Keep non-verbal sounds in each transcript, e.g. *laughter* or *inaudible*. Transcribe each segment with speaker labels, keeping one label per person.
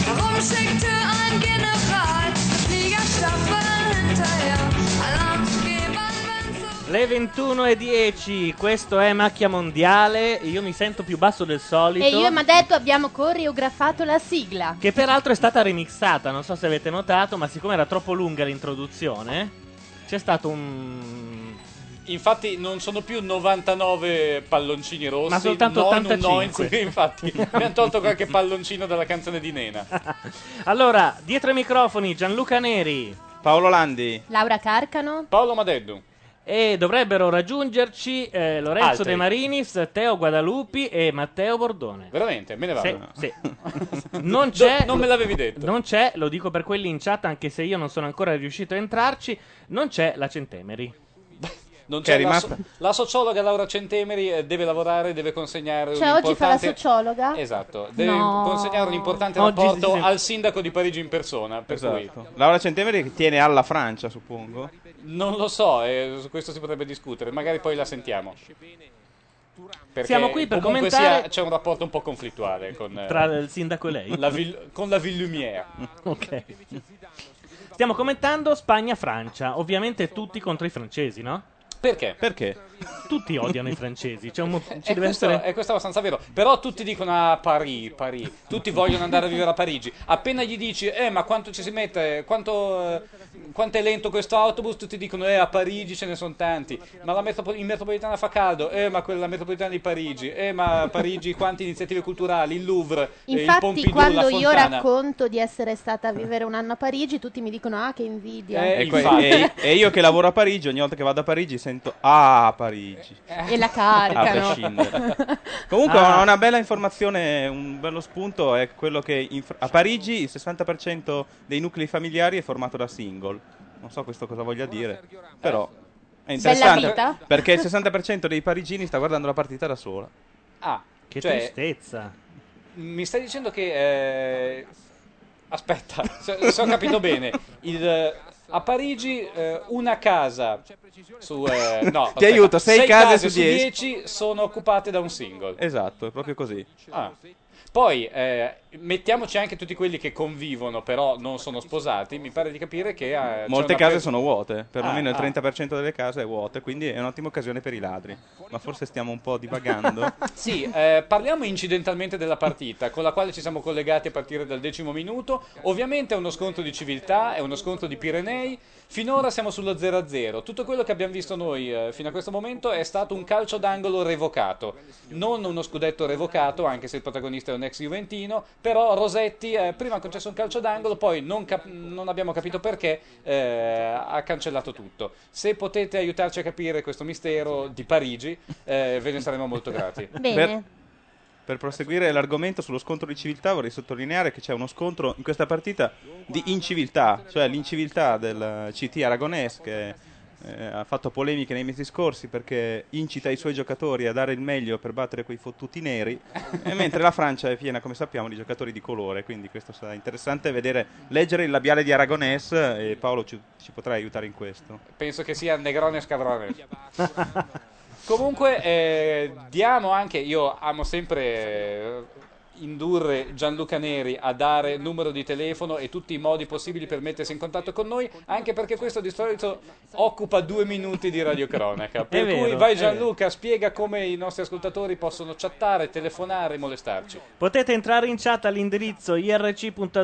Speaker 1: versteckte ein General, Fliegerstaffeln hinterher, Alarmgeber, wenn's so
Speaker 2: Le 21 e 10, questo è Macchia Mondiale. Io mi sento più basso del solito.
Speaker 3: E io e Madetto abbiamo coreografato la sigla.
Speaker 2: Che peraltro è stata remixata, non so se avete notato, ma siccome era troppo lunga l'introduzione, c'è stato un.
Speaker 4: Infatti non sono più 99 palloncini rossi,
Speaker 2: Ma soltanto
Speaker 4: non un
Speaker 2: 85.
Speaker 4: no, *laughs* infatti mi hanno tolto qualche palloncino dalla canzone di Nena.
Speaker 2: Allora, dietro ai microfoni Gianluca Neri.
Speaker 5: Paolo Landi.
Speaker 3: Laura Carcano.
Speaker 4: Paolo Madeddu.
Speaker 2: E dovrebbero raggiungerci eh, Lorenzo
Speaker 4: Altri.
Speaker 2: De Marinis, Teo Guadalupi e Matteo Bordone.
Speaker 4: Veramente, me ne
Speaker 2: Sì,
Speaker 4: vado. *laughs*
Speaker 2: sì. Non c'è.
Speaker 4: Non me l'avevi detto.
Speaker 2: Non c'è, lo dico per quelli in chat, anche se io non sono ancora riuscito a entrarci. Non c'è la Centemeri.
Speaker 4: *laughs* Non
Speaker 5: Che è
Speaker 4: c'è la,
Speaker 5: rimasta-
Speaker 4: la sociologa Laura Centemeri eh, deve lavorare, deve consegnare
Speaker 3: Cioè,
Speaker 4: un
Speaker 3: oggi fa la
Speaker 4: importante-
Speaker 3: sociologa?
Speaker 4: Esatto, deve
Speaker 3: No.
Speaker 4: consegnare un importante
Speaker 2: Oggi si
Speaker 4: rapporto
Speaker 2: sente-
Speaker 4: al sindaco di Parigi in persona, per cui
Speaker 5: Esatto. Laura Centemeri che tiene alla Francia, suppongo.
Speaker 4: non lo so, eh, su questo si potrebbe discutere, magari poi la sentiamo. Perché
Speaker 2: Siamo qui per
Speaker 4: comunque
Speaker 2: commentare-
Speaker 4: sia, c'è un rapporto un po' conflittuale con, eh,
Speaker 2: Tra il sindaco e lei.
Speaker 4: la Vill- con la Ville Lumière.
Speaker 2: *laughs* Ok. Stiamo commentando Spagna-Francia. Ovviamente tutti contro i francesi, no?
Speaker 4: Perché?
Speaker 5: Perché?
Speaker 2: Tutti odiano i francesi. C'è un mo- ci
Speaker 4: E
Speaker 2: deve
Speaker 4: questo,
Speaker 2: essere.
Speaker 4: e questo è abbastanza vero. Però tutti dicono a Parigi, Parigi. Tutti vogliono andare a vivere a Parigi. Appena gli dici, eh, ma quanto ci si mette? Quanto, eh, quanto è lento questo autobus? Tutti dicono, eh, a Parigi ce ne sono tanti. Ma la metropo- in metropolitana fa caldo. Eh, ma quella metropolitana di Parigi. Eh, ma a Parigi quante iniziative culturali? Il Louvre, eh, il
Speaker 3: Infatti,
Speaker 4: Pompidou, la
Speaker 3: quando io
Speaker 4: Fontana.
Speaker 3: racconto di essere stata a vivere un anno a Parigi, tutti mi dicono: Ah, che invidia.
Speaker 4: Eh,
Speaker 5: E, que-
Speaker 4: infatti.
Speaker 5: e- e io che lavoro a Parigi, ogni volta che vado a Parigi sento Ah, Parigi.
Speaker 3: E la
Speaker 5: A
Speaker 3: carcano.
Speaker 5: prescindere. Comunque,
Speaker 2: Ah.
Speaker 5: una- una bella informazione, un bello spunto è quello che in Fr- a Parigi il 60% dei nuclei familiari è formato da single. Non so questo cosa voglia dire, però è interessante
Speaker 3: vita.
Speaker 5: perché il 60% dei parigini sta guardando la partita da sola.
Speaker 4: Ah,
Speaker 2: Che
Speaker 4: cioè,
Speaker 2: tristezza.
Speaker 4: Mi stai dicendo che. eh, Aspetta, se, se ho capito bene, il, eh, a Parigi eh, una casa su. eh, no,
Speaker 5: Ti aiuto, sei case su dieci.
Speaker 4: 10 sono occupate da un single.
Speaker 5: Esatto, è proprio così.
Speaker 4: Ah. Poi eh, mettiamoci anche tutti quelli che convivono, però non sono sposati. Mi pare di capire che. eh, c'è
Speaker 5: Molte
Speaker 4: una
Speaker 5: case
Speaker 4: pre-
Speaker 5: sono vuote, perlomeno
Speaker 4: Ah,
Speaker 5: il
Speaker 4: ah.
Speaker 5: 30% delle case è vuote, quindi è un'ottima occasione per i ladri. Ma forse stiamo un po'
Speaker 4: *laughs*
Speaker 5: divagando.
Speaker 4: Sì, eh, parliamo incidentalmente della partita con la quale ci siamo collegati a partire dal decimo minuto. Ovviamente è uno scontro di civiltà, è uno scontro di Pirenei. Finora siamo sullo 0-0. Tutto quello che abbiamo visto noi eh, fino a questo momento è stato un calcio d'angolo revocato. Non uno scudetto revocato, anche se il protagonista è un ex Juventino. Però Rosetti eh, prima ha concesso un calcio d'angolo, poi non, cap- non abbiamo capito perché eh, ha cancellato tutto. Se potete aiutarci a capire questo mistero di Parigi, eh, ve ne saremo molto grati.
Speaker 3: Bene.
Speaker 5: Per proseguire l'argomento sullo scontro di civiltà vorrei sottolineare che c'è uno scontro in questa partita di inciviltà, cioè l'inciviltà del CT Aragonese che eh, ha fatto polemiche nei mesi scorsi perché incita i suoi giocatori a dare il meglio per battere quei fottuti neri, e mentre la Francia è piena, come sappiamo, di giocatori di colore, quindi questo sarà interessante vedere, leggere il labiale di Aragonese e Paolo ci, ci potrà aiutare in questo.
Speaker 4: Penso che sia Negrone e Scavrone. Comunque, eh, diamo anche. Io amo sempre eh, indurre Gianluca Neri a dare numero di telefono e tutti i modi possibili per mettersi in contatto con noi, anche perché questo di solito occupa due minuti di radiocronaca. Per
Speaker 2: È
Speaker 4: cui,
Speaker 2: vero, è
Speaker 4: vai Gianluca, spiega come i nostri ascoltatori possono chattare, telefonare e molestarci.
Speaker 2: Potete entrare in chat all'indirizzo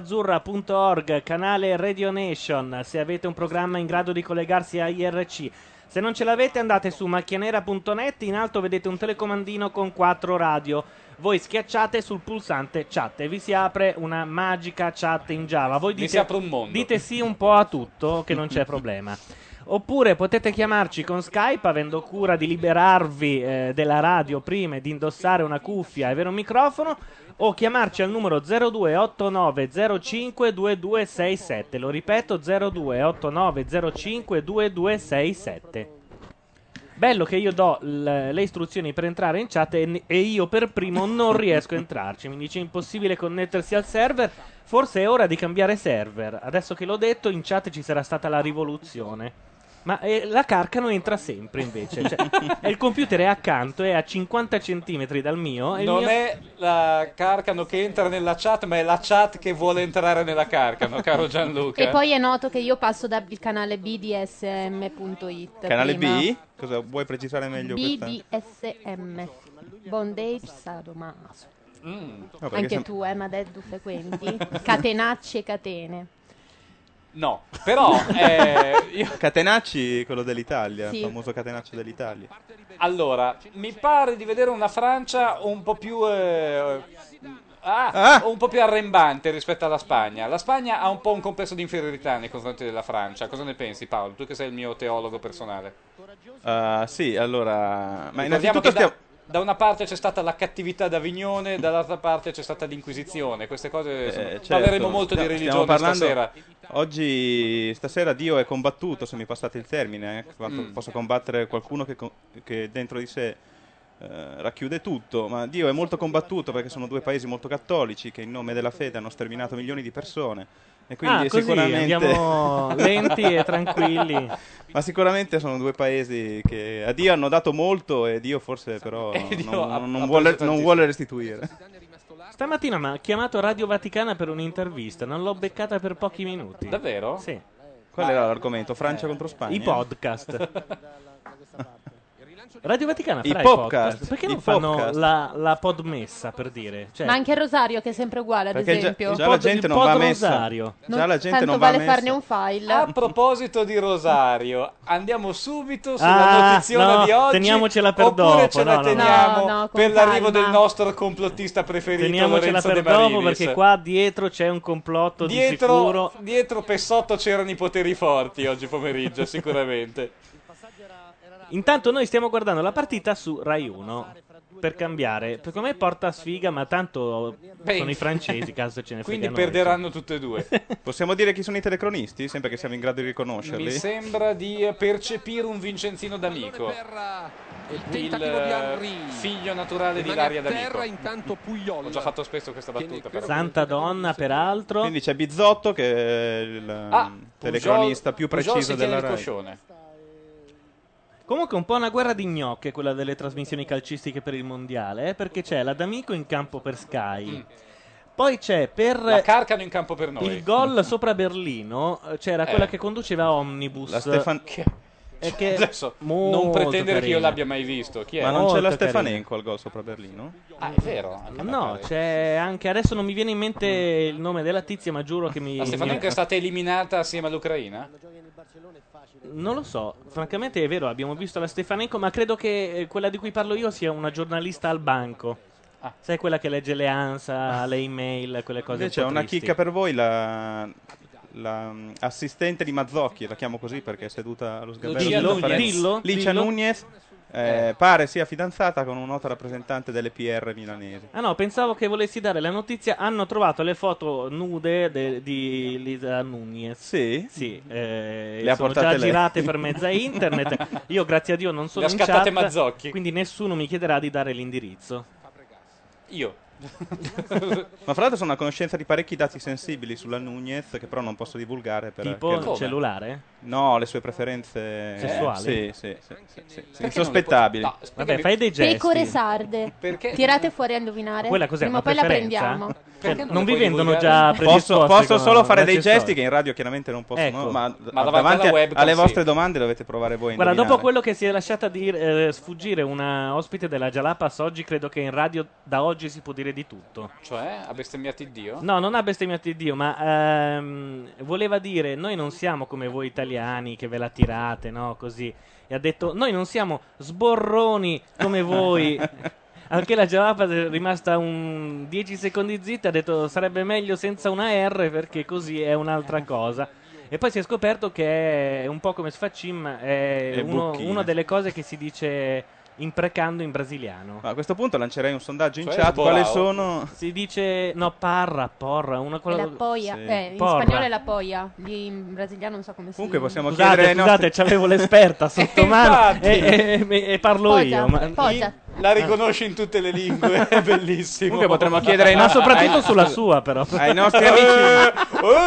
Speaker 2: irc.azzurra.org, canale Radio Nation, se avete un programma in grado di collegarsi a IRC. Se non ce l'avete andate su macchianera.net, in alto vedete un telecomandino con quattro radio. Voi schiacciate sul pulsante chat e vi si apre una magica chat in Java. Voi
Speaker 4: Mi
Speaker 2: dite,
Speaker 4: si apre un mondo.
Speaker 2: dite sì un po' a tutto, che non c'è problema. Oppure potete chiamarci con Skype avendo cura di liberarvi eh, della radio prima e di indossare una cuffia e avere un microfono o chiamarci al numero 0289052267. Lo ripeto 0289052267. Bello che io do l- le istruzioni per entrare in chat e, n- e io per primo
Speaker 5: *laughs*
Speaker 2: non riesco a entrarci. Mi dice impossibile connettersi al server. Forse è ora di cambiare server. Adesso che l'ho detto, in chat ci sarà stata la rivoluzione. Ma eh, la Carcano entra sempre invece. Cioè,
Speaker 5: *laughs*
Speaker 2: e il computer è accanto, è a 50 centimetri dal mio. e il
Speaker 4: Non
Speaker 2: mio-
Speaker 4: è la Carcano che entra nella chat, ma è la chat che vuole entrare nella Carcano, caro Gianluca.
Speaker 3: E poi è noto che io passo dal canale bdsm.it.
Speaker 5: Canale
Speaker 3: prima.
Speaker 5: B? Cosa vuoi precisare meglio questa?
Speaker 3: BDSM. Bondage Sadomaso.
Speaker 5: perché
Speaker 3: Anche
Speaker 5: sem-
Speaker 3: tu, eh, Madeddu,
Speaker 5: *laughs*
Speaker 3: frequenti. Catenacci e catene.
Speaker 4: No, però eh, io-
Speaker 5: Catenacci, quello dell'Italia,
Speaker 4: Sì.
Speaker 5: il famoso catenaccio dell'Italia.
Speaker 4: allora, mi pare di vedere una Francia un po' più... eh,
Speaker 5: Eh?
Speaker 4: ah, un po' più arrembante rispetto alla Spagna. La Spagna ha un po' un complesso di inferiorità nei confronti della Francia. Cosa ne pensi Paolo? Tu che sei il mio teologo personale.
Speaker 5: Ah, sì, allora... Ma
Speaker 4: Ricordiamo
Speaker 5: innanzitutto
Speaker 4: che da,
Speaker 5: stiamo...
Speaker 4: da una parte c'è stata la cattività d'Avignone, dall'altra parte c'è stata l'Inquisizione. Queste cose
Speaker 5: Eh,
Speaker 4: insomma,
Speaker 5: certo.
Speaker 4: parleremo molto
Speaker 5: Stiamo-
Speaker 4: di
Speaker 5: stiamo
Speaker 4: religione
Speaker 5: parlando-
Speaker 4: stasera.
Speaker 5: Oggi, stasera, Dio è combattuto, se mi passate il termine, eh, quanto
Speaker 4: Mm.
Speaker 5: possa combattere qualcuno che, co- che dentro di sé eh, racchiude tutto, ma Dio è molto combattuto perché sono due paesi molto cattolici che in nome della fede hanno sterminato milioni di persone. E quindi
Speaker 2: Ah, così,
Speaker 5: sicuramente... *laughs*
Speaker 2: andiamo lenti e tranquilli.
Speaker 5: Ma sicuramente sono due paesi che a Dio hanno dato molto e Dio forse
Speaker 2: *laughs*
Speaker 5: però
Speaker 2: E Dio
Speaker 5: non-
Speaker 2: ha-
Speaker 5: non
Speaker 2: ha
Speaker 5: vuole-
Speaker 2: preso
Speaker 5: non
Speaker 2: tantissimo.
Speaker 5: vuole restituire.
Speaker 2: Stamattina mi ha chiamato Radio Vaticana per un'intervista. Non l'ho beccata per pochi minuti.
Speaker 5: Davvero?
Speaker 2: Sì.
Speaker 5: Qual era l'argomento? Francia contro Spagna?
Speaker 2: eh, I podcast.
Speaker 5: *laughs*
Speaker 2: Radio Vaticana
Speaker 5: I
Speaker 2: farà i
Speaker 5: podcast.
Speaker 2: podcast. Perché
Speaker 5: I
Speaker 2: non fanno
Speaker 5: podcast.
Speaker 2: la, la podmessa per dire? Cioè,
Speaker 3: Ma anche il rosario, che è sempre uguale, ad
Speaker 5: Perché già,
Speaker 3: esempio.
Speaker 5: già la
Speaker 2: pod-
Speaker 5: gente
Speaker 2: il
Speaker 5: non va
Speaker 2: pod
Speaker 5: messa.
Speaker 2: rosario.
Speaker 5: Già la gente
Speaker 3: Tanto
Speaker 5: non va
Speaker 3: vale
Speaker 5: messa.
Speaker 3: farne un file.
Speaker 4: A proposito di Rosario, andiamo subito
Speaker 2: Ah,
Speaker 4: sulla notiziona
Speaker 2: no,
Speaker 4: di oggi.
Speaker 2: teniamocela per
Speaker 4: oppure
Speaker 2: dopo,
Speaker 4: ce
Speaker 2: no,
Speaker 4: la
Speaker 2: no, no.
Speaker 4: teniamo
Speaker 2: No, no, con
Speaker 4: per l'arrivo
Speaker 2: calma.
Speaker 4: del nostro complottista preferito
Speaker 2: Teniamocela
Speaker 4: Lorenzo
Speaker 2: per
Speaker 4: De Marinis.
Speaker 2: dopo perché qua dietro c'è un complotto di sicuro.
Speaker 4: dietro, dietro Pessotto c'erano i poteri forti oggi pomeriggio,
Speaker 2: *laughs*
Speaker 4: sicuramente.
Speaker 2: Intanto noi stiamo guardando la partita su Rai 1 per cambiare. Per come porta sfiga, ma tanto sono i francesi, caso ce ne frega
Speaker 4: Quindi
Speaker 2: a noi.
Speaker 4: perderanno tutte e due.
Speaker 2: *laughs*
Speaker 5: Possiamo dire chi sono i telecronisti? Sempre che siamo in grado di riconoscerli.
Speaker 4: Mi sembra di percepire un Vincenzino d'amico. Il eh, figlio naturale di Ilaria d'amico.
Speaker 6: intanto Pugliol.
Speaker 4: Ho già fatto spesso questa battuta, però.
Speaker 2: Santa donna, peraltro.
Speaker 5: Quindi c'è Bizzotto che è il
Speaker 4: Ah,
Speaker 5: ehm, telecronista più preciso della Rai.
Speaker 2: Comunque è un po' una guerra di gnocche quella delle trasmissioni calcistiche per il mondiale, eh, perché c'è la D'Amico in campo per Sky. Poi c'è per
Speaker 4: Mm. La carcano in campo per noi.
Speaker 2: il gol sopra Berlino, eh, c'era
Speaker 4: Eh.
Speaker 2: quella che conduceva Omnibus.
Speaker 4: La Stefan- Che-
Speaker 2: E che
Speaker 4: *laughs* Adesso, non
Speaker 2: molto
Speaker 4: pretendere che io
Speaker 2: carina.
Speaker 4: l'abbia mai visto. Chi è?
Speaker 5: Ma non c'è la
Speaker 2: Molto
Speaker 5: Stefanenko al gol sopra Berlino?
Speaker 4: Ah, è vero. allora
Speaker 2: No,
Speaker 4: pare.
Speaker 2: c'è anche adesso non mi viene in mente il nome della tizia, ma giuro che mi.
Speaker 4: La Stefanenko è stata eliminata assieme all'Ucraina?
Speaker 2: Non lo so, francamente è vero, abbiamo visto la Stefanenko, ma credo che eh, quella di cui parlo io sia una giornalista al banco.
Speaker 5: Ah.
Speaker 2: Sai quella che legge le ansa, *laughs* le email, quelle cose
Speaker 5: Invece è
Speaker 2: un po'
Speaker 5: una
Speaker 2: tristi.
Speaker 5: chicca per voi la... la, mm, assistente di Mazzocchi, la chiamo così perché è seduta allo sgabello
Speaker 2: Lucia
Speaker 5: della
Speaker 2: Nunez.
Speaker 5: conferenza.
Speaker 2: Dillo?
Speaker 5: Licia
Speaker 2: Dillo?
Speaker 5: Nunez eh, pare sia fidanzata con un noto rappresentante delle PR milanesi.
Speaker 2: Ah no, pensavo che volessi dare la notizia. Hanno trovato le foto nude de- di Lisa Nunez.
Speaker 5: Sì?
Speaker 2: Sì. eh,
Speaker 5: Le ha
Speaker 2: sono
Speaker 5: portate
Speaker 2: già
Speaker 5: lei.
Speaker 2: girate
Speaker 5: *laughs*
Speaker 2: per mezza internet. Io, grazie a Dio, non sono
Speaker 4: Le ha
Speaker 2: in
Speaker 4: scattate
Speaker 2: chat.
Speaker 4: Mazzocchi.
Speaker 2: Quindi nessuno mi chiederà di dare l'indirizzo. *laughs*
Speaker 4: Io.
Speaker 5: *laughs* Ma fra l'altro sono a conoscenza di parecchi dati sensibili sulla Nunez che però non posso divulgare per
Speaker 2: Tipo
Speaker 5: perché-
Speaker 2: il cellulare?
Speaker 5: No, le sue preferenze
Speaker 2: Sessuali?
Speaker 5: Sì, sì, sì, sì, sì.
Speaker 2: non
Speaker 5: insospettabili.
Speaker 2: le puoi- no, spiegami- Vabbè, fai dei gesti.
Speaker 3: Pecore sarde. Tirate fuori a indovinare.
Speaker 2: Quella cos'è, una
Speaker 3: Prima o poi la
Speaker 2: preferenza?
Speaker 3: prendiamo.
Speaker 2: Cioè, non, vi vendono già predisposte
Speaker 5: Posso, posso
Speaker 2: con-
Speaker 5: solo fare dei
Speaker 2: accessori?
Speaker 5: gesti che in radio chiaramente non posso,
Speaker 2: Ecco.
Speaker 5: no? ma,
Speaker 2: Ma
Speaker 5: davanti,
Speaker 2: davanti alla
Speaker 5: a-
Speaker 2: webcam
Speaker 5: alle
Speaker 2: sì.
Speaker 5: vostre domande dovete provare voi. a
Speaker 2: Guarda, dopo
Speaker 5: indovinare.
Speaker 2: quello che si è lasciata di, eh, sfuggire una ospite della Jalapas oggi, credo che in radio da oggi si può dire di tutto.
Speaker 4: Cioè, ha bestemmiato il Dio?
Speaker 2: No, non ha bestemmiato il Dio, ma ehm, voleva dire noi non siamo come voi italiani che ve la tirate, no? Così. E ha detto noi non siamo sborroni come voi. Anche la Jalapa è rimasta un 10 secondi zitta, ha detto sarebbe meglio senza una R perché così è un'altra cosa. E poi si è scoperto che è un po' come sfaccim, è
Speaker 5: E
Speaker 2: uno-
Speaker 5: bucchine.
Speaker 2: una delle cose che si dice imprecando in brasiliano.
Speaker 5: Ma a questo punto lancerei un sondaggio in
Speaker 2: Cioè,
Speaker 5: chat.
Speaker 2: sborao.
Speaker 5: Quali sono?
Speaker 2: Si dice no, parra, porra, una
Speaker 3: E
Speaker 2: quella
Speaker 3: la poia.
Speaker 2: Sì.
Speaker 3: Eh, in
Speaker 2: Porra.
Speaker 3: spagnolo è la poia. Lì in brasiliano non so come si
Speaker 5: Comunque possiamo
Speaker 2: Scusate,
Speaker 5: chiedere ai
Speaker 2: scusate,
Speaker 5: *laughs* nostri-
Speaker 2: c'avevo l'esperta sotto mano e, e- e- e parlo
Speaker 3: Poggia,
Speaker 2: io. Ma
Speaker 3: poggia.
Speaker 4: La riconosce in tutte le
Speaker 5: *laughs*
Speaker 4: lingue, è bellissimo.
Speaker 5: Comunque potremmo chiedere ai
Speaker 2: Ma
Speaker 5: nostri-
Speaker 2: soprattutto
Speaker 5: ai-
Speaker 2: sulla sua, però.
Speaker 5: ai
Speaker 2: *laughs*
Speaker 5: nostri amici-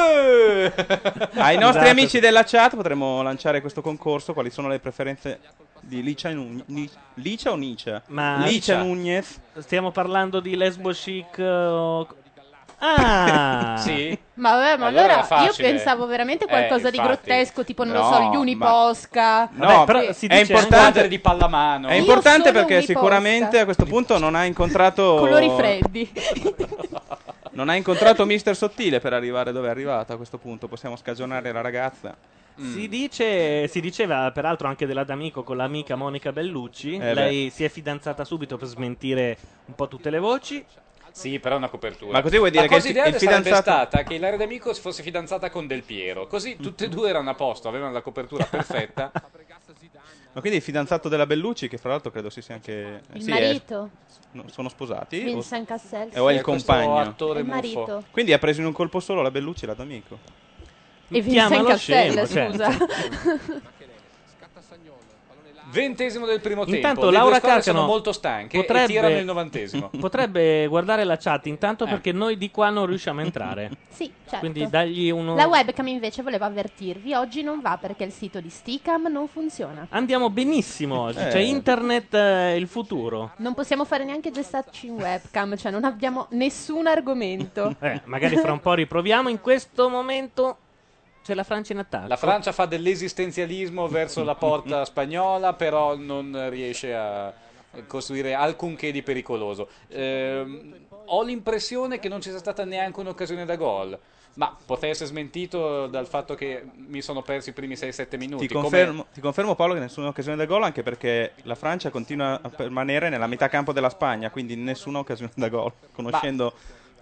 Speaker 4: Eh,
Speaker 5: Ai nostri
Speaker 2: Esatto.
Speaker 5: amici della chat potremmo lanciare questo concorso. Quali sono le preferenze di Licia, Nu- Ni- Licia o Nicia?
Speaker 2: Ma-
Speaker 5: Licia
Speaker 2: Licia.
Speaker 5: Nunez.
Speaker 2: Stiamo parlando di lesbo chic. eh,
Speaker 5: *laughs*
Speaker 2: o- Ah!
Speaker 4: Sì.
Speaker 3: Ma vabbè, ma
Speaker 4: Allora
Speaker 3: allora,
Speaker 4: era
Speaker 3: io
Speaker 4: facile.
Speaker 3: pensavo veramente
Speaker 4: Eh,
Speaker 3: qualcosa di
Speaker 4: infatti.
Speaker 3: grottesco, tipo, non
Speaker 5: No,
Speaker 3: lo so,
Speaker 5: ma-
Speaker 3: gli uniposca.
Speaker 5: No,
Speaker 2: però si
Speaker 5: è
Speaker 2: dice
Speaker 5: importante
Speaker 4: Padre di pallamano.
Speaker 5: È importante
Speaker 3: sono
Speaker 5: perché
Speaker 3: uniposta.
Speaker 5: sicuramente a questo punto non ha incontrato
Speaker 3: Colori
Speaker 2: *laughs*
Speaker 3: freddi.
Speaker 5: Non ha incontrato Mister Sottile per arrivare dove è arrivato a questo punto. Possiamo scagionare la ragazza.
Speaker 4: Mm.
Speaker 2: Si, dice, si diceva peraltro anche della D'Amico con l'amica Monica Bellucci.
Speaker 5: Eh,
Speaker 2: Lei si è fidanzata subito per smentire un po' tutte le voci.
Speaker 4: Sì, però è una copertura.
Speaker 5: Ma così vuoi dire
Speaker 4: la
Speaker 5: che
Speaker 4: cosa
Speaker 5: il-
Speaker 4: ideale
Speaker 5: il
Speaker 4: sarebbe
Speaker 5: fidanzato-
Speaker 4: stata che Ilaria D'Amico fosse fidanzata con Del Piero. Così tutte e due erano a posto, avevano la copertura
Speaker 2: *laughs*
Speaker 4: perfetta.
Speaker 5: Ma quindi il fidanzato della Bellucci, che fra l'altro credo si sia anche.
Speaker 3: Il
Speaker 5: sì, è-
Speaker 3: marito,
Speaker 5: no, sono sposati? o-
Speaker 3: Vincent Cassel.
Speaker 5: eh, o è il
Speaker 4: Eh, questo
Speaker 5: compagno?
Speaker 4: attore
Speaker 3: il
Speaker 4: muffo.
Speaker 3: marito.
Speaker 5: Quindi ha preso in un colpo solo la Bellucci e la D'Amico.
Speaker 3: E
Speaker 2: Chiamalo
Speaker 3: Vincent Cassel,
Speaker 2: scemo, cioè.
Speaker 3: scusa.
Speaker 4: Ventesimo del primo tempo.
Speaker 2: Intanto
Speaker 4: Le
Speaker 2: Laura
Speaker 4: due squadre
Speaker 2: Carcano
Speaker 4: sono molto stanche
Speaker 2: potrebbe-
Speaker 4: e tirano il novantesimo.
Speaker 2: *laughs*
Speaker 4: Eh.
Speaker 2: Potrebbe guardare la chat intanto perché noi di qua non riusciamo a entrare.
Speaker 3: *laughs* Sì, certo.
Speaker 2: Quindi dagli uno.
Speaker 3: La webcam invece voleva avvertirvi, oggi non va perché il sito di Sticam non funziona.
Speaker 2: Andiamo benissimo oggi.
Speaker 5: Eh.
Speaker 2: Cioè, internet eh, il futuro.
Speaker 3: Non possiamo fare neanche gestarci in webcam, cioè non abbiamo nessun
Speaker 4: *laughs*
Speaker 3: argomento.
Speaker 2: Eh, magari fra un po' riproviamo. In questo momento c'è la Francia in attacco.
Speaker 4: La Francia fa dell'esistenzialismo verso la porta spagnola, però non riesce a costruire alcunché di pericoloso. Ehm, ho l'impressione che non ci sia stata neanche un'occasione da gol. Ma potrei essere smentito dal fatto che mi sono perso i primi 6-7 minuti.
Speaker 5: Ti
Speaker 4: come-
Speaker 5: confermo, ti confermo, Paolo che nessuna occasione da gol, anche perché la Francia continua a permanere nella metà campo della Spagna, quindi nessuna occasione da gol, conoscendo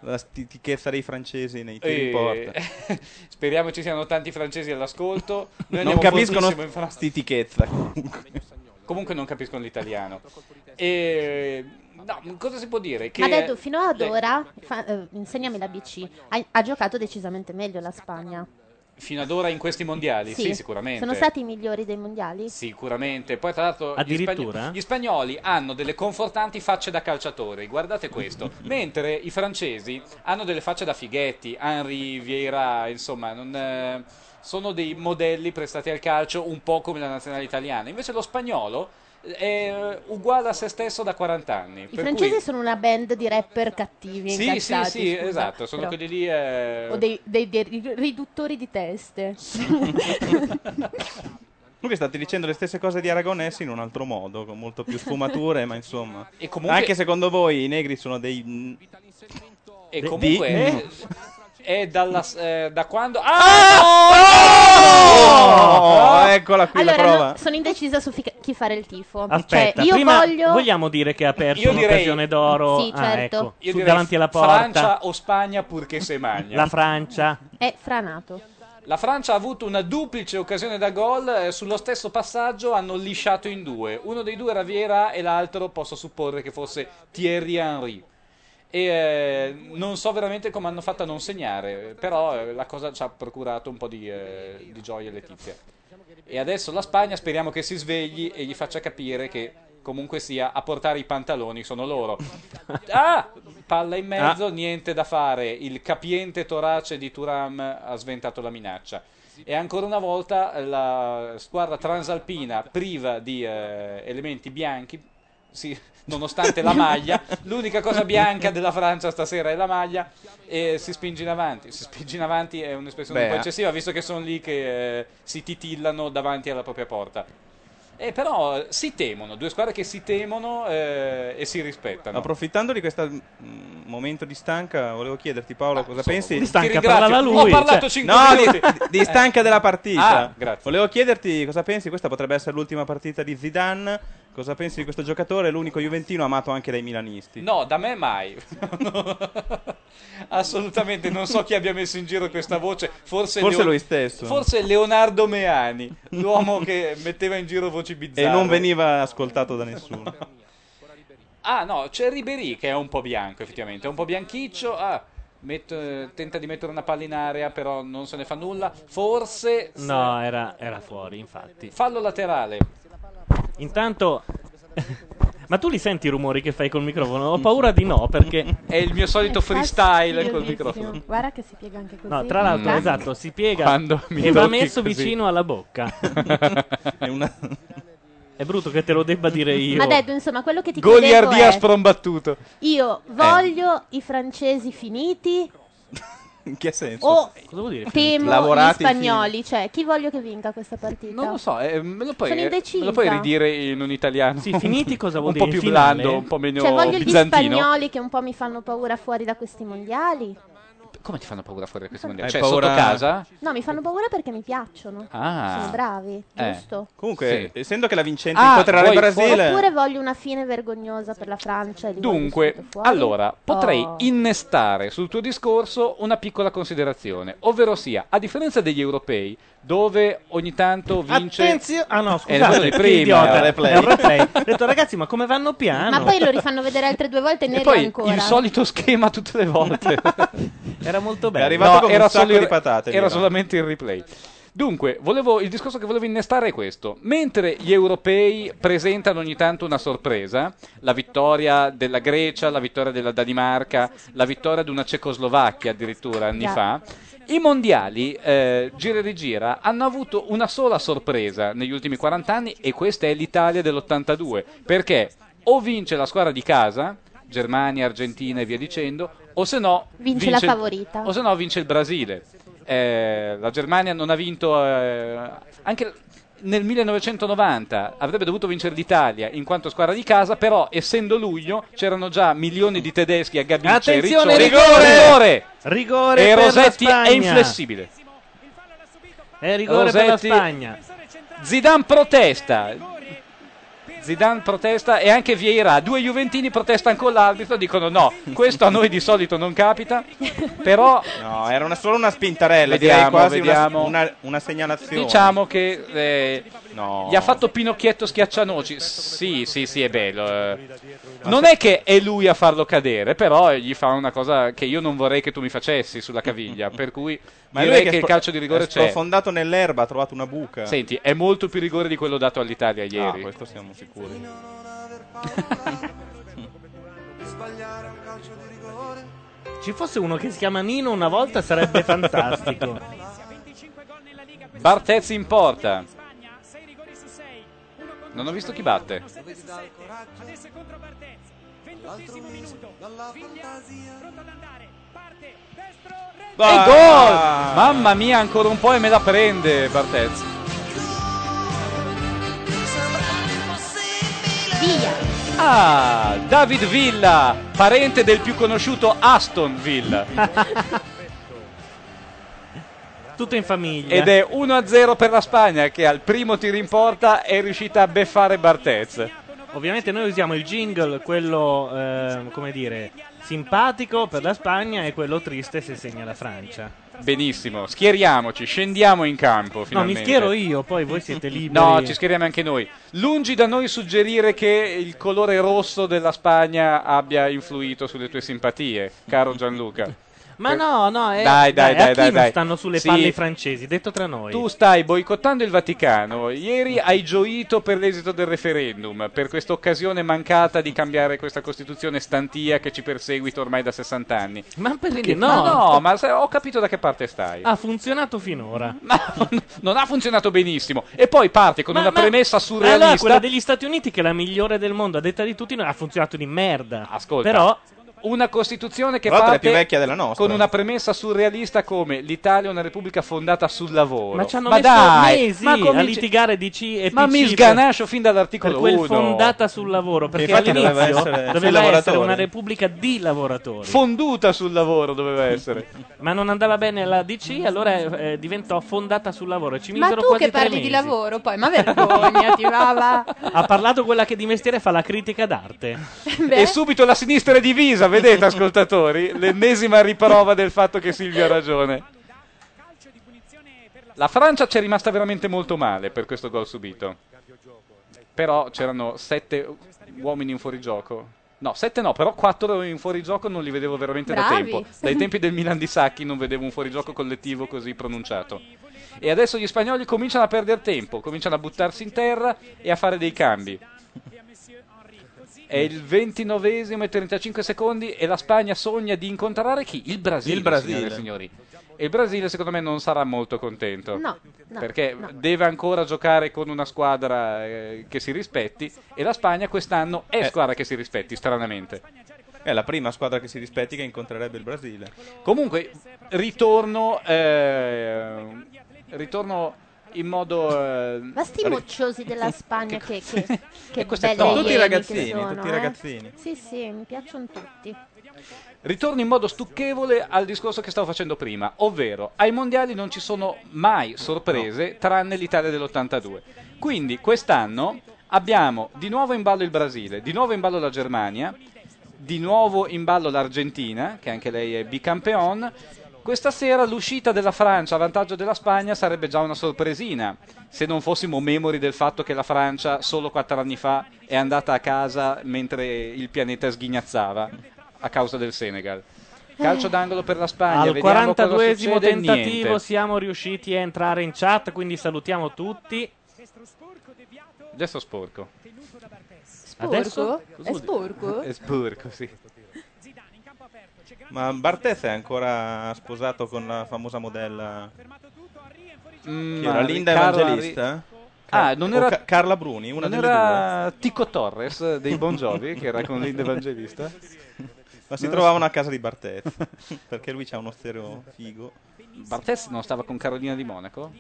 Speaker 5: la stitichezza dei francesi nei tiri in
Speaker 4: Eh,
Speaker 5: porta.
Speaker 4: *laughs* speriamo ci siano tanti francesi all'ascolto. Noi
Speaker 5: Non
Speaker 4: andiamo
Speaker 5: capiscono
Speaker 4: fortissimo in Francia.
Speaker 5: stitichezza.
Speaker 4: *laughs* Comunque non capiscono l'italiano. E, no, cosa si può dire? Che
Speaker 3: Ma detto, fino ad
Speaker 4: le-
Speaker 3: ora, fa- eh, insegnami la BC, ha, ha giocato decisamente meglio la Spagna.
Speaker 4: Fino ad ora in questi mondiali? Sì, sicuramente.
Speaker 3: Sono stati i migliori dei mondiali?
Speaker 4: Sicuramente. Poi, tra l'altro, gli,
Speaker 2: Addirittura?
Speaker 4: spagno- gli spagnoli hanno delle confortanti facce da calciatori. Guardate questo. Mentre i francesi hanno delle facce da fighetti. Henri, Vieira, insomma, non, eh, sono dei modelli prestati al calcio un po' come la nazionale italiana. Invece lo spagnolo è uguale a se stesso da 40 anni.
Speaker 3: I
Speaker 4: per
Speaker 3: francesi
Speaker 4: cui-
Speaker 3: sono una band di rapper cattivi e
Speaker 4: Sì, sì,
Speaker 3: incazzati,
Speaker 4: sì,
Speaker 3: scusa.
Speaker 4: esatto. Sono
Speaker 3: Però-
Speaker 4: quelli lì. eh,
Speaker 3: O dei, dei- dei ri- riduttori di
Speaker 4: *laughs*
Speaker 3: teste. *laughs*
Speaker 5: Comunque state dicendo le stesse cose di Aragonese in un altro modo, con molto più sfumature, ma insomma.
Speaker 4: *laughs* E comunque-
Speaker 5: Anche secondo voi i negri sono dei...
Speaker 4: E
Speaker 5: Di-
Speaker 4: comunque
Speaker 5: di-
Speaker 4: eh, è dalla, s- eh, da quando. Ah!
Speaker 5: Oh!
Speaker 4: Eh,
Speaker 5: Eccola qui
Speaker 3: allora,
Speaker 5: la prova.
Speaker 3: no, sono indecisa su fi- chi fare il tifo.
Speaker 2: Aspetta,
Speaker 3: cioè, io
Speaker 2: prima
Speaker 3: voglio...
Speaker 2: vogliamo dire che ha perso
Speaker 4: Io direi-
Speaker 2: un'occasione d'oro
Speaker 3: Sì,
Speaker 2: Ah,
Speaker 3: certo.
Speaker 2: ecco,
Speaker 4: Io
Speaker 2: su-
Speaker 4: direi
Speaker 2: davanti alla porta.
Speaker 4: Francia o Spagna purché se magna.
Speaker 2: La Francia.
Speaker 3: È franato.
Speaker 4: La Francia ha avuto una duplice occasione da gol. eh, sullo stesso passaggio hanno lisciato in due. Uno dei due era Vieira e l'altro posso supporre che fosse Thierry Henry. E eh, non so veramente come hanno fatto a non segnare, però eh, la cosa ci ha procurato un po' di, eh, di gioia e letizia. E adesso la Spagna speriamo che si svegli e gli faccia capire che comunque sia a portare i pantaloni sono loro. Ah! Palla in mezzo, niente da fare. Il capiente torace di Turam ha sventato la minaccia. E ancora una volta eh, la squadra transalpina priva di eh, elementi bianchi, sì, nonostante la maglia, l'unica cosa bianca della Francia stasera è la maglia, e si spinge in avanti. Si spinge in avanti è un'espressione un
Speaker 5: Beh,
Speaker 4: po' eccessiva, visto che sono lì che eh, si titillano davanti alla propria porta. E però eh, si temono, due squadre che si temono eh, e si rispettano.
Speaker 5: Approfittando di questo mm, momento di stanca, volevo chiederti Paolo cosa pensi
Speaker 4: Ah, Ti
Speaker 2: stanca,
Speaker 4: ringrazio.
Speaker 2: parlava lui,
Speaker 4: Ho parlato
Speaker 2: cioè-
Speaker 4: 5
Speaker 5: No,
Speaker 4: minuti. Eh.
Speaker 5: di, di stanca della partita.
Speaker 4: Ah, grazie.
Speaker 5: Volevo chiederti cosa pensi, questa potrebbe essere l'ultima partita di Zidane. Cosa pensi di questo giocatore, l'unico juventino amato anche dai milanisti?
Speaker 4: No, da
Speaker 5: *laughs*
Speaker 4: me mai. Assolutamente, non so chi abbia messo in giro questa voce. Forse,
Speaker 5: Forse
Speaker 4: Leo-
Speaker 5: lui stesso.
Speaker 4: Forse Leonardo Meani, l'uomo che metteva in giro voci bizzarre.
Speaker 5: E non veniva ascoltato da nessuno.
Speaker 4: Ah, no, c'è Ribéry che è un po' bianco, effettivamente. È un po' bianchiccio. Ah, mette- tenta di mettere una palla in area, però non se ne fa nulla. Forse.
Speaker 2: No, era, era fuori, infatti.
Speaker 4: Fallo laterale.
Speaker 2: Intanto *laughs* Ma tu li senti i rumori che fai col microfono? Ho paura di no, perché.
Speaker 4: È il mio solito freestyle col microfono.
Speaker 3: Eh, Guarda che si piega anche così. Eh?
Speaker 2: No, tra l'altro, esatto, si piega
Speaker 4: Quando mi
Speaker 2: e va
Speaker 4: tocchi
Speaker 2: messo
Speaker 4: così.
Speaker 2: vicino alla bocca.
Speaker 4: *laughs*
Speaker 5: È,
Speaker 2: brutto che te lo debba dire io.
Speaker 3: Ma Deddu, insomma, quello che ti eh. chiedevo
Speaker 4: Goliardia Eh.
Speaker 3: è
Speaker 4: sprombattuto.
Speaker 3: io voglio i francesi finiti
Speaker 5: In che senso?
Speaker 3: o
Speaker 5: finiti?
Speaker 3: temo
Speaker 5: Lavorati
Speaker 3: gli spagnoli, cioè chi voglio che vinca questa partita?
Speaker 4: Non lo so, eh, me, lo puoi,
Speaker 3: Sono indecisa.
Speaker 4: me lo puoi ridire in un italiano.
Speaker 3: Sì, finiti
Speaker 2: cosa
Speaker 3: vuol
Speaker 4: *laughs* Un
Speaker 3: dire?
Speaker 4: po' più
Speaker 2: Finale?
Speaker 4: blando, un po' meno
Speaker 3: Cioè voglio gli
Speaker 4: bizantino.
Speaker 3: spagnoli che un po' mi fanno paura fuori da questi mondiali.
Speaker 4: Come ti fanno paura fuori da
Speaker 2: Eh,
Speaker 4: questi mondiali?
Speaker 5: Hai
Speaker 4: Cioè,
Speaker 5: paura-
Speaker 4: sotto casa?
Speaker 3: No, mi fanno paura perché mi piacciono.
Speaker 4: Ah.
Speaker 3: Sono bravi,
Speaker 4: Eh.
Speaker 3: giusto?
Speaker 5: Comunque, essendo che la vincente
Speaker 4: Ah,
Speaker 5: incontrerà il
Speaker 4: vuoi-
Speaker 5: Brasile,
Speaker 3: Oppure voglio una fine vergognosa per la Francia. e li voglio
Speaker 4: Dunque,
Speaker 3: subito fuori.
Speaker 4: allora, potrei
Speaker 3: Oh.
Speaker 4: innestare sul tuo discorso una piccola considerazione, ovvero sia, a differenza degli europei, dove ogni tanto vince...
Speaker 2: Attenzione! Ah no,
Speaker 4: Eh, quello
Speaker 2: scusate,
Speaker 4: è
Speaker 2: che
Speaker 4: prima,
Speaker 2: idiota.
Speaker 4: è un
Speaker 2: È
Speaker 4: replay.
Speaker 2: un replay. Ho detto, ragazzi, ma come vanno piano?
Speaker 3: Ma poi lo rifanno vedere altre due volte e
Speaker 4: Ah, E
Speaker 3: neri
Speaker 4: poi
Speaker 3: ancora.
Speaker 4: il solito schema tutte le volte.
Speaker 2: *laughs* era molto
Speaker 5: bello. È arrivato con un sacco di patate,
Speaker 4: Era
Speaker 5: dirò.
Speaker 4: solamente il replay. Dunque, volevo- il discorso che volevo innestare è questo. Mentre gli europei presentano ogni tanto una sorpresa, la vittoria della Grecia, la vittoria della Danimarca, la vittoria di una Cecoslovacchia addirittura anni
Speaker 6: Già.
Speaker 4: fa, i mondiali, eh, gira e rigira, hanno avuto una sola sorpresa negli ultimi 40 anni e questa è l'Italia dell'82. Perché o vince la squadra di casa, Germania, Argentina e via dicendo, o se no
Speaker 3: Vince la favorita.
Speaker 4: O se no vince il Brasile. Eh, la Germania non ha vinto eh, anche nel 1990 avrebbe dovuto vincere l'Italia in quanto squadra di casa, però essendo luglio c'erano già milioni di tedeschi a Gabice,
Speaker 2: Attenzione,
Speaker 4: Riccione-
Speaker 2: rigore!
Speaker 4: rigore!
Speaker 2: Rigore
Speaker 4: e
Speaker 2: per la
Speaker 4: Rosetti è
Speaker 2: Spagna.
Speaker 4: inflessibile.
Speaker 2: È Eh, rigore per la Spagna.
Speaker 4: Zidane protesta. Zidane protesta e anche Vieira. Due Juventini protestano con l'arbitro, dicono no, questo a noi di solito non capita, però
Speaker 5: no, era una- solo una spintarella, direi
Speaker 4: Vediamo,
Speaker 5: quasi una-
Speaker 4: vediamo.
Speaker 5: Una, una segnalazione.
Speaker 4: diciamo che eh, gli ha fatto Pinocchietto schiaccianoci. Sì, sì, sì, è bello. eh. Non è che è lui a farlo cadere, però gli fa una cosa che io non vorrei che tu mi facessi sulla caviglia, per cui
Speaker 5: *laughs* Ma
Speaker 4: direi
Speaker 5: lui
Speaker 4: che,
Speaker 5: è
Speaker 4: il calcio di rigore
Speaker 5: è
Speaker 4: c'è.
Speaker 5: sprofondato nell'erba, ha trovato una buca.
Speaker 4: Senti, è molto più rigore di quello dato all'Italia ieri.
Speaker 5: Ah, questo siamo sicuri.
Speaker 7: sbagliare un calcio di rigore
Speaker 2: Ci fosse uno che si chiama Nino una volta
Speaker 4: *laughs*
Speaker 2: sarebbe fantastico.
Speaker 4: Bartez in porta. Non ho visto chi batte.
Speaker 7: dove ti dà il coraggio adesso è contro Bartez ventottesimo minuto dalla fantasia pronto ad andare parte destro
Speaker 4: E gol! Mamma mia, ancora un po' e me la prende Bartez.
Speaker 3: Via!
Speaker 4: Ah, David Villa, parente del più conosciuto Aston Villa.
Speaker 2: Tutto in famiglia.
Speaker 4: Ed è 1-0 per la Spagna che al primo tiro in porta è riuscita a beffare Bartez.
Speaker 2: Ovviamente noi usiamo il jingle, quello ehm, come dire simpatico per la Spagna e quello triste se segna la Francia.
Speaker 4: Benissimo, schieriamoci, scendiamo in campo.
Speaker 2: No, mi
Speaker 4: Finalmente.
Speaker 2: schiero io, poi voi siete liberi.
Speaker 4: No, ci schieriamo anche noi. Lungi da noi suggerire che il colore rosso della Spagna abbia influito sulle tue simpatie, caro Gianluca.
Speaker 2: Ma no, no, eh,
Speaker 4: Dai, dai,
Speaker 2: a
Speaker 4: dai,
Speaker 2: chi
Speaker 4: dai,
Speaker 2: non
Speaker 4: dai.
Speaker 2: stanno sulle
Speaker 4: Sì.
Speaker 2: palle i francesi, detto tra noi.
Speaker 4: Tu stai boicottando il Vaticano. Ieri hai gioito per l'esito del referendum, per questa occasione mancata di cambiare questa Costituzione stantia che ci perseguita ormai da 60 anni.
Speaker 3: Ah,
Speaker 2: Ma perché
Speaker 4: Che-
Speaker 2: no? Ah.
Speaker 4: Ma no, ma sai, ho capito da che parte stai. *laughs*
Speaker 2: Ha funzionato finora.
Speaker 4: Non ha funzionato benissimo. E poi parte con
Speaker 2: Ma-
Speaker 4: una
Speaker 2: ma-
Speaker 4: premessa
Speaker 2: Allora,
Speaker 4: surrealista.
Speaker 2: quella degli Stati Uniti che è la migliore del mondo, a detta di tutti, ha funzionato di merda.
Speaker 4: Ascolta,
Speaker 2: Però
Speaker 4: una Costituzione che
Speaker 5: Tra l'altro
Speaker 4: parte
Speaker 5: è più vecchia della nostra. eh.
Speaker 4: con una premessa surrealista come l'Italia è una repubblica fondata sul lavoro.
Speaker 2: Ma ci hanno messo
Speaker 4: dai,
Speaker 2: mesi
Speaker 4: ma
Speaker 2: a
Speaker 4: cominci-
Speaker 2: litigare DC e
Speaker 4: Ma
Speaker 2: PC
Speaker 4: mi
Speaker 2: per-
Speaker 4: sganascio fin dall'articolo
Speaker 2: per quel
Speaker 4: 1.
Speaker 2: fondata sul lavoro, perché
Speaker 4: Infatti
Speaker 2: all'inizio
Speaker 4: doveva
Speaker 2: doveva
Speaker 4: essere
Speaker 2: essere,
Speaker 4: sui lavoratori.
Speaker 2: una repubblica di lavoratori.
Speaker 4: Fonduta sul lavoro doveva essere.
Speaker 2: ma non andava bene la DC, allora eh, diventò fondata sul lavoro. e Ci
Speaker 3: Ma
Speaker 2: misero
Speaker 3: tu
Speaker 2: quasi
Speaker 3: che
Speaker 2: tre
Speaker 3: parli
Speaker 2: mesi.
Speaker 3: di lavoro poi,
Speaker 4: *laughs*
Speaker 3: ma vergognati, va, va.
Speaker 2: Ha parlato quella che di mestiere fa la critica d'arte.
Speaker 4: E subito la sinistra è divisa, vedete ascoltatori? L'ennesima riprova del fatto che Silvio ha ragione. La Francia ci è rimasta veramente molto male per questo gol subito. Però c'erano sette uomini in fuorigioco. No, sette no, però quattro in fuorigioco non li vedevo veramente da
Speaker 8: Bravi.
Speaker 4: tempo. Dai tempi del Milan di Sacchi non vedevo un fuorigioco collettivo così pronunciato. E adesso gli spagnoli cominciano a perdere tempo, cominciano a buttarsi in terra e a fare dei cambi. È il 29esimo e 35 secondi e la Spagna sogna di incontrare chi? Il Brasile.
Speaker 5: Il Brasile.
Speaker 4: signore e signori. E il Brasile secondo me non sarà molto contento.
Speaker 3: No, no,
Speaker 4: perché
Speaker 3: no.
Speaker 4: deve ancora giocare con una squadra eh, che si rispetti e la Spagna quest'anno è squadra che si rispetti, stranamente.
Speaker 5: Eh. È la prima squadra che si rispetti che incontrerebbe il Brasile.
Speaker 4: Comunque, ritorno, eh, ritorno in modo... eh,
Speaker 3: Ma sti mocciosi della Spagna che, che,
Speaker 4: *laughs*
Speaker 3: che
Speaker 4: questo è
Speaker 3: belli alieni
Speaker 4: tutto. Tutti
Speaker 3: che
Speaker 4: ragazzini,
Speaker 3: sono,
Speaker 4: tutti
Speaker 3: eh.
Speaker 4: ragazzini.
Speaker 3: Sì, sì, mi piacciono tutti.
Speaker 4: Ritorno in modo stucchevole al discorso che stavo facendo prima, ovvero ai mondiali non ci sono mai sorprese tranne l'Italia dell'82. Quindi quest'anno abbiamo di nuovo in ballo il Brasile, di nuovo in ballo la Germania, di nuovo in ballo l'Argentina, che anche lei è bicampeon. Questa sera l'uscita della Francia a vantaggio della Spagna sarebbe già una sorpresina, se non fossimo memori del fatto che la Francia solo quattro anni fa è andata a casa mentre il pianeta sghignazzava a causa del Senegal. Calcio d'angolo per la Spagna.
Speaker 2: Al
Speaker 4: vediamo cosa
Speaker 2: 42esimo
Speaker 4: succede,
Speaker 2: tentativo
Speaker 4: niente.
Speaker 2: siamo riusciti a entrare in chat, quindi salutiamo tutti.
Speaker 4: Gesto sporco.
Speaker 2: Sporco? Adesso?
Speaker 6: È sporco?
Speaker 4: È sporco, sì.
Speaker 5: Ma Bartez è ancora sposato con la famosa modella
Speaker 4: Mm,
Speaker 5: Chi era Linda
Speaker 4: Carla-
Speaker 5: Evangelista?
Speaker 4: Ah, non era-
Speaker 5: o Ca- Carla Bruni, una
Speaker 4: non
Speaker 5: delle
Speaker 4: era Tico Torres
Speaker 2: *laughs*
Speaker 4: eh, dei Bon Jovi, che era con Linda Evangelista?
Speaker 5: due. *laughs* Ma si
Speaker 4: Non lo
Speaker 5: trovavano
Speaker 4: so.
Speaker 5: a casa di Bartez, *laughs* perché lui c'ha uno stereo figo.
Speaker 4: Barthez non stava con Carolina di Monaco?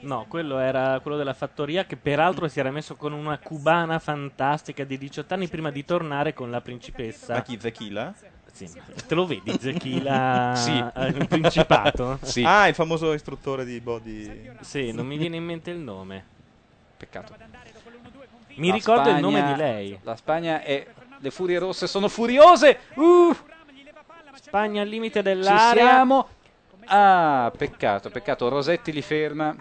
Speaker 2: No, quello era quello della fattoria che peraltro si era messo con una cubana fantastica di 18 anni prima di tornare con la principessa.
Speaker 5: Ma chi, Zechila?
Speaker 2: Sì, te lo vedi Zechila
Speaker 5: *laughs* Sì.
Speaker 2: al Principato?
Speaker 5: *laughs* Sì. Ah, il famoso istruttore di body...
Speaker 2: Sì, non mi viene in mente il nome.
Speaker 4: Peccato.
Speaker 2: Mi
Speaker 4: La
Speaker 2: ricordo il
Speaker 4: Spagna-
Speaker 2: nome di lei.
Speaker 4: La Spagna è... Le Furie Rosse sono furiose! Uh!
Speaker 2: Spagna al limite
Speaker 4: Ci
Speaker 2: dell'area.
Speaker 4: siamo! Ah, peccato, peccato. Rosetti li ferma.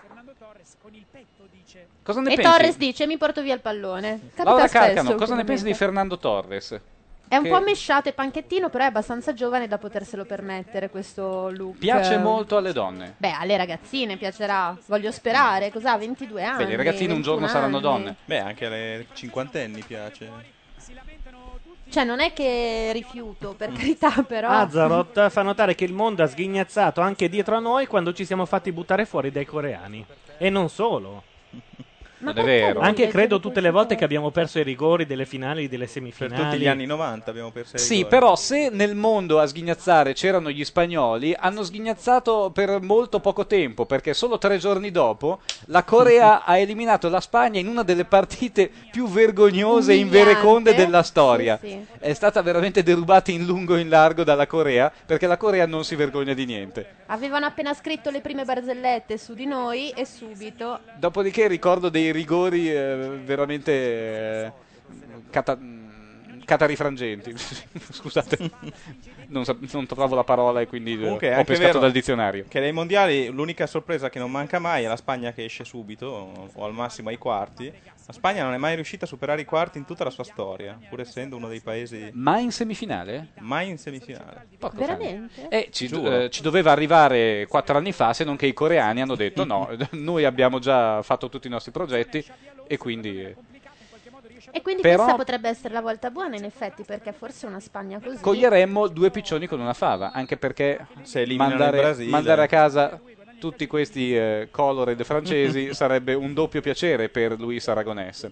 Speaker 4: Cosa ne
Speaker 3: e
Speaker 4: pensi?
Speaker 3: Torres dice: Mi porto via il pallone. Capita
Speaker 4: Laura
Speaker 3: spesso,
Speaker 4: Carcano, cosa ne
Speaker 3: ultimamente.
Speaker 4: pensi di Fernando Torres?
Speaker 3: È un
Speaker 4: Che
Speaker 3: po' mesciato e panchettino, però è abbastanza giovane da poterselo permettere questo look.
Speaker 4: Piace molto alle donne.
Speaker 3: Beh, alle ragazzine piacerà, voglio sperare. Cos'ha? 22 anni.
Speaker 4: Beh, le ragazzine
Speaker 3: 21
Speaker 4: un giorno saranno
Speaker 3: anni.
Speaker 4: donne.
Speaker 5: Beh, anche alle cinquantenni piace.
Speaker 3: Cioè, non è che rifiuto, per
Speaker 4: Mm.
Speaker 3: carità, però. *laughs*
Speaker 2: Azzarot fa notare che il mondo ha sghignazzato anche dietro a noi quando ci siamo fatti buttare fuori dai coreani. E non solo.
Speaker 4: non è vero.
Speaker 2: Anche credo tutte le volte che abbiamo perso i rigori delle finali, delle semifinali.
Speaker 5: Tutti gli anni 90 abbiamo perso i
Speaker 4: Sì,
Speaker 5: rigori.
Speaker 4: però se nel mondo a sghignazzare c'erano gli spagnoli, hanno sghignazzato per molto poco tempo, perché solo tre giorni dopo la *laughs* Corea ha eliminato la Spagna in una delle partite più vergognose e
Speaker 3: Umiliante.
Speaker 4: invereconde della storia.
Speaker 3: Sì, sì.
Speaker 4: È stata veramente derubata in lungo e in largo dalla Corea, perché la Corea non si vergogna di niente.
Speaker 3: Avevano appena scritto le prime barzellette su di noi e subito.
Speaker 4: Dopodiché ricordo dei rigori eh, veramente eh, cata- mh, catarifrangenti. Mm. *laughs* Scusate, non, sa- non trovavo la parola e quindi eh,
Speaker 5: Comunque è
Speaker 4: ho
Speaker 5: anche
Speaker 4: pescato
Speaker 5: vero
Speaker 4: dal dizionario.
Speaker 5: Che dai mondiali l'unica sorpresa che non manca mai è la Spagna che esce subito, o o al massimo ai quarti. La Spagna non è mai riuscita a superare i quarti in tutta la sua storia, pur essendo uno dei paesi
Speaker 4: Ma in semifinale?
Speaker 5: mai in semifinale.
Speaker 3: Veramente?
Speaker 4: Eh, ci,
Speaker 5: Giuro.
Speaker 4: eh, ci doveva arrivare quattro anni fa, se non che i coreani hanno
Speaker 5: *laughs*
Speaker 4: detto no, noi abbiamo già fatto tutti i nostri progetti e quindi... eh,
Speaker 3: E quindi
Speaker 4: Però-
Speaker 3: questa potrebbe essere la volta buona, in effetti, perché forse una Spagna così.
Speaker 4: coglieremmo due piccioni con una fava, anche perché
Speaker 5: Se eliminano il
Speaker 4: mandare,
Speaker 5: Brasile.
Speaker 4: mandare a casa tutti questi eh,
Speaker 5: *laughs*
Speaker 4: colored francesi sarebbe un doppio piacere per Luis Aragonese.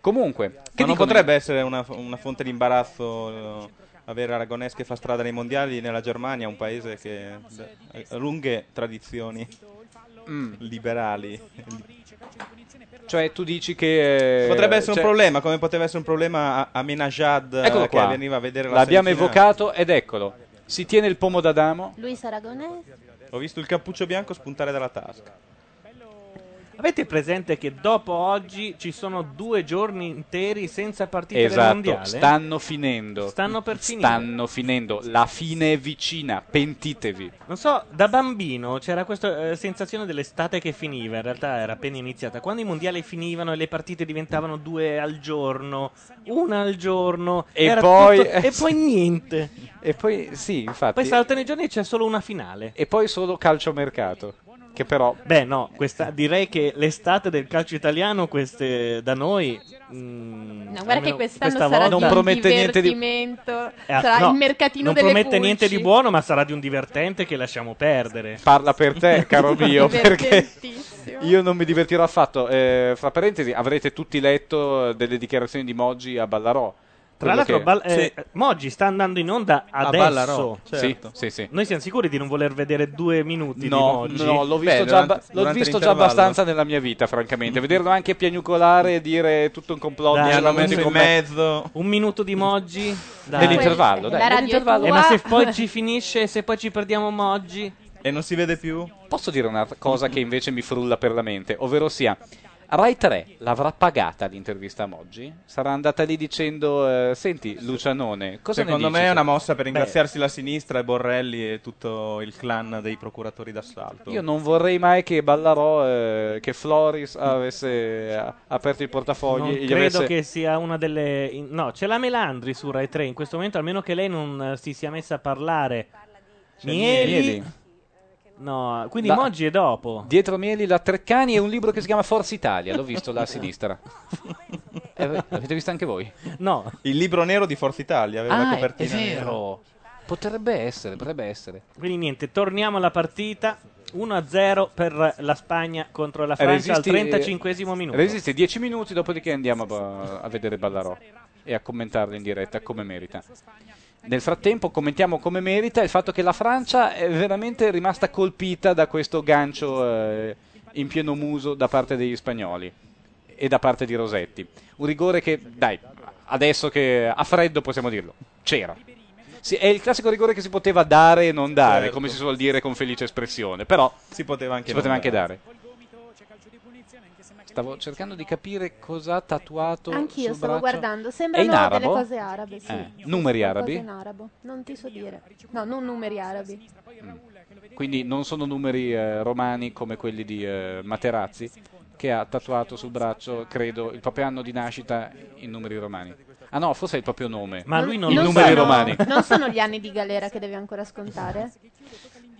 Speaker 4: Comunque, che
Speaker 5: Ma non
Speaker 4: dicono-
Speaker 5: potrebbe essere una, una fonte di imbarazzo eh, avere Aragonés che fa strada nei mondiali nella Germania, un paese che ha lunghe tradizioni
Speaker 4: Mm,
Speaker 5: liberali.
Speaker 4: cioè tu dici che... eh,
Speaker 5: Potrebbe essere
Speaker 4: cioè-
Speaker 5: un problema, come poteva essere un problema a, a Menajad eh,
Speaker 4: Eccolo
Speaker 5: che
Speaker 4: qua.
Speaker 5: veniva a vedere la
Speaker 4: L'abbiamo
Speaker 5: semifinale.
Speaker 4: evocato ed eccolo. Si tiene il pomo d'Adamo.
Speaker 3: Luis Aragonese.
Speaker 5: Ho visto il cappuccio bianco spuntare dalla tasca.
Speaker 4: Certo.
Speaker 2: Avete presente che dopo oggi ci sono due giorni interi senza partite del
Speaker 4: Esatto,
Speaker 2: mondiale?
Speaker 4: stanno finendo.
Speaker 2: Stanno per finire.
Speaker 4: Stanno finendo. La fine è vicina, pentitevi.
Speaker 2: Non so, da bambino c'era questa eh, sensazione dell'estate che finiva, in realtà era appena iniziata. Quando i mondiali finivano e le partite diventavano due al giorno, una al giorno,
Speaker 4: E
Speaker 2: era
Speaker 4: poi-
Speaker 2: tutto- e poi niente.
Speaker 4: E poi sì, infatti.
Speaker 2: Poi saltano i giorni e c'è solo una finale.
Speaker 4: e poi solo calciomercato. Che però.
Speaker 2: Beh, no, questa-
Speaker 4: Eh.
Speaker 2: direi che l'estate del calcio italiano, queste da noi. mm,
Speaker 6: No, guarda che
Speaker 2: almeno
Speaker 6: quest'anno
Speaker 2: questa
Speaker 6: sarà
Speaker 2: volta-
Speaker 6: di divertimento,
Speaker 2: Eh,
Speaker 6: sarà
Speaker 2: no,
Speaker 6: il mercatino
Speaker 2: non
Speaker 6: delle
Speaker 2: promette
Speaker 6: pulci.
Speaker 2: niente di buono, ma sarà di un divertente che lasciamo perdere.
Speaker 4: Parla per te,
Speaker 2: *laughs*
Speaker 4: caro mio, perché
Speaker 6: Divertentissimo.
Speaker 4: io non mi divertirò affatto. Eh, fra parentesi, avrete tutti letto delle dichiarazioni di Moggi a Ballarò.
Speaker 2: Tra
Speaker 4: Quello
Speaker 2: l'altro,
Speaker 4: che-
Speaker 2: Bal- eh, Moggi sta andando in onda adesso. Cioè,
Speaker 4: Ballarò, certo. Sì, sì, sì.
Speaker 2: Noi siamo sicuri di non voler vedere due minuti
Speaker 4: No,
Speaker 2: di Moggi?
Speaker 4: no, l'ho visto, già, abba- l'ho visto già abbastanza nella mia vita, francamente. Vederlo anche piagnucolare e dire tutto un complotto. cioè,
Speaker 2: Dai,
Speaker 4: mi
Speaker 2: hanno
Speaker 4: hanno
Speaker 2: messo in
Speaker 4: con me.
Speaker 5: mezzo.
Speaker 2: Un minuto di Moggi.
Speaker 4: Dai. Nell'intervallo, dai.
Speaker 6: La radio
Speaker 2: Eh,
Speaker 6: tua.
Speaker 2: ma se
Speaker 6: *laughs*
Speaker 2: poi ci finisce, se poi ci perdiamo Moggi.
Speaker 5: E non si vede più?
Speaker 4: Posso dire una cosa che invece mi frulla per la mente, ovvero sia. Rai 3 l'avrà pagata l'intervista a Moggi? Sarà andata lì dicendo: eh, Senti, Lucianone, cosa ne
Speaker 5: Secondo
Speaker 4: dici
Speaker 5: me è
Speaker 4: tu?"
Speaker 5: una mossa per
Speaker 4: Beh,
Speaker 5: ringraziarsi la sinistra e Borrelli e tutto il clan dei procuratori d'assalto.
Speaker 4: Io non vorrei mai che Ballarò, eh, che Floris avesse eh, aperto i portafogli
Speaker 2: Non
Speaker 4: e gli
Speaker 2: credo
Speaker 4: avesse...
Speaker 2: che sia una delle. in- No, c'è la Melandri su Rai 3 in questo momento, almeno che lei non eh, si sia messa a parlare.
Speaker 4: C'è
Speaker 2: Mieli.
Speaker 4: Mieli.
Speaker 2: No, quindi
Speaker 4: La-
Speaker 2: Moggi è dopo.
Speaker 4: Dietro Mieli la Treccani e un libro che si chiama Forza Italia, l'ho
Speaker 2: *laughs*
Speaker 4: visto là a sinistra. Eh, l'avete visto anche voi?
Speaker 2: No.
Speaker 5: Il libro nero di Forza Italia aveva la
Speaker 4: Ah, è, è
Speaker 5: copertina nera.
Speaker 4: vero. Potrebbe essere, potrebbe essere.
Speaker 2: Quindi niente, torniamo alla partita. 1-0 per la Spagna contro la Francia
Speaker 4: Eh, Resisti-
Speaker 2: al 35 minuto.
Speaker 4: Resiste 10 minuti, dopodiché andiamo a, ba- a vedere Ballarò e a commentarlo in diretta come merita. Nel frattempo commentiamo come merita il fatto che la Francia è veramente rimasta colpita da questo gancio eh, in pieno muso da parte degli spagnoli e da parte di Rosetti. Un rigore che, dai, adesso che a freddo possiamo dirlo, c'era. Sì, è il classico rigore che si poteva dare e non dare,
Speaker 5: Certo.
Speaker 4: come si suol dire con felice espressione, però
Speaker 5: Si poteva anche
Speaker 4: si poteva
Speaker 5: non
Speaker 4: anche dare.
Speaker 7: Stavo cercando di capire cosa ha tatuato.
Speaker 3: Anch'io
Speaker 4: sul
Speaker 3: stavo
Speaker 4: braccio.
Speaker 3: guardando,
Speaker 4: È in
Speaker 3: sembrano delle
Speaker 4: arabo?
Speaker 3: cose arabe, sì.
Speaker 4: Eh, numeri
Speaker 3: Qualcosa
Speaker 4: arabi?
Speaker 3: in arabo, non ti so dire. No, non numeri arabi.
Speaker 4: Quindi non sono numeri eh, romani come quelli di eh, Materazzi, che ha tatuato sul braccio, credo, il proprio anno di nascita in numeri romani. Ah no, forse è il proprio nome.
Speaker 2: Ma lui non
Speaker 4: I
Speaker 2: lo
Speaker 4: numeri
Speaker 2: sa.
Speaker 4: romani.
Speaker 3: Non sono gli anni di galera che devi ancora scontare?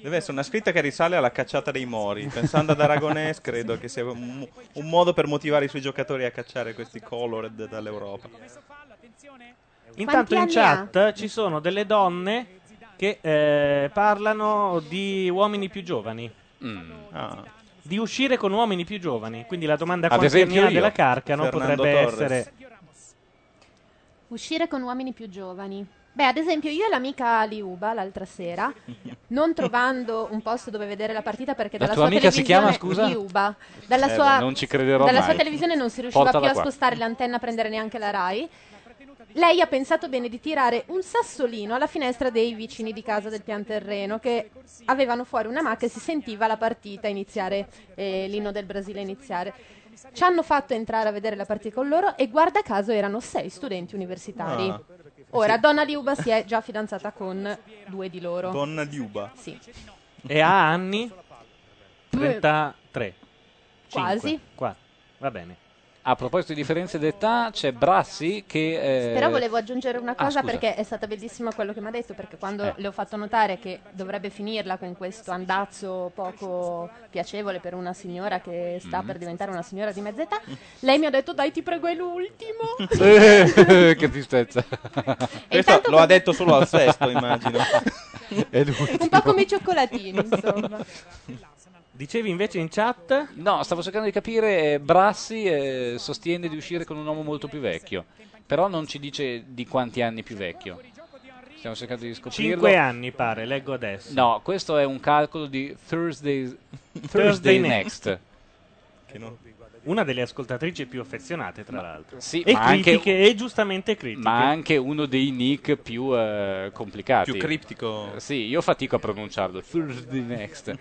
Speaker 5: Deve essere una scritta che risale alla cacciata dei Mori. Pensando ad
Speaker 4: *laughs*
Speaker 5: Aragonés, credo che sia un, un modo per motivare i suoi giocatori a cacciare questi colored dall'Europa.
Speaker 2: Intanto in
Speaker 3: Quanti anni
Speaker 2: chat ci sono delle donne che eh, parlano di uomini più giovani.
Speaker 4: Mm.
Speaker 5: Ah,
Speaker 2: Di uscire con uomini più giovani. Quindi la domanda
Speaker 4: Ad
Speaker 2: quanti anni
Speaker 4: esempio
Speaker 2: ha
Speaker 4: io,
Speaker 2: della Carcano
Speaker 5: Fernando
Speaker 2: potrebbe
Speaker 5: Torres.
Speaker 2: essere.
Speaker 3: Uscire con uomini più giovani. Beh, ad esempio, io e l'amica Liuba l'altra sera, non trovando un posto dove vedere la partita perché
Speaker 4: La
Speaker 3: dalla
Speaker 4: tua
Speaker 3: sua
Speaker 4: amica si
Speaker 3: televisione
Speaker 4: chiama, scusa?
Speaker 3: Liuba, dalla,
Speaker 4: Eh,
Speaker 3: sua,
Speaker 4: non ci crederò
Speaker 3: dalla
Speaker 4: mai.
Speaker 3: sua televisione non si riusciva
Speaker 4: Portala
Speaker 3: più
Speaker 4: qua.
Speaker 3: a spostare l'antenna a prendere neanche la Rai. Lei ha pensato bene di tirare un sassolino alla finestra dei vicini di casa del pian terreno che avevano fuori una macchina e si sentiva la partita iniziare, eh, l'inno del Brasile iniziare. Ci hanno fatto entrare a vedere la partita con loro e guarda caso erano sei studenti universitari.
Speaker 5: Ah.
Speaker 3: Ora, Donna Liuba si è già fidanzata con due di loro.
Speaker 5: Donna di Uba.
Speaker 3: sì,
Speaker 2: E ha anni 33.
Speaker 3: Quasi.
Speaker 2: Qua. Va bene.
Speaker 4: A proposito di differenze d'età, c'è Brassi che... eh, ah,
Speaker 3: Però volevo aggiungere una cosa
Speaker 4: scusa.
Speaker 3: perché è stata bellissima quello che mi ha detto, perché quando
Speaker 4: Eh.
Speaker 3: le ho fatto notare che dovrebbe finirla con questo andazzo poco piacevole per una signora che sta
Speaker 4: Mm.
Speaker 3: per diventare una signora di mezza età, lei mi ha detto dai ti prego è
Speaker 4: *laughs*
Speaker 3: l'ultimo.
Speaker 4: Eh, che tristezza.
Speaker 3: E
Speaker 5: Questo
Speaker 3: intanto
Speaker 5: lo ha detto solo al
Speaker 3: *laughs*
Speaker 5: sesto, immagino.
Speaker 4: È l'ultimo.
Speaker 3: Un po' come i cioccolatini, insomma.
Speaker 2: *laughs* Dicevi invece in chat.
Speaker 4: No, stavo cercando di capire, eh, Brassi eh, sostiene di uscire con un uomo molto più vecchio, però non ci dice di quanti anni più vecchio. Stiamo cercando di scoprirlo.
Speaker 2: 5 anni pare, leggo adesso.
Speaker 4: No, questo è un calcolo di Thursday,
Speaker 2: Thursday
Speaker 4: Thursday Next.
Speaker 5: Che non-
Speaker 2: Una delle ascoltatrici più affezionate, tra l'altro.
Speaker 4: sì,
Speaker 2: e
Speaker 4: ma anche-
Speaker 2: critiche, e giustamente critiche.
Speaker 4: Ma anche uno dei nick più eh, complicati.
Speaker 5: Più criptico.
Speaker 4: Sì, io fatico a pronunciarlo. Thursday Next.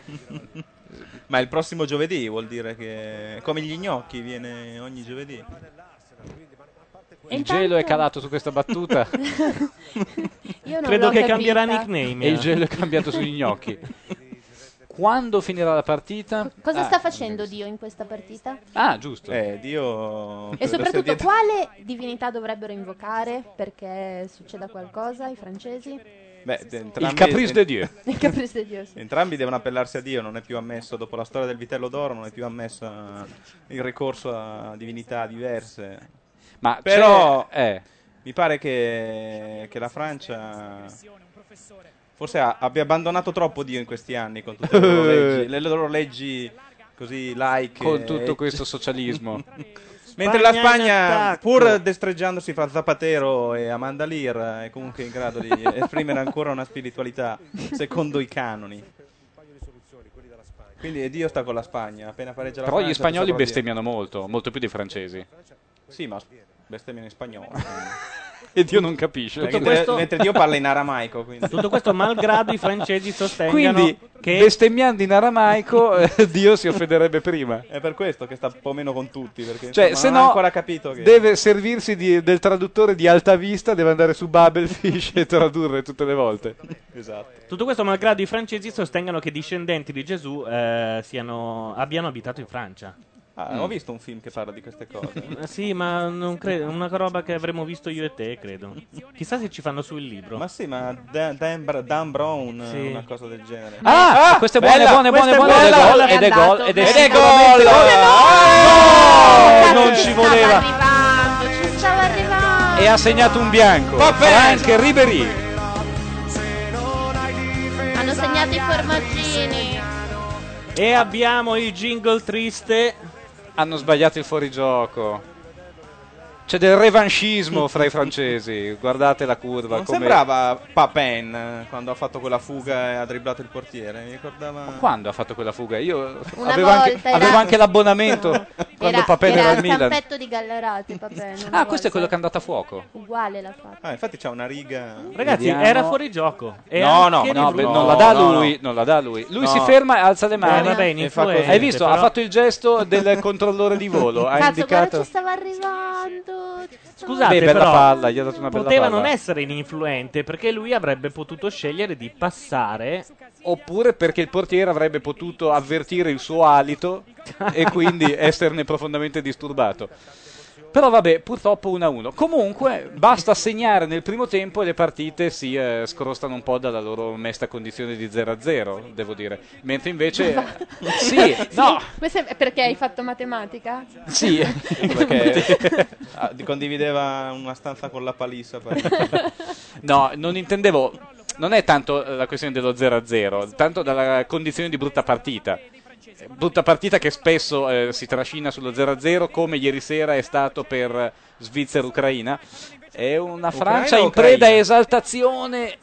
Speaker 5: *laughs* Ma il prossimo giovedì vuol dire che. Come gli gnocchi, viene ogni giovedì.
Speaker 3: E
Speaker 4: Il
Speaker 3: intanto-
Speaker 4: gelo è calato su questa
Speaker 5: *laughs*
Speaker 4: battuta
Speaker 3: Io non
Speaker 2: Credo
Speaker 3: l'ho
Speaker 2: che
Speaker 3: capita.
Speaker 2: cambierà nickname.
Speaker 4: e
Speaker 2: eh.
Speaker 4: il gelo è cambiato sugli gnocchi. Quando finirà la partita?
Speaker 3: Cosa
Speaker 4: Ah,
Speaker 3: sta facendo Dio in questa partita?
Speaker 4: Ah, giusto.
Speaker 5: Eh, Dio.
Speaker 3: E
Speaker 5: credo sia
Speaker 3: soprattutto
Speaker 5: dietro-
Speaker 3: quale divinità dovrebbero invocare perché succeda qualcosa ai francesi?
Speaker 5: Beh, de- entrambi-
Speaker 4: Il caprice
Speaker 5: *laughs*
Speaker 4: de Dieu.
Speaker 3: Il caprice de Dieu. sì.
Speaker 5: Entrambi devono appellarsi a Dio, non è più ammesso, dopo la storia del vitello d'oro, non è più ammesso eh, il ricorso a divinità diverse.
Speaker 4: Ma
Speaker 5: Però
Speaker 4: c'è- eh.
Speaker 5: mi pare che, che la Francia forse ha- abbia abbandonato troppo Dio in questi anni con tutte le loro
Speaker 4: *laughs*
Speaker 5: leggi, le loro leggi così laiche.
Speaker 4: Con tutto questo socialismo.
Speaker 5: Mentre la
Speaker 4: Spagna in
Speaker 5: Spagna,
Speaker 4: attacco.
Speaker 5: pur destreggiandosi fra Zapatero e Amanda Lear, è comunque in grado
Speaker 4: *laughs*
Speaker 5: di esprimere ancora una spiritualità secondo i canoni. Quindi Dio sta con la Spagna, appena pareggia la
Speaker 4: Però gli
Speaker 5: Francia, tutto
Speaker 4: spagnoli
Speaker 5: sopra Dio.
Speaker 4: bestemmiano molto, molto più dei francesi.
Speaker 5: Sì, ma bestemmiano in spagnolo.
Speaker 4: *laughs* E Dio non capisce.
Speaker 5: Perché questo- mentre Dio parla in aramaico, quindi.
Speaker 2: Tutto questo malgrado i francesi sostengono
Speaker 4: Quindi,
Speaker 2: che
Speaker 4: bestemmiando in aramaico, eh, Dio si offenderebbe prima.
Speaker 5: È per questo che sta un po' meno con tutti, perché
Speaker 4: Cioè,
Speaker 5: insomma,
Speaker 4: se
Speaker 5: non ha
Speaker 4: no,
Speaker 5: ancora capito che...
Speaker 4: deve servirsi di- del traduttore di alta vista, deve andare su Babelfish e tradurre tutte le volte.
Speaker 5: Esatto.
Speaker 2: tutto questo malgrado i francesi sostengano che i discendenti di Gesù eh, siano- abbiano abitato in Francia.
Speaker 5: Ah,
Speaker 4: Mm.
Speaker 5: Ho visto un film che parla di queste cose.
Speaker 2: Eh, *laughs* Sì, ma non credo, una roba che avremmo visto io e te, credo. Chissà se ci fanno su il libro.
Speaker 5: Ma sì, ma Dan, Dan Bra- Dan Brown,
Speaker 2: Sì.
Speaker 5: una cosa del genere.
Speaker 4: Ah, questo è buono,
Speaker 5: bella,
Speaker 4: buono, buono,
Speaker 5: questa è
Speaker 4: buono. Ed è
Speaker 5: bella.
Speaker 4: gol, ed è gol, ed è
Speaker 5: Ed è
Speaker 4: sicuramente
Speaker 5: gol! Oh,
Speaker 4: gol.
Speaker 5: non ci voleva.
Speaker 6: arrivando, ci stava arrivando.
Speaker 4: E ha segnato un bianco.
Speaker 6: Vabbè.
Speaker 4: Anche Ribery.
Speaker 6: Hanno segnato i formaggini.
Speaker 2: E abbiamo il jingle triste.
Speaker 4: Hanno sbagliato il fuorigioco. C'è del revanchismo fra i francesi. Guardate la curva.
Speaker 5: Non
Speaker 4: come-
Speaker 5: sembrava Papen eh, quando ha fatto quella fuga e ha dribblato il portiere, mi ricordava...
Speaker 4: Quando ha fatto quella fuga? Io
Speaker 6: Una
Speaker 4: avevo, anche,
Speaker 6: volta era-
Speaker 4: avevo
Speaker 3: *laughs*
Speaker 4: anche l'abbonamento quando
Speaker 6: era,
Speaker 4: Papè
Speaker 6: era
Speaker 4: era al
Speaker 6: il
Speaker 4: Milan.
Speaker 6: campetto di Gallerate, Papè. non
Speaker 4: Ah,
Speaker 6: lo
Speaker 4: questo è
Speaker 6: vuole.
Speaker 4: quello che è andato a fuoco.
Speaker 6: Uguale l'ha fatto.
Speaker 5: Ah, infatti c'è una riga...
Speaker 2: Ragazzi,
Speaker 4: Vediamo.
Speaker 2: era fuori gioco. E
Speaker 5: No,
Speaker 2: anche
Speaker 5: no,
Speaker 2: di
Speaker 5: no,
Speaker 2: brutto.
Speaker 4: Beh, non la dà
Speaker 5: no,
Speaker 4: lui,
Speaker 5: no.
Speaker 4: non la dà lui. Lui
Speaker 5: No.
Speaker 4: si ferma e alza le mani.
Speaker 2: vabbè,
Speaker 4: e fa
Speaker 2: ininfluente,
Speaker 4: così. Hai visto? Ha
Speaker 2: però.
Speaker 4: fatto il gesto del controllore di volo. Ha
Speaker 6: Cazzo, guarda,
Speaker 4: indicato.
Speaker 6: ci stava arrivando. ci stava-
Speaker 2: Scusate,
Speaker 4: Beh, bella
Speaker 2: però,
Speaker 4: palla, gli ha dato una bella
Speaker 2: poteva
Speaker 4: palla.
Speaker 2: non essere ininfluente perché lui avrebbe potuto scegliere di passare.
Speaker 4: Oppure perché il portiere avrebbe potuto avvertire il suo alito e quindi esserne profondamente disturbato. Però vabbè, purtroppo 1-1. Comunque, basta segnare nel primo tempo e le partite si eh, scrostano un po' dalla loro mesta condizione di 0-0, devo dire.
Speaker 3: *laughs*
Speaker 4: Mentre invece... Cioè, sì, no,
Speaker 3: Questo è perché hai fatto matematica? *laughs*
Speaker 4: sì. *laughs*
Speaker 5: Perché *laughs* ah, di- condivideva una stanza con la palissa. pare.
Speaker 4: No, non intendevo. Non è tanto eh, la questione dello 0-0, tanto dalla condizione di brutta partita. Eh, Brutta partita che spesso eh, si trascina sullo 0-0, come ieri sera è stato per eh, Svizzera-Ucraina. È una Francia in
Speaker 5: Ucraina?
Speaker 4: preda a esaltazione.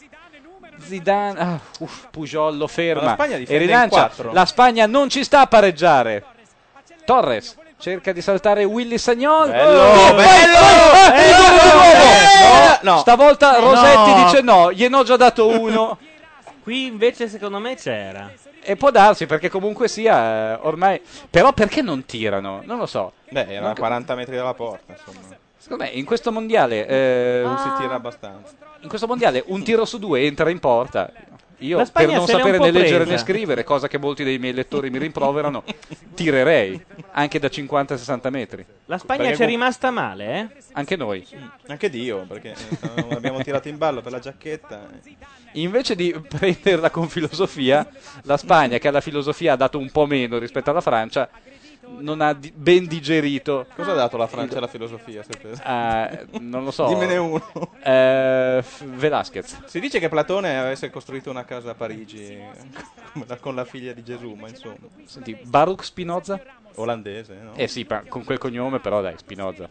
Speaker 4: Zidane, ah, uff, Pujol lo
Speaker 5: Ma la
Speaker 4: ferma
Speaker 5: Spagna difende
Speaker 4: e rilancia.
Speaker 5: in quattro.
Speaker 4: La Spagna non ci sta a pareggiare. Torres cerca di saltare Willy Sagnol.
Speaker 5: Bello,
Speaker 4: Oh,
Speaker 5: bello,
Speaker 4: vai, vai, vai,
Speaker 5: eh,
Speaker 4: vai,
Speaker 5: no,
Speaker 4: vai, vai,
Speaker 5: no,
Speaker 4: vai.
Speaker 5: no.
Speaker 4: Stavolta
Speaker 5: No.
Speaker 4: Rosetti dice no, glien'ho già dato uno.
Speaker 2: Qui invece, secondo me, c'era.
Speaker 4: E può darsi perché comunque sia eh, ormai. Però perché non tirano? Non lo so.
Speaker 5: Beh, era a 40 metri dalla porta, insomma.
Speaker 4: Secondo me in questo mondiale, eh,
Speaker 5: Non si
Speaker 2: Ah.
Speaker 5: tira abbastanza.
Speaker 4: in questo mondiale un tiro su due entra in porta. Io
Speaker 2: La
Speaker 4: per
Speaker 2: Spagna
Speaker 4: non
Speaker 2: se l'è un
Speaker 4: sapere
Speaker 2: po'
Speaker 4: né leggere
Speaker 2: presa.
Speaker 4: né scrivere, cosa che molti dei miei lettori
Speaker 2: *laughs*
Speaker 4: mi rimproverano, tirerei anche da 50-60 metri.
Speaker 2: La Spagna
Speaker 5: Perché
Speaker 2: ci è
Speaker 5: com-
Speaker 2: rimasta male, eh?
Speaker 4: Anche noi.
Speaker 5: Anche Dio, perché eh, abbiamo tirato in ballo per la giacchetta. eh.
Speaker 4: Invece di *laughs* prenderla con filosofia, la Spagna, che alla filosofia ha dato un po' meno rispetto alla Francia, non ha di- ben digerito.
Speaker 5: Cosa ha dato la Francia alla filosofia? sapete?
Speaker 4: eh, non lo
Speaker 5: *laughs*
Speaker 4: so.
Speaker 5: Dimmene uno.
Speaker 4: Eh, F- Velasquez.
Speaker 5: Si dice che Platone avesse costruito una casa a Parigi eh, come la- con la figlia di Gesù, ma insomma,
Speaker 4: Senti, Baruch Spinoza?
Speaker 5: olandese, no?
Speaker 4: Eh sì, pa- con quel cognome però dai, Spinoza.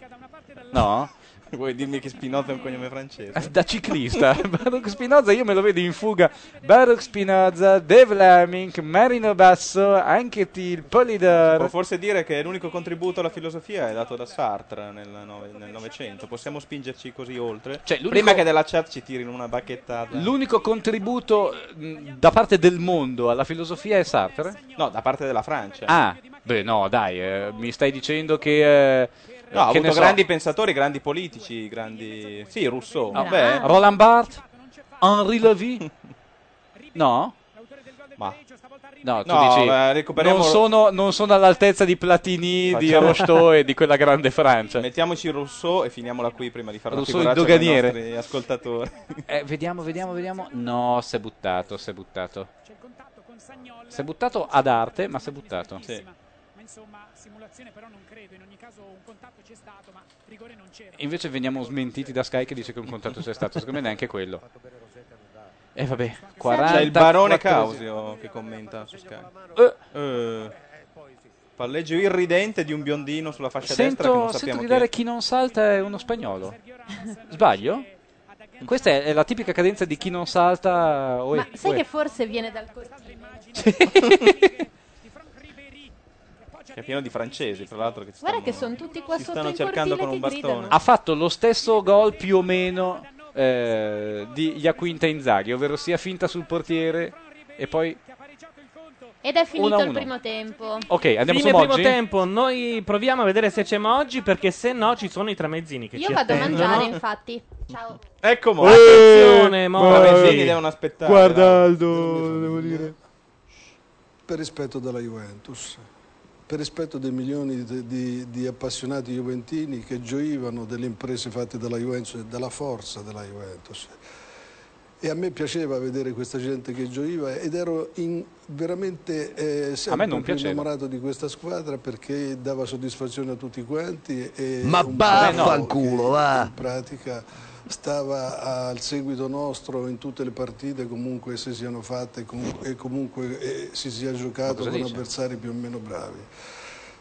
Speaker 4: No?
Speaker 5: Vuoi dirmi che Spinoza è un cognome francese?
Speaker 4: *laughs* Da
Speaker 5: *laughs*
Speaker 4: ciclista. Baruch Spinoza io me lo vedo in fuga. Baruch Spinoza, Dave Laming, Marino Basso, anche Til,
Speaker 5: Può
Speaker 4: Polidor.
Speaker 5: forse dire che l'unico contributo alla filosofia è dato da Sartre nel Nove- nel Novecento. Possiamo spingerci così oltre?
Speaker 4: Cioè, l'unico-
Speaker 5: Prima che della chat ci tirino una bacchettata.
Speaker 4: L'unico contributo mh, da parte del mondo alla filosofia è Sartre?
Speaker 5: No, da parte della Francia.
Speaker 4: Ah, beh no, dai, eh, mi stai dicendo che... eh,
Speaker 5: No, ha
Speaker 4: che
Speaker 5: avuto
Speaker 4: ne so,
Speaker 5: grandi pensatori, grandi politici, grandi... Sì, Rousseau.
Speaker 4: No. Ah.
Speaker 5: Beh,
Speaker 4: Roland Barthes? Henri Levy? No?
Speaker 5: Ma.
Speaker 4: No, tu
Speaker 5: No,
Speaker 4: dici,
Speaker 5: beh, recuperiamo-
Speaker 4: non, sono, non sono all'altezza di Platini, di
Speaker 5: Facciamo- *laughs*
Speaker 4: Rocheteau e di quella grande Francia.
Speaker 5: Mettiamoci Rousseau e finiamola qui prima di fare una
Speaker 4: Rousseau il
Speaker 5: figuraccia con i
Speaker 4: doganiere.
Speaker 5: nostri ascoltatori.
Speaker 4: Eh, vediamo, vediamo, vediamo. No, si è buttato, si è buttato. Si è buttato ad arte, ma si è buttato.
Speaker 7: Ma Esatto. insomma, simulazione però non credo. In ogni caso un contatto c'è stato, ma rigore non c'era.
Speaker 4: Invece veniamo smentiti da Sky che dice che un contatto c'è stato. Secondo me neanche quello. E vabbè, 40.
Speaker 5: C'è il barone Causio che commenta su Sky.
Speaker 4: Eh.
Speaker 5: Eh. Palleggio irridente di un biondino sulla fascia Cioè, destra che non
Speaker 4: Sento, sento
Speaker 5: sappiamo
Speaker 4: di
Speaker 5: chi
Speaker 4: dare
Speaker 5: è.
Speaker 4: chi non salta è
Speaker 6: *laughs*
Speaker 4: uno spagnolo. Sbaglio? Questa è, è la tipica cadenza di chi non salta. Uè,
Speaker 3: Ma sai
Speaker 4: uè.
Speaker 3: che forse viene dal cortile?
Speaker 5: Che è pieno di francesi, tra l'altro. Che
Speaker 3: *laughs*
Speaker 5: ci
Speaker 3: Guarda
Speaker 5: stanno-
Speaker 3: che sono tutti qua
Speaker 5: si
Speaker 3: sotto
Speaker 5: stanno
Speaker 3: in
Speaker 5: cercando
Speaker 3: cortile
Speaker 5: con un
Speaker 3: che gridano.
Speaker 5: bastone.
Speaker 4: ha fatto lo stesso gol più o meno eh, di Iaquinta Inzaghi, ovvero sia finta sul portiere e poi
Speaker 6: Ed è
Speaker 4: Uno
Speaker 6: finito
Speaker 4: a
Speaker 6: il
Speaker 4: uno.
Speaker 6: primo tempo.
Speaker 4: Ok, andiamo
Speaker 2: Fine
Speaker 4: su
Speaker 2: primo
Speaker 4: Moggi?
Speaker 2: tempo, noi proviamo a vedere se c'è Moggi perché se no ci sono i tramezzini che
Speaker 6: Io
Speaker 2: ci
Speaker 6: vado a
Speaker 2: attendono.
Speaker 4: *laughs*
Speaker 6: mangiare, infatti. Ciao.
Speaker 5: Ecco mo.
Speaker 4: Eh,
Speaker 2: Attenzione, Moggi.
Speaker 5: Tramezzini è una spettacolo.
Speaker 8: Io
Speaker 9: devo dire.
Speaker 8: Per rispetto della Juventus, per rispetto dei milioni di, di- di appassionati juventini che gioivano delle imprese fatte dalla Juventus e della forza della Juventus. E a me piaceva vedere questa gente che gioiva ed ero in- veramente eh, sempre
Speaker 4: non
Speaker 8: più
Speaker 4: piaceva.
Speaker 8: innamorato di questa squadra perché dava soddisfazione a tutti quanti. E
Speaker 9: Ma
Speaker 8: un bravo
Speaker 9: baffanculo,
Speaker 8: che
Speaker 9: va!
Speaker 8: In pratica stava al seguito nostro in tutte le partite comunque si siano fatte com- e comunque eh, si sia giocato
Speaker 4: cosa
Speaker 8: con
Speaker 4: dice?
Speaker 8: avversari più o meno bravi.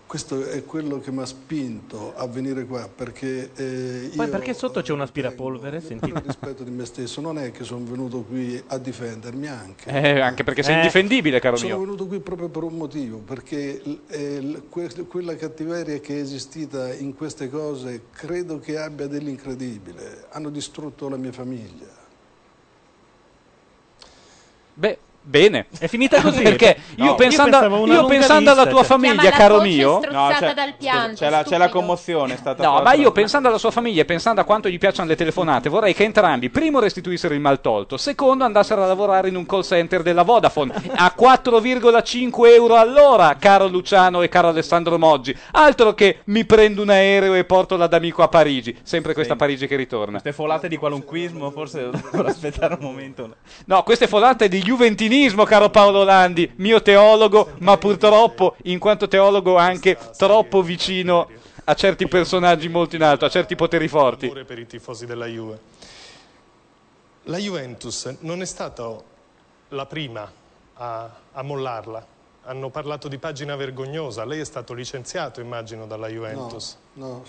Speaker 8: Questo è quello che mi ha spinto a venire qua perché eh,
Speaker 2: Poi
Speaker 8: io,
Speaker 2: perché sotto c'è un
Speaker 8: eh,
Speaker 2: aspirapolvere?
Speaker 8: tengo-
Speaker 2: Sentite.
Speaker 8: per rispetto di me stesso, non è che sono venuto qui a difendermi anche.
Speaker 4: Eh, anche perché sei
Speaker 2: Eh.
Speaker 4: indifendibile, caro
Speaker 8: Sono
Speaker 4: mio.
Speaker 8: venuto qui proprio per un motivo, perché l- eh, l- que- quella cattiveria che è esistita in queste cose credo che abbia dell'incredibile. Hanno distrutto la mia famiglia.
Speaker 4: Beh, bene.
Speaker 2: È finita così.
Speaker 4: *laughs* Perché io
Speaker 5: No, io
Speaker 4: pensando,
Speaker 2: pensavo una
Speaker 4: io
Speaker 2: lunga
Speaker 4: pensando alla
Speaker 2: lista,
Speaker 4: tua
Speaker 2: cioè.
Speaker 4: famiglia,
Speaker 6: Chiama la
Speaker 4: caro
Speaker 6: coach
Speaker 4: mio,
Speaker 6: stro-
Speaker 5: No,
Speaker 6: Strozzata
Speaker 5: c'è,
Speaker 6: dal
Speaker 5: scusa,
Speaker 6: pianto,
Speaker 5: c'è, la, c'è la
Speaker 6: stupido.
Speaker 5: commozione. È stata
Speaker 4: No,
Speaker 5: fatta-
Speaker 4: ma io pensando alla sua famiglia e pensando a quanto gli piacciono le telefonate, vorrei che entrambi, primo, restituissero il mal tolto, secondo, andassero a lavorare in un call center della Vodafone a 4,5 euro all'ora, caro Luciano e caro Alessandro Moggi. Altro che mi prendo un aereo e porto la d'amico a Parigi, sempre questa
Speaker 5: Senti.
Speaker 4: Parigi che ritorna.
Speaker 5: Queste folate di qualunquismo, forse *laughs* dovrò aspettare un momento.
Speaker 4: No, queste folate di juventinismo, caro Paolo Landi, mio teologo, ma purtroppo, in quanto teologo, anche troppo vicino a certi personaggi molto in alto, a certi poteri forti.
Speaker 10: Amore per i tifosi della Juve. La Juventus non è stata la prima a, a mollarla. Hanno parlato di pagina vergognosa. Lei è stato licenziato, immagino, dalla
Speaker 8: No,
Speaker 10: Juventus.
Speaker 8: no,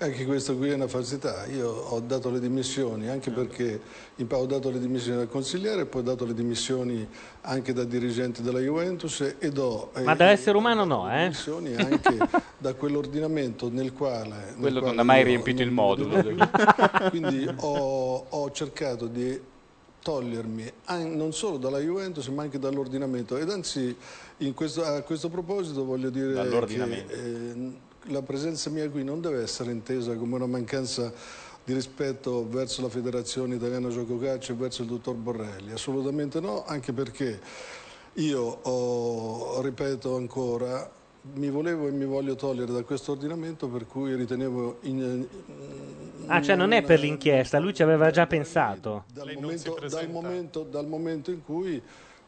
Speaker 8: anche questa qui è una falsità. Io ho dato le dimissioni,
Speaker 4: Eh.
Speaker 8: anche perché in pa- ho dato le dimissioni da consigliere, poi ho dato le dimissioni anche da dirigente della Juventus e- ed ho... eh,
Speaker 2: Ma da essere umano
Speaker 8: ho dato
Speaker 2: no,
Speaker 8: le
Speaker 2: eh.
Speaker 8: dimissioni anche da quell'ordinamento nel quale... nel
Speaker 4: Quello non
Speaker 8: quale
Speaker 4: ha mai
Speaker 8: io
Speaker 4: riempito il
Speaker 8: non
Speaker 4: modulo.
Speaker 8: vedevo più. *laughs* Quindi ho, ho cercato di togliermi an- non solo dalla Juventus ma anche dall'ordinamento ed anzi in questo- a questo proposito voglio dire che
Speaker 5: Dall'ordinamento.
Speaker 8: eh, la presenza mia qui non deve essere intesa come una mancanza di rispetto verso la Federazione Italiana Gioco Calcio e verso il dottor Borrelli, assolutamente no, anche perché io ho- ripeto ancora mi volevo e mi voglio togliere da questo ordinamento per cui ritenevo in,
Speaker 2: Ah, cioè non è per l'inchiesta, lui ci aveva già pensato.
Speaker 8: dal
Speaker 10: Lei non si
Speaker 8: momento,
Speaker 10: presenta?
Speaker 8: dal momento- dal momento in cui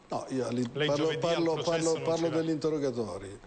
Speaker 8: no, io all'in-
Speaker 10: Lei
Speaker 8: parlo,
Speaker 10: giovedì
Speaker 8: parlo-
Speaker 10: al processo
Speaker 8: parlo-
Speaker 10: non Mm.
Speaker 8: parlo
Speaker 10: ci va.
Speaker 8: degli interrogatori.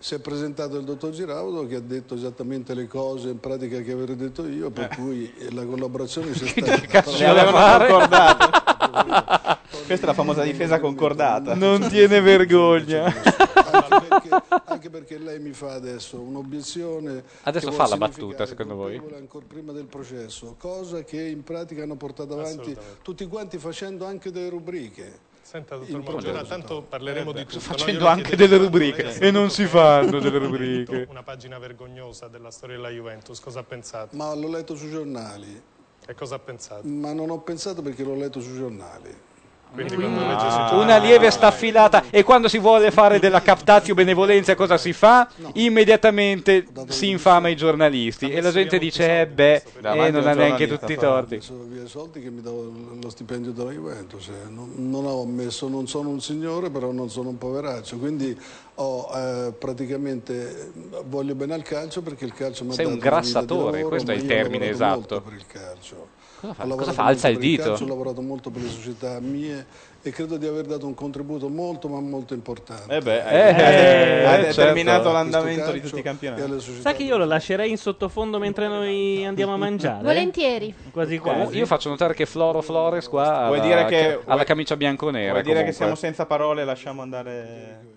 Speaker 8: Si è presentato il dottor Giraudo che ha detto esattamente le cose in pratica che avrei detto io, per cui eh, la collaborazione c'è stata.
Speaker 4: cazzo
Speaker 8: Però-
Speaker 5: Ce l'avevano concordato.
Speaker 8: *laughs*
Speaker 5: Questa è la famosa difesa concordata.
Speaker 4: Non tiene vergogna.
Speaker 8: anche, perché, anche perché lei mi fa adesso un'obiezione.
Speaker 4: Adesso
Speaker 8: che
Speaker 4: fa
Speaker 8: vuol
Speaker 4: la battuta,
Speaker 8: significare
Speaker 4: secondo voi?
Speaker 8: colpevole Ancora prima del processo, cosa che in pratica hanno portato avanti tutti quanti facendo anche delle rubriche.
Speaker 10: Senta,
Speaker 8: Il
Speaker 10: dottor Maggiora,
Speaker 8: problema-
Speaker 10: tanto parleremo di tutto.
Speaker 4: Eh Facendo
Speaker 10: No, io le
Speaker 4: anche
Speaker 10: chiedevo
Speaker 4: delle
Speaker 10: tanto, lei
Speaker 4: rubriche.
Speaker 10: ha
Speaker 4: E non si fanno
Speaker 10: *laughs*
Speaker 4: delle
Speaker 10: scritto
Speaker 5: *laughs*
Speaker 4: rubriche.
Speaker 10: Una pagina vergognosa della storia della Juventus. Cosa ha pensato?
Speaker 8: Ma l'ho letto sui giornali,
Speaker 10: E cosa ha pensato?
Speaker 8: ma non ho pensato perché l'ho letto sui giornali.
Speaker 10: Quindi
Speaker 4: Mm.
Speaker 10: quando legge
Speaker 4: Ah.
Speaker 10: sui giornali-
Speaker 4: Una lieve staffilata e quando si vuole fare della captatio benevolenza cosa si fa? Immediatamente si infama i giornalisti e la gente dice eh beh, eh,
Speaker 8: Davanti a
Speaker 4: non
Speaker 8: un
Speaker 4: ha neanche
Speaker 8: giornalista,
Speaker 4: tutti i
Speaker 8: però.
Speaker 4: torti.
Speaker 8: Sono via i soldi che mi dava l- lo stipendio della Juventus. eh. Non, non ho ammesso, non sono un signore, però non sono un poveraccio. Quindi ho, eh, praticamente eh, voglio bene al calcio perché il calcio mi ha
Speaker 4: Sei
Speaker 8: dato
Speaker 4: un
Speaker 8: una vita di
Speaker 4: grassatore,
Speaker 8: lavoro,
Speaker 4: questo è
Speaker 8: ma
Speaker 4: il
Speaker 8: io ho
Speaker 4: termine
Speaker 8: lavorato molto
Speaker 4: esatto.
Speaker 8: per il calcio.
Speaker 4: Cosa fa?
Speaker 8: Ho lavorato
Speaker 4: Cosa fa?
Speaker 8: molto
Speaker 4: Alza il
Speaker 8: per
Speaker 4: dito?
Speaker 8: calcio, ho lavorato molto per le società mie e credo di aver dato un contributo molto ma molto importante.
Speaker 5: Eh beh,
Speaker 2: Eh, eh,
Speaker 5: ha
Speaker 2: certo.
Speaker 5: determinato
Speaker 8: Questo
Speaker 5: l'andamento di
Speaker 8: calcio
Speaker 5: tutti i campionati.
Speaker 8: e alle società
Speaker 2: Sai che io lo lascerei in sottofondo mentre noi andiamo a mangiare?
Speaker 6: Volentieri.
Speaker 2: Quasi
Speaker 4: Comunque,
Speaker 2: quasi.
Speaker 4: Io faccio notare che Floro Flores qua
Speaker 5: Vuoi
Speaker 4: alla,
Speaker 5: dire che-
Speaker 4: alla
Speaker 5: vuoi-
Speaker 4: camicia bianconera.
Speaker 5: Vuol dire
Speaker 4: comunque.
Speaker 5: che siamo senza parole e lasciamo andare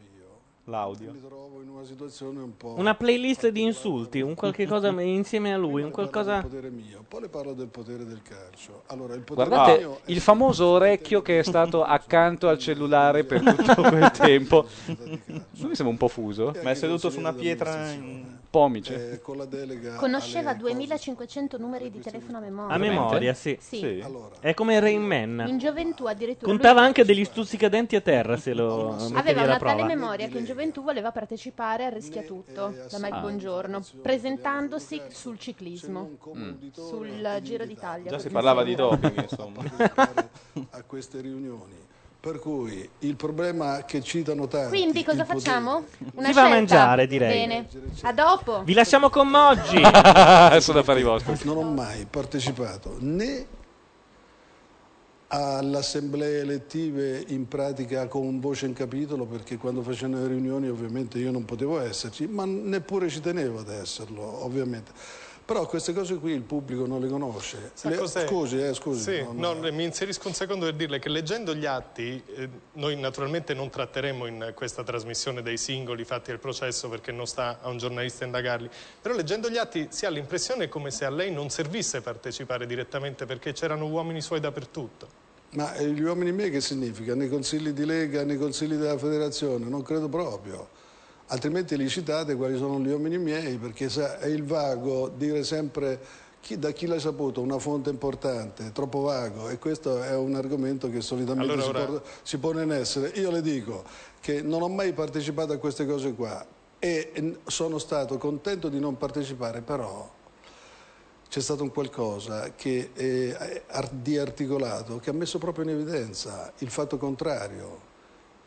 Speaker 5: l'audio.
Speaker 8: trovo in una situazione un po'...
Speaker 2: Una playlist di insulti, un qualche cosa insieme a lui, un qualcosa...
Speaker 8: potere mio. Poi le parlo del potere del calcio. Allora, il potere
Speaker 5: Ah.
Speaker 4: Guardate
Speaker 8: mio è
Speaker 4: il famoso orecchio che
Speaker 5: *laughs*
Speaker 4: è stato accanto al cellulare per tutto quel tempo. Lui sembra un po' fuso.
Speaker 5: Ma è seduto su una pietra in...
Speaker 4: Pomice.
Speaker 8: Eh, con la
Speaker 2: Eh,
Speaker 8: delega
Speaker 6: Conosceva 2500 numeri di telefono a memoria.
Speaker 2: A memoria, sì.
Speaker 6: Sì.
Speaker 2: È come Rain
Speaker 6: In
Speaker 2: Man.
Speaker 6: gioventù addirittura. lui
Speaker 2: Contava anche degli stuzzicadenti a terra se lo Ah, mettevi
Speaker 6: Aveva
Speaker 2: alla
Speaker 6: una tale
Speaker 2: prova. eh,
Speaker 6: memoria che in gioventù voleva partecipare al Rischia Tutto da
Speaker 2: Ah.
Speaker 6: Mike Buongiorno, presentandosi sul ciclismo,
Speaker 2: Mm.
Speaker 6: sul Giro d'Italia.
Speaker 5: Già si parlava di doping,
Speaker 2: Eh,
Speaker 5: insomma.
Speaker 8: a queste riunioni. Per cui il problema che citano tanti
Speaker 6: Quindi cosa
Speaker 2: *laughs*
Speaker 6: facciamo? Una
Speaker 2: Si va
Speaker 6: scelta.
Speaker 2: a mangiare, direi.
Speaker 6: Bene. A dopo.
Speaker 2: Vi lasciamo con
Speaker 5: *laughs*
Speaker 2: Moggi!
Speaker 4: Sono affari vostri.
Speaker 8: Non ho mai partecipato né alle assemblee elettive in pratica con voce in capitolo perché quando facevano le riunioni ovviamente io non potevo esserci, ma neppure ci tenevo ad esserlo, ovviamente. Però queste cose qui il pubblico non le conosce.
Speaker 10: Sa
Speaker 8: Le-
Speaker 10: cos'è?
Speaker 8: scusi, eh, scusi.
Speaker 10: Sì,
Speaker 8: non-
Speaker 10: no, mi inserisco un secondo per dirle che leggendo gli atti, eh, noi naturalmente non tratteremo in questa trasmissione dei singoli fatti del processo perché non sta a un giornalista indagarli, però leggendo gli atti si ha l'impressione come se a lei non servisse partecipare direttamente perché c'erano uomini suoi dappertutto.
Speaker 8: Ma eh, gli uomini miei che significa? Nei consigli di Lega, nei consigli della federazione? Non credo proprio. Altrimenti li citate quali sono gli uomini miei, perché sa, è il vago dire sempre chi- da chi l'hai saputo, una fonte importante, è troppo vago e questo è un argomento che solitamente
Speaker 10: Allora
Speaker 8: si,
Speaker 10: ora-
Speaker 8: por- si pone in essere. Io le dico che non ho mai partecipato a queste cose qua e eh, sono stato contento di non partecipare, però c'è stato un qualcosa che eh, ar- di articolato che ha messo proprio in evidenza il fatto contrario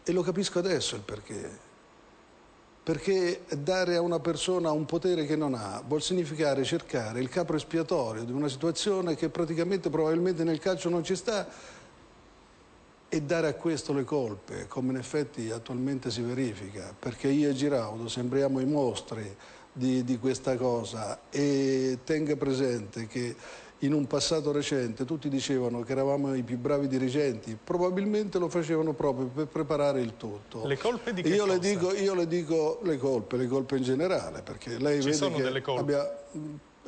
Speaker 8: e lo capisco adesso il perché. Perché dare a una persona un potere che non ha vuol significare cercare il capro espiatorio di una situazione che praticamente probabilmente nel calcio non ci sta e dare a questo le colpe, come in effetti attualmente si verifica, perché io e Giraudo sembriamo i mostri di, di questa cosa e tenga presente che in un passato recente tutti dicevano che eravamo i più bravi dirigenti, probabilmente lo facevano proprio per preparare il tutto.
Speaker 10: Le colpe di che
Speaker 8: Oh. Io le,
Speaker 10: cosa?
Speaker 8: dico, io le dico le colpe, le colpe in generale, perché lei
Speaker 10: Ci
Speaker 8: vede
Speaker 10: sono
Speaker 8: che
Speaker 10: delle colpe.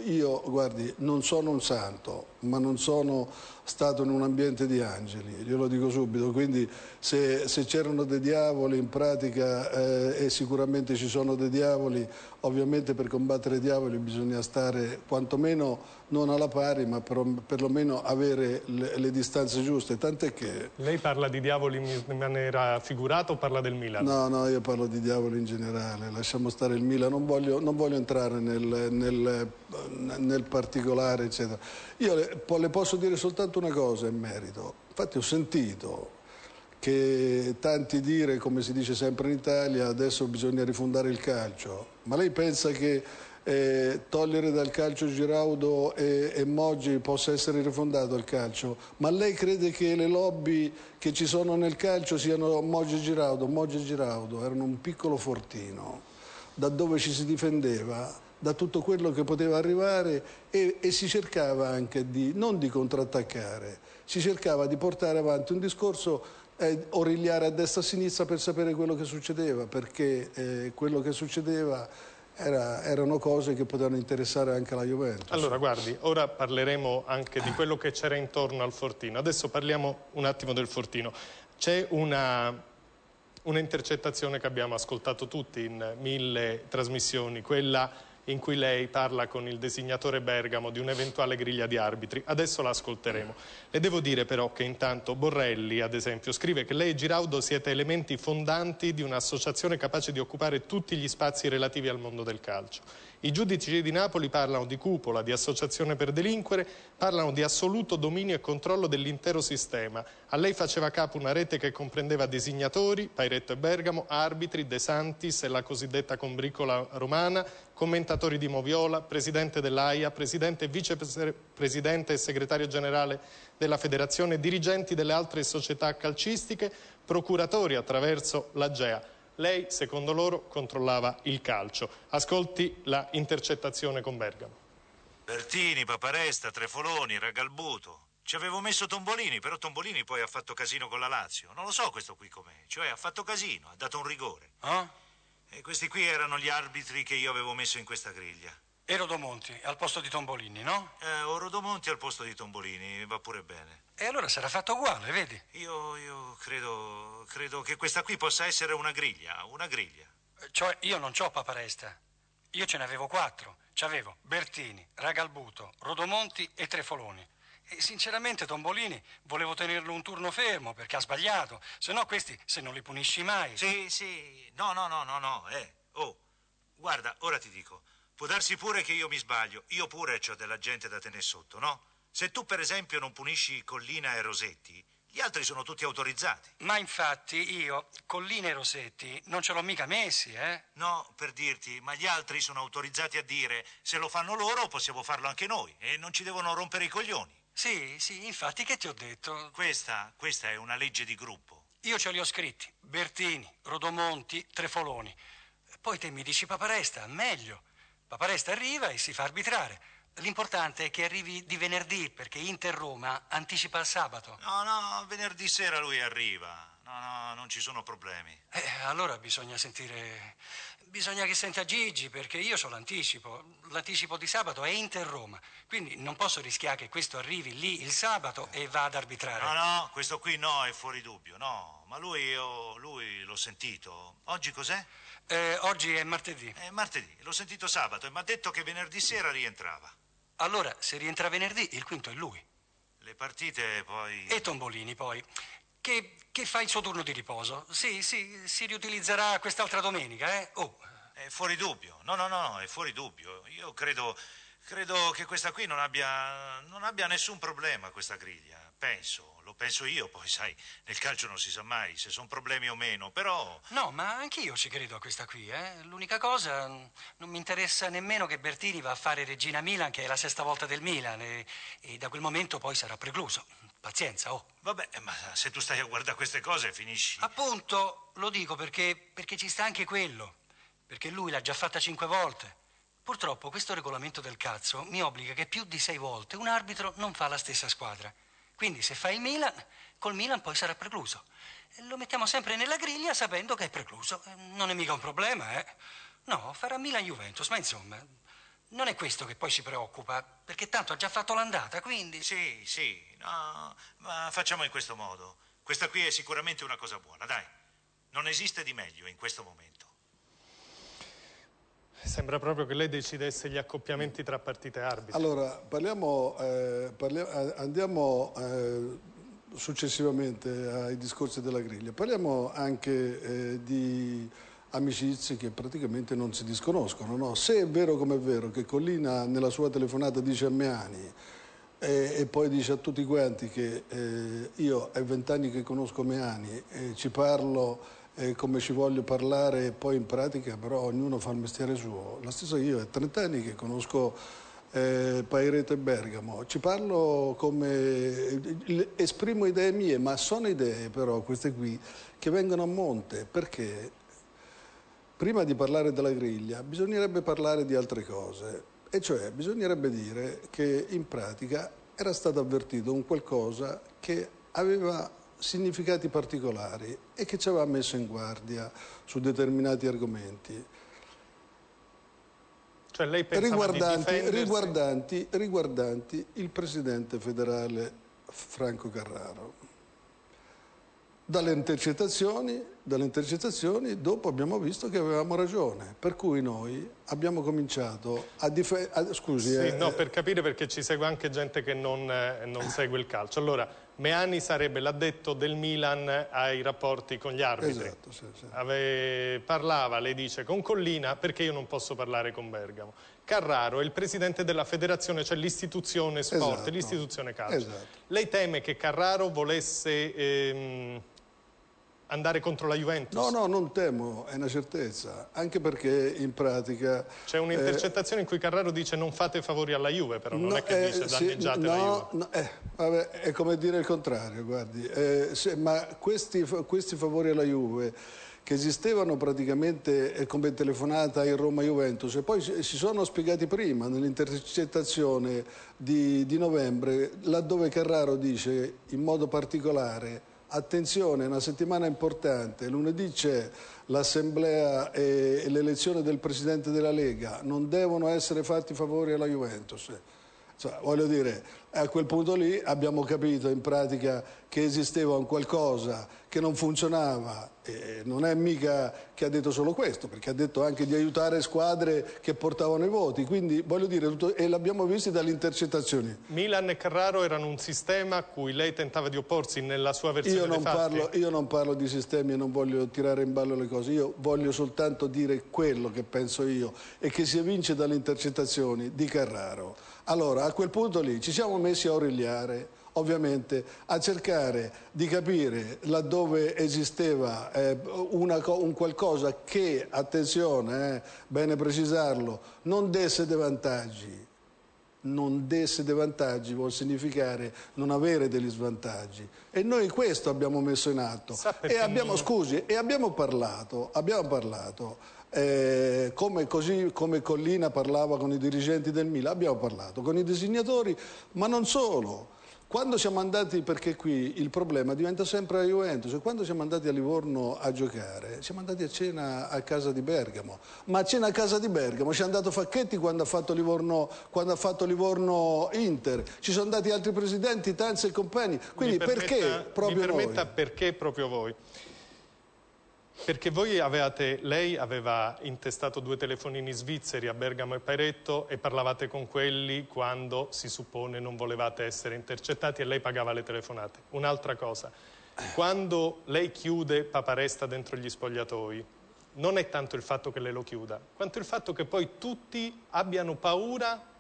Speaker 8: Io, guardi, non sono un santo, ma non sono stato in un ambiente di angeli, glielo dico subito, quindi se, se c'erano dei diavoli in pratica, eh, e sicuramente ci sono dei diavoli, ovviamente per combattere i diavoli bisogna stare quantomeno non alla pari, ma per- perlomeno avere le- le distanze giuste, tant'è che
Speaker 10: Lei parla di diavoli in in maniera figurata o parla del Milan?
Speaker 8: No, no, io parlo di diavolo in generale, lasciamo stare il Milan, non voglio, non voglio entrare nel, nel- nel particolare, eccetera. Io le, po- le posso dire soltanto una cosa in merito. Infatti ho sentito che tanti dire, come si dice sempre in Italia, adesso bisogna rifondare il calcio, ma lei pensa che eh, togliere dal calcio Giraudo e, e Moggi possa essere rifondato il calcio, ma lei crede che le lobby che ci sono nel calcio siano Moggi e Giraudo? Moggi e Giraudo erano un piccolo fortino da dove ci si difendeva da tutto quello che poteva arrivare e, e si cercava anche di, non di contrattaccare, si cercava di portare avanti un discorso eh, origliare a destra e a sinistra per sapere quello che succedeva, perché eh, quello che succedeva era- erano cose che potevano interessare anche la Juventus.
Speaker 10: Allora, guardi, ora parleremo anche di quello che c'era intorno al Fortino. Adesso parliamo un attimo del Fortino. C'è una, una intercettazione che abbiamo ascoltato tutti in mille trasmissioni, quella in cui lei parla con il designatore Bergamo di un'eventuale griglia di arbitri. Adesso la ascolteremo. Le devo dire però che intanto Borrelli, ad esempio, scrive che lei e Giraudo siete elementi fondanti di un'associazione capace di occupare tutti gli spazi relativi al mondo del calcio. I giudici di Napoli parlano di cupola, di associazione per delinquere, parlano di assoluto dominio e controllo dell'intero sistema. A lei faceva capo una rete che comprendeva designatori, Pairetto e Bergamo, arbitri, De Santis e la cosiddetta combricola romana, commentatori di Moviola, presidente dell'AIA, presidente e vicepresidente e segretario generale della federazione, dirigenti delle altre società calcistiche, procuratori attraverso l'AGEA. Lei, secondo loro, controllava il calcio. Ascolti la intercettazione con Bergamo.
Speaker 9: Bertini, Paparesta, Trefoloni, Ragalbuto. Ci avevo messo Tombolini, però Tombolini poi ha fatto casino con la Lazio. Non lo so questo qui com'è, cioè ha fatto casino, ha dato un rigore. E questi qui erano gli arbitri che io avevo messo in questa griglia.
Speaker 11: E Rodomonti, al posto di Tombolini, no?
Speaker 9: Eh, o Rodomonti al posto di Tombolini, va pure bene.
Speaker 11: E allora sarà fatto uguale, vedi?
Speaker 9: Io, io credo, credo che questa qui possa essere una griglia, una griglia.
Speaker 11: Cioè, io non c'ho Paparesta. Io ce n'avevo quattro. C'avevo Bertini, Ragalbuto, Rodomonti e Trefoloni. E sinceramente, Tombolini, volevo tenerlo un turno fermo perché ha sbagliato. Se no, questi, se non li punisci mai.
Speaker 9: Sì, sì. No, no, no, no, no, eh. Oh, guarda, ora ti dico. Può darsi pure che io mi sbaglio. Io pure ho della gente da tenere sotto, no? Se tu, per esempio, non punisci Collina e Rosetti, gli altri sono tutti autorizzati.
Speaker 11: Ma infatti io, Collina e Rosetti, non ce l'ho mica messi, eh?
Speaker 9: No, per dirti, ma gli altri sono autorizzati a dire se lo fanno loro possiamo farlo anche noi e non ci devono rompere i coglioni.
Speaker 11: Sì, sì, infatti, che ti ho detto?
Speaker 9: Questa, questa è una legge di gruppo.
Speaker 11: Io ce li ho scritti. Bertini, Rodomonti, Trefoloni. Poi te mi dici Paparesta, meglio. Paparesta arriva e si fa arbitrare. L'importante è che arrivi di venerdì perché Inter-Roma anticipa il sabato.
Speaker 9: No, no, venerdì sera lui arriva. No, no, non ci sono problemi.
Speaker 11: Eh, allora bisogna sentire... Bisogna che senta Gigi perché io so l'anticipo. L'anticipo di sabato è Inter-Roma. Quindi non posso rischiare che questo arrivi lì il sabato e va ad arbitrare.
Speaker 9: No, no, questo qui no, è fuori dubbio, no. Ma lui, io, lui l'ho sentito. Oggi cos'è?
Speaker 11: Eh, oggi è martedì.
Speaker 9: È martedì, l'ho sentito sabato e mi ha detto che venerdì sera rientrava.
Speaker 11: Allora, se rientra venerdì, il quinto è lui.
Speaker 9: Le partite poi...
Speaker 11: E Tombolini poi, che, che fa il suo turno di riposo. Sì, sì, si riutilizzerà quest'altra domenica, eh? Oh,
Speaker 9: È fuori dubbio. No, no, no, è fuori dubbio. Io credo, credo che questa qui non abbia, non abbia nessun problema, questa griglia. Penso, lo penso io, poi sai, nel calcio non si sa mai se sono problemi o meno, però...
Speaker 11: no, ma anch'io ci credo a questa qui, eh? L'unica cosa, mh, non mi interessa nemmeno che Bertini va a fare Regina Milan, che è la sesta volta del Milan, e, e da quel momento poi sarà precluso. Pazienza, oh.
Speaker 9: Vabbè, ma eh, se tu stai a guardare queste cose finisci...
Speaker 11: Appunto, lo dico perché, perché ci sta anche quello. Perché lui l'ha già fatta cinque volte. Purtroppo questo regolamento del cazzo mi obbliga che più di sei volte un arbitro non fa la stessa squadra. Quindi se fa il Milan, col Milan poi sarà precluso. E Lo mettiamo sempre nella griglia sapendo che è precluso. Eh, Non è mica un problema, eh? No, farà Milan-Juventus, ma insomma, non è questo che poi ci preoccupa, perché tanto ha già fatto l'andata, quindi...
Speaker 9: Sì, sì, no, ma facciamo in questo modo. Questa qui è sicuramente una cosa buona, dai. Non esiste di meglio in questo momento.
Speaker 10: Sembra proprio che lei decidesse gli accoppiamenti tra partite e arbitri.
Speaker 8: Allora, parliamo, eh, parlia- eh, andiamo eh, successivamente ai discorsi della griglia. Parliamo anche eh, di amicizie che praticamente non si disconoscono. no? Se è vero come è vero che Collina nella sua telefonata dice a Meani e, e poi dice a tutti quanti che eh, io è vent'anni che conosco Meani, e ci parlo eh, come ci voglio parlare e poi in pratica però ognuno fa il mestiere suo. La stessa io è 30 anni che conosco eh, Paireto e Bergamo, ci parlo come l- esprimo idee mie, ma sono idee però queste qui che vengono a monte perché prima di parlare della griglia bisognerebbe parlare di altre cose e cioè bisognerebbe dire che in pratica era stato avvertito un qualcosa che aveva significati particolari e che ci aveva messo in guardia su determinati argomenti
Speaker 10: Cioè lei pensava di
Speaker 8: riguardanti,
Speaker 10: difendersi...
Speaker 8: riguardanti- riguardanti il presidente federale Franco Carraro. Dalle intercettazioni, dalle intercettazioni dopo abbiamo visto che avevamo ragione, per cui noi abbiamo cominciato a difendere... Scusi,
Speaker 10: Sì,
Speaker 8: eh,
Speaker 10: no, per capire perché ci segue anche gente che non, eh, non segue il calcio. Allora, Meani sarebbe l'addetto del Milan ai rapporti con gli arbitri.
Speaker 8: Esatto, sì, sì.
Speaker 10: Ave- parlava, lei dice, con Collina perché io non posso parlare con Bergamo. Carraro è il presidente della federazione, cioè l'istituzione sport,
Speaker 8: Esatto.
Speaker 10: l'istituzione calcio.
Speaker 8: Esatto.
Speaker 10: Lei teme che Carraro volesse ehm, andare contro la Juventus?
Speaker 8: No, no, non temo, è una certezza, anche perché in pratica...
Speaker 10: C'è un'intercettazione in cui Carraro dice non fate favori alla Juve, però non
Speaker 8: No,
Speaker 10: è che
Speaker 8: eh,
Speaker 10: dice
Speaker 8: sì,
Speaker 10: danneggiate la Juve.
Speaker 8: no, no, eh, vabbè, è come dire il contrario, guardi. Eh, se- ma questi, fa- questi favori alla Juve che esistevano praticamente eh, come telefonata in Roma-Juventus e poi si si sono spiegati prima nell'intercettazione di, di novembre, laddove Carraro dice in modo particolare attenzione, è una settimana importante, lunedì c'è l'assemblea e, e l'elezione del presidente della Lega, non devono essere fatti favori alla Juventus. Cioè, voglio dire, a quel punto lì abbiamo capito in pratica che esisteva un qualcosa che non funzionava. E non è mica che ha detto solo questo, perché ha detto anche di aiutare squadre che portavano i voti. Quindi, voglio dire, tutto- e l'abbiamo visto dalle intercettazioni.
Speaker 10: Milan e Carraro erano un sistema a cui lei tentava di opporsi nella sua versione
Speaker 8: Io non,
Speaker 10: dei fatti.
Speaker 8: parlo, io non parlo di sistemi e non voglio tirare in ballo le cose, io voglio soltanto dire quello che penso io e che si evince dalle intercettazioni di Carraro. Allora, a quel punto lì ci siamo messi a origliare, ovviamente, a cercare di capire laddove esisteva eh, una co- un qualcosa che, attenzione, eh, bene precisarlo, non desse dei vantaggi non desse dei vantaggi vuol significare non avere degli svantaggi e noi questo abbiamo messo in atto e abbiamo, scusi, e abbiamo parlato, abbiamo parlato eh, come, così, come Collina parlava con i dirigenti del Milan, abbiamo parlato con i disegnatori, ma non solo. Quando siamo andati, perché qui il problema diventa sempre la Juventus, e quando siamo andati a Livorno a giocare, siamo andati a cena a casa di Bergamo, ma a cena a casa di Bergamo ci è andato Facchetti quando ha fatto Livorno, quando ha fatto Livorno Inter, ci sono andati altri presidenti, Tanzi e compagni, quindi
Speaker 10: Mi permetta-
Speaker 8: perché proprio
Speaker 10: Mi permetta
Speaker 8: noi?
Speaker 10: perché proprio voi? Perché voi avevate, lei aveva intestato due telefonini svizzeri a Bergamo e Pairetto e parlavate con quelli quando, si suppone, non volevate essere intercettati e lei pagava le telefonate. Un'altra cosa, quando lei chiude Paparesta dentro gli spogliatoi, non è tanto il fatto che lei lo chiuda, quanto il fatto che poi tutti abbiano paura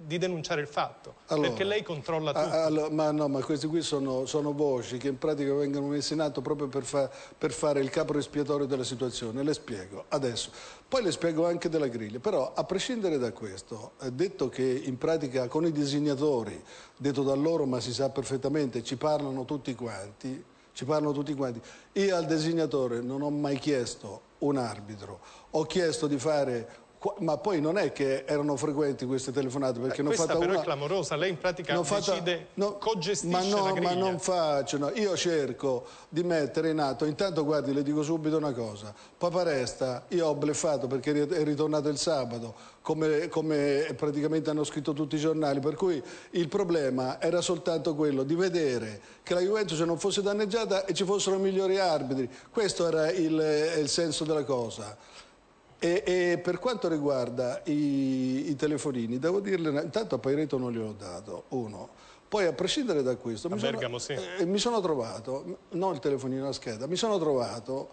Speaker 10: di denunciare il fatto,
Speaker 8: Allora,
Speaker 10: perché lei controlla tutto.
Speaker 8: Ah, allora, ma no, ma queste qui sono, sono voci che in pratica vengono messe in atto proprio per, fa- per fare il capo espiatorio della situazione. Le spiego adesso. Poi le spiego anche della griglia. Però, a prescindere da questo, eh, detto che in pratica con i disegnatori, detto da loro, ma si sa perfettamente, ci parlano tutti quanti, ci parlano tutti quanti. Io al disegnatore non ho mai chiesto un arbitro, ho chiesto di fare... qua- Ma poi non è che erano frequenti queste telefonate, perché ne ho
Speaker 10: Questa
Speaker 8: fatta
Speaker 10: però
Speaker 8: una...
Speaker 10: è clamorosa, lei in pratica
Speaker 8: Non fatta-
Speaker 10: decide,
Speaker 8: no,
Speaker 10: cogestisce
Speaker 8: ma no,
Speaker 10: la
Speaker 8: ma
Speaker 10: griglia.
Speaker 8: non faccio, no. io cerco di mettere in atto, intanto guardi le dico subito una cosa, Paparesta io ho bleffato perché ri- è ritornato il sabato come, come praticamente hanno scritto tutti i giornali, per cui il problema era soltanto quello di vedere che la Juventus non fosse danneggiata e ci fossero migliori arbitri, questo era il- il senso della cosa. E, e per quanto riguarda i, i telefonini, devo dirle, una- intanto a Paireto non gliel'ho dato, uno. Poi a prescindere da questo, mi sono,
Speaker 10: Bergamo sì.
Speaker 8: eh, mi sono trovato, m- non il telefonino, la scheda, mi sono trovato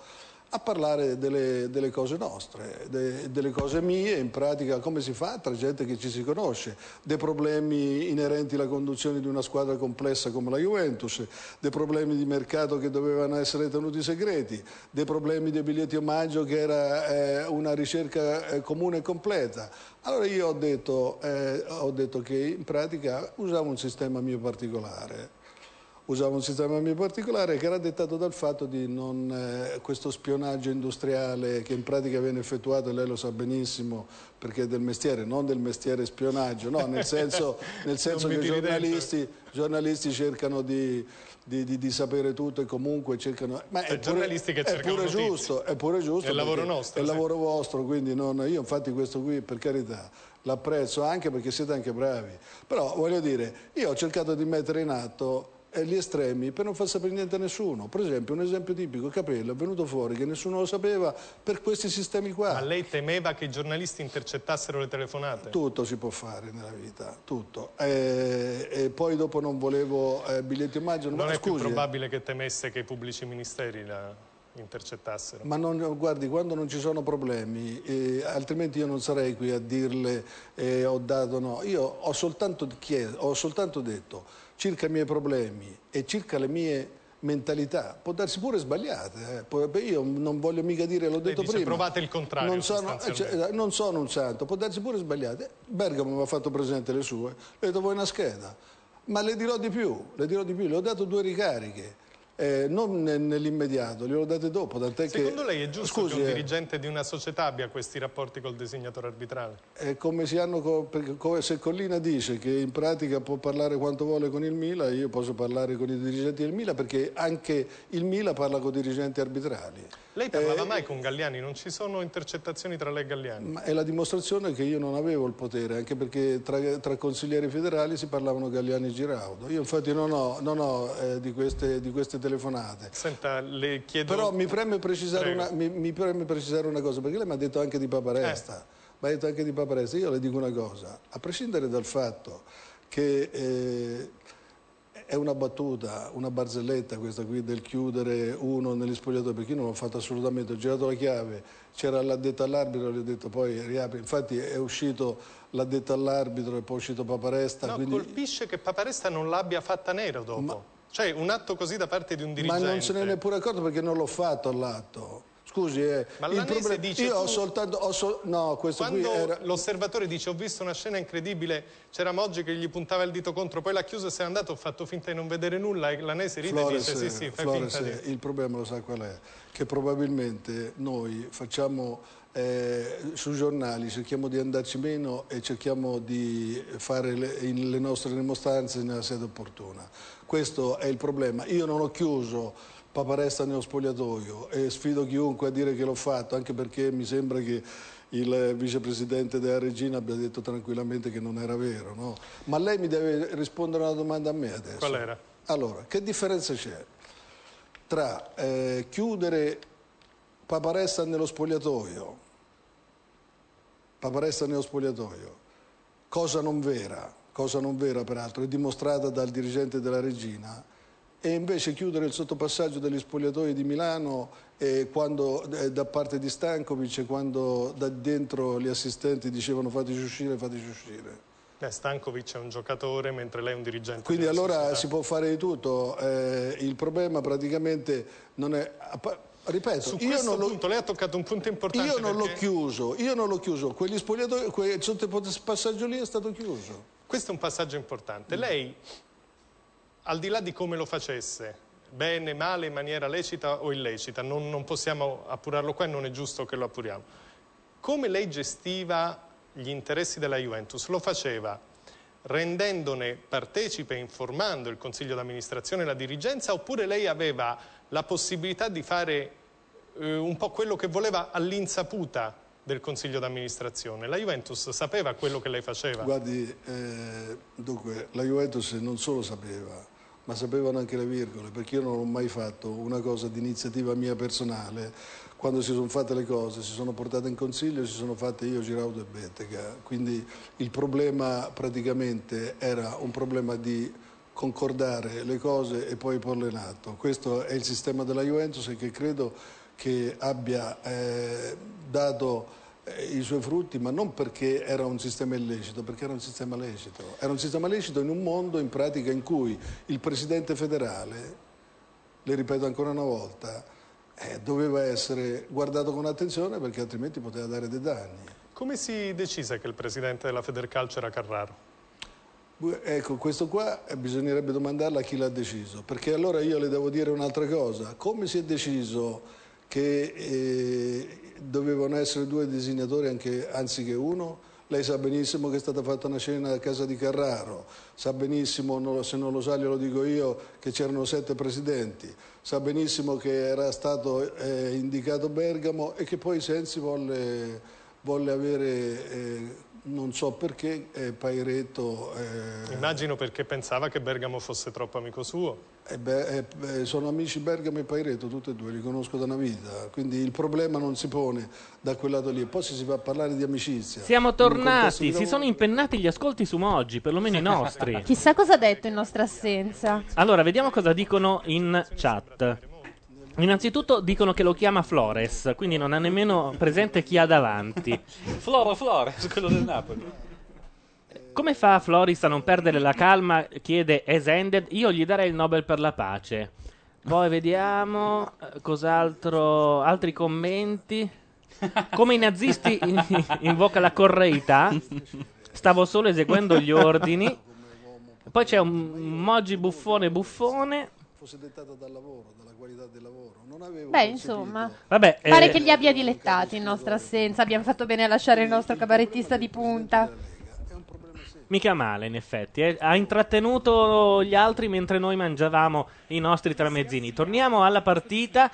Speaker 8: a parlare delle, delle cose nostre, de- delle cose mie, in pratica come si fa tra gente che ci si conosce, dei problemi inerenti alla conduzione di una squadra complessa come la Juventus, dei problemi di mercato che dovevano essere tenuti segreti, dei problemi dei biglietti omaggio che era eh, una ricerca eh, comune e completa. Allora io ho detto, eh, ho detto che in pratica usavo un sistema mio particolare usava un sistema mio particolare che era dettato dal fatto di non, eh, questo spionaggio industriale che in pratica viene effettuato, e lei lo sa benissimo perché è del mestiere, non del mestiere spionaggio, no, nel
Speaker 10: *laughs*
Speaker 8: senso, nel senso
Speaker 10: Non
Speaker 8: che
Speaker 10: mi
Speaker 8: i
Speaker 10: tiri dentro.
Speaker 8: giornalisti, i giornalisti cercano di, di- di- di sapere tutto e comunque cercano... Ma
Speaker 10: Cioè, giornalisti che
Speaker 8: è
Speaker 10: cercano
Speaker 8: pure
Speaker 10: notizie.
Speaker 8: giusto, è pure giusto.
Speaker 10: È il lavoro
Speaker 8: perché
Speaker 10: nostro,
Speaker 8: È il
Speaker 10: sì.
Speaker 8: lavoro vostro, quindi non, io infatti questo qui per carità l'apprezzo anche perché siete anche bravi. Però voglio dire, io ho cercato di mettere in atto eh, gli estremi per non far sapere niente a nessuno. Per esempio, un esempio tipico, Capello è venuto fuori che nessuno lo sapeva per questi sistemi qua.
Speaker 10: Ma lei temeva che i giornalisti intercettassero le telefonate?
Speaker 8: Tutto si può fare nella vita, tutto. Eh, e poi dopo non volevo eh, biglietti immagino.
Speaker 10: Non
Speaker 8: ma
Speaker 10: è più
Speaker 8: scusi, eh,
Speaker 10: probabile che temesse che i pubblici ministeri la intercettassero?
Speaker 8: Ma non- guardi, quando non ci sono problemi, eh, altrimenti io non sarei qui a dirle eh, ho dato no. Io ho soltanto, chiesto, ho soltanto detto circa i miei problemi e circa le mie mentalità, può darsi pure sbagliate. eh. Può- beh, io non voglio mica dire, l'ho detto
Speaker 10: dice,
Speaker 8: prima.
Speaker 10: provate il contrario,
Speaker 8: Non sono, eh,
Speaker 10: sostanzialmente.
Speaker 8: cioè, eh, non sono un santo, può darsi pure sbagliate. Bergamo mi ha fatto presente le sue, le do voi una scheda. Ma le dirò di più, le dirò di più, le ho dato due ricariche. eh, non ne- nell'immediato, glielo date dopo, tant'è che...
Speaker 10: Secondo lei è
Speaker 8: eh,
Speaker 10: giusto
Speaker 8: Scusi,
Speaker 10: che un
Speaker 8: eh,
Speaker 10: dirigente di una società abbia questi rapporti col designatore arbitrale?
Speaker 8: è come si hanno co- perché co- se Collina dice che in pratica può parlare quanto vuole con il Mila, io posso parlare con i dirigenti del Mila perché anche il Mila parla con i dirigenti arbitrali.
Speaker 10: Lei parlava
Speaker 8: Eh,
Speaker 10: mai con Galliani? Non ci sono intercettazioni tra lei e Galliani?
Speaker 8: Ma è la dimostrazione che io non avevo il potere, anche perché tra, tra consiglieri federali si parlavano Galliani e Giraudo. Io infatti non ho, non ho, eh, di, queste, di queste telefonate.
Speaker 10: Senta, le chiedo...
Speaker 8: eh. Però mi preme, precisare
Speaker 10: Prego. Eh,
Speaker 8: una, mi- mi preme precisare una cosa, perché lei mi ha detto anche di Paparesta. Mi ha detto anche di Paparesta. Io le dico una cosa, a prescindere dal fatto che eh, è una battuta, una barzelletta questa qui del chiudere uno negli spogliatoi, perché io non l'ho fatto assolutamente, ho girato la chiave, c'era l'addetto all'arbitro, gli ho detto poi riapri. Infatti è uscito l'addetto all'arbitro e poi è uscito Paparesta,
Speaker 10: No,
Speaker 8: certo, quindi
Speaker 10: colpisce che Paparesta non l'abbia fatta nera dopo. Cioè, un atto così da parte di un
Speaker 8: Ma
Speaker 10: dirigente...
Speaker 8: non se ne è neppure accorto perché non l'ho fatto all'atto. Scusi, eh,
Speaker 10: Ma
Speaker 8: il
Speaker 10: l'Anese
Speaker 8: problema
Speaker 10: dice
Speaker 8: io ho
Speaker 10: tu-
Speaker 8: soltanto ho sol- no, questo
Speaker 10: Quando
Speaker 8: qui era
Speaker 10: l'osservatore dice ho visto una scena incredibile, c'era Moggi che gli puntava il dito contro, poi l'ha chiuso e se n'è andato, ho fatto finta di non vedere nulla e l'anese ride e
Speaker 8: Flores, eh,
Speaker 10: dice sì sì, fai
Speaker 8: Flores,
Speaker 10: finta di...
Speaker 8: il problema lo sa qual è? Che probabilmente noi facciamo eh, sui giornali, cerchiamo di andarci meno e cerchiamo di fare le, in- le nostre dimostranze nella sede opportuna. Questo è il problema. Io non ho chiuso Paparesta nello spogliatoio e sfido chiunque a dire che l'ho fatto, anche perché mi sembra che il vicepresidente della Regina abbia detto tranquillamente che non era vero. no? Ma lei mi deve rispondere a una domanda a me adesso.
Speaker 10: Qual era?
Speaker 8: Allora, che differenza c'è tra eh, chiudere Paparesta nello spogliatoio, Paparesta nello spogliatoio, cosa non vera, cosa non vera peraltro, è dimostrata dal dirigente della Regina, e invece chiudere il sottopassaggio degli spogliatoi di Milano eh, quando, eh, da parte di Stankovic e quando da dentro gli assistenti dicevano fateci uscire, fateci uscire.
Speaker 10: Eh, Stankovic è un giocatore mentre lei è un dirigente.
Speaker 8: Quindi
Speaker 10: della
Speaker 8: allora
Speaker 10: società.
Speaker 8: si può fare di tutto, eh, il problema praticamente non è... a pa- Ripeto,
Speaker 10: Su
Speaker 8: eh, io
Speaker 10: questo
Speaker 8: non lo,
Speaker 10: punto lei ha toccato un punto importante
Speaker 8: io non l'ho
Speaker 10: perché
Speaker 8: chiuso, io non l'ho chiuso, quegli spogliatoi, quel sottopassaggio lì è stato chiuso.
Speaker 10: questo è un passaggio importante. Lei, al di là di come lo facesse, bene, male, in maniera lecita o illecita, non, non possiamo appurarlo qua e non è giusto che lo appuriamo. Come lei gestiva gli interessi della Juventus? Lo faceva rendendone partecipe, informando il consiglio d'amministrazione e la dirigenza, oppure lei aveva la possibilità di fare eh, un po' quello che voleva all'insaputa del consiglio d'amministrazione? La Juventus sapeva quello che lei faceva?
Speaker 8: Guardi, eh, dunque, la Juventus non solo sapeva, ma sapevano anche le virgole, perché io non ho mai fatto una cosa di iniziativa mia personale. Quando si sono fatte le cose, si sono portate in consiglio, si sono fatte io, Giraudo e Bettega. Quindi il problema praticamente era un problema di concordare le cose e poi porle in atto. Questo è il sistema della Juventus e che credo che abbia eh, dato eh, i suoi frutti, ma non perché era un sistema illecito, perché era un sistema lecito. Era un sistema lecito in un mondo in pratica in cui il presidente federale, le ripeto ancora una volta, eh, doveva essere guardato con attenzione perché altrimenti poteva dare dei danni.
Speaker 10: Come si decise che il presidente della Federcalcio era Carraro?
Speaker 8: Bu- Ecco, questo qua eh, bisognerebbe domandarla a chi l'ha deciso, perché allora io le devo dire un'altra cosa. Come si è deciso che eh, dovevano essere due disegnatori anche- anziché uno? Lei sa benissimo che è stata fatta una scena a casa di Carraro, sa benissimo, non lo- se non lo sa glielo dico io, che c'erano sette presidenti, sa benissimo che era stato eh, indicato Bergamo e che poi Sensi volle, volle avere eh, non so perché eh, Pairetto eh,
Speaker 10: Immagino perché pensava che Bergamo fosse troppo amico suo.
Speaker 8: eh beh, eh, eh, sono amici Bergamo e Pairetto, tutti e due, li conosco da una vita, quindi il problema non si pone da quel lato lì. E poi se si va a parlare di amicizia. in
Speaker 2: Siamo
Speaker 8: un contesto di
Speaker 2: tornati, si
Speaker 8: lavoro-
Speaker 2: sono impennati gli ascolti su Moggi, perlomeno
Speaker 6: *laughs*
Speaker 2: i nostri.
Speaker 3: Chissà cosa ha detto in nostra assenza.
Speaker 2: Allora, vediamo cosa dicono in chat. Innanzitutto dicono che lo chiama Flores, quindi non ha nemmeno presente chi ha davanti.
Speaker 4: Floro Flores, quello del Napoli.
Speaker 2: Come fa Floris a non perdere la calma? Chiede Esended. Io gli darei il Nobel per la pace. Poi vediamo eh, cos'altro. Altri commenti. Come i nazisti in- invoca la correità. Stavo solo eseguendo gli ordini. Poi c'è un Moggi buffone buffone.
Speaker 8: fosse dettata dal lavoro, dalla qualità del lavoro. Non avevo
Speaker 3: Beh,
Speaker 8: concepito-
Speaker 3: insomma.
Speaker 2: Vabbè, eh,
Speaker 3: Pare che li abbia dilettati in nostra assenza. Abbiamo fatto bene a lasciare il nostro cabarettista di punta.
Speaker 2: mica male in effetti. eh. Ha intrattenuto gli altri mentre noi mangiavamo i nostri tramezzini. Torniamo alla partita.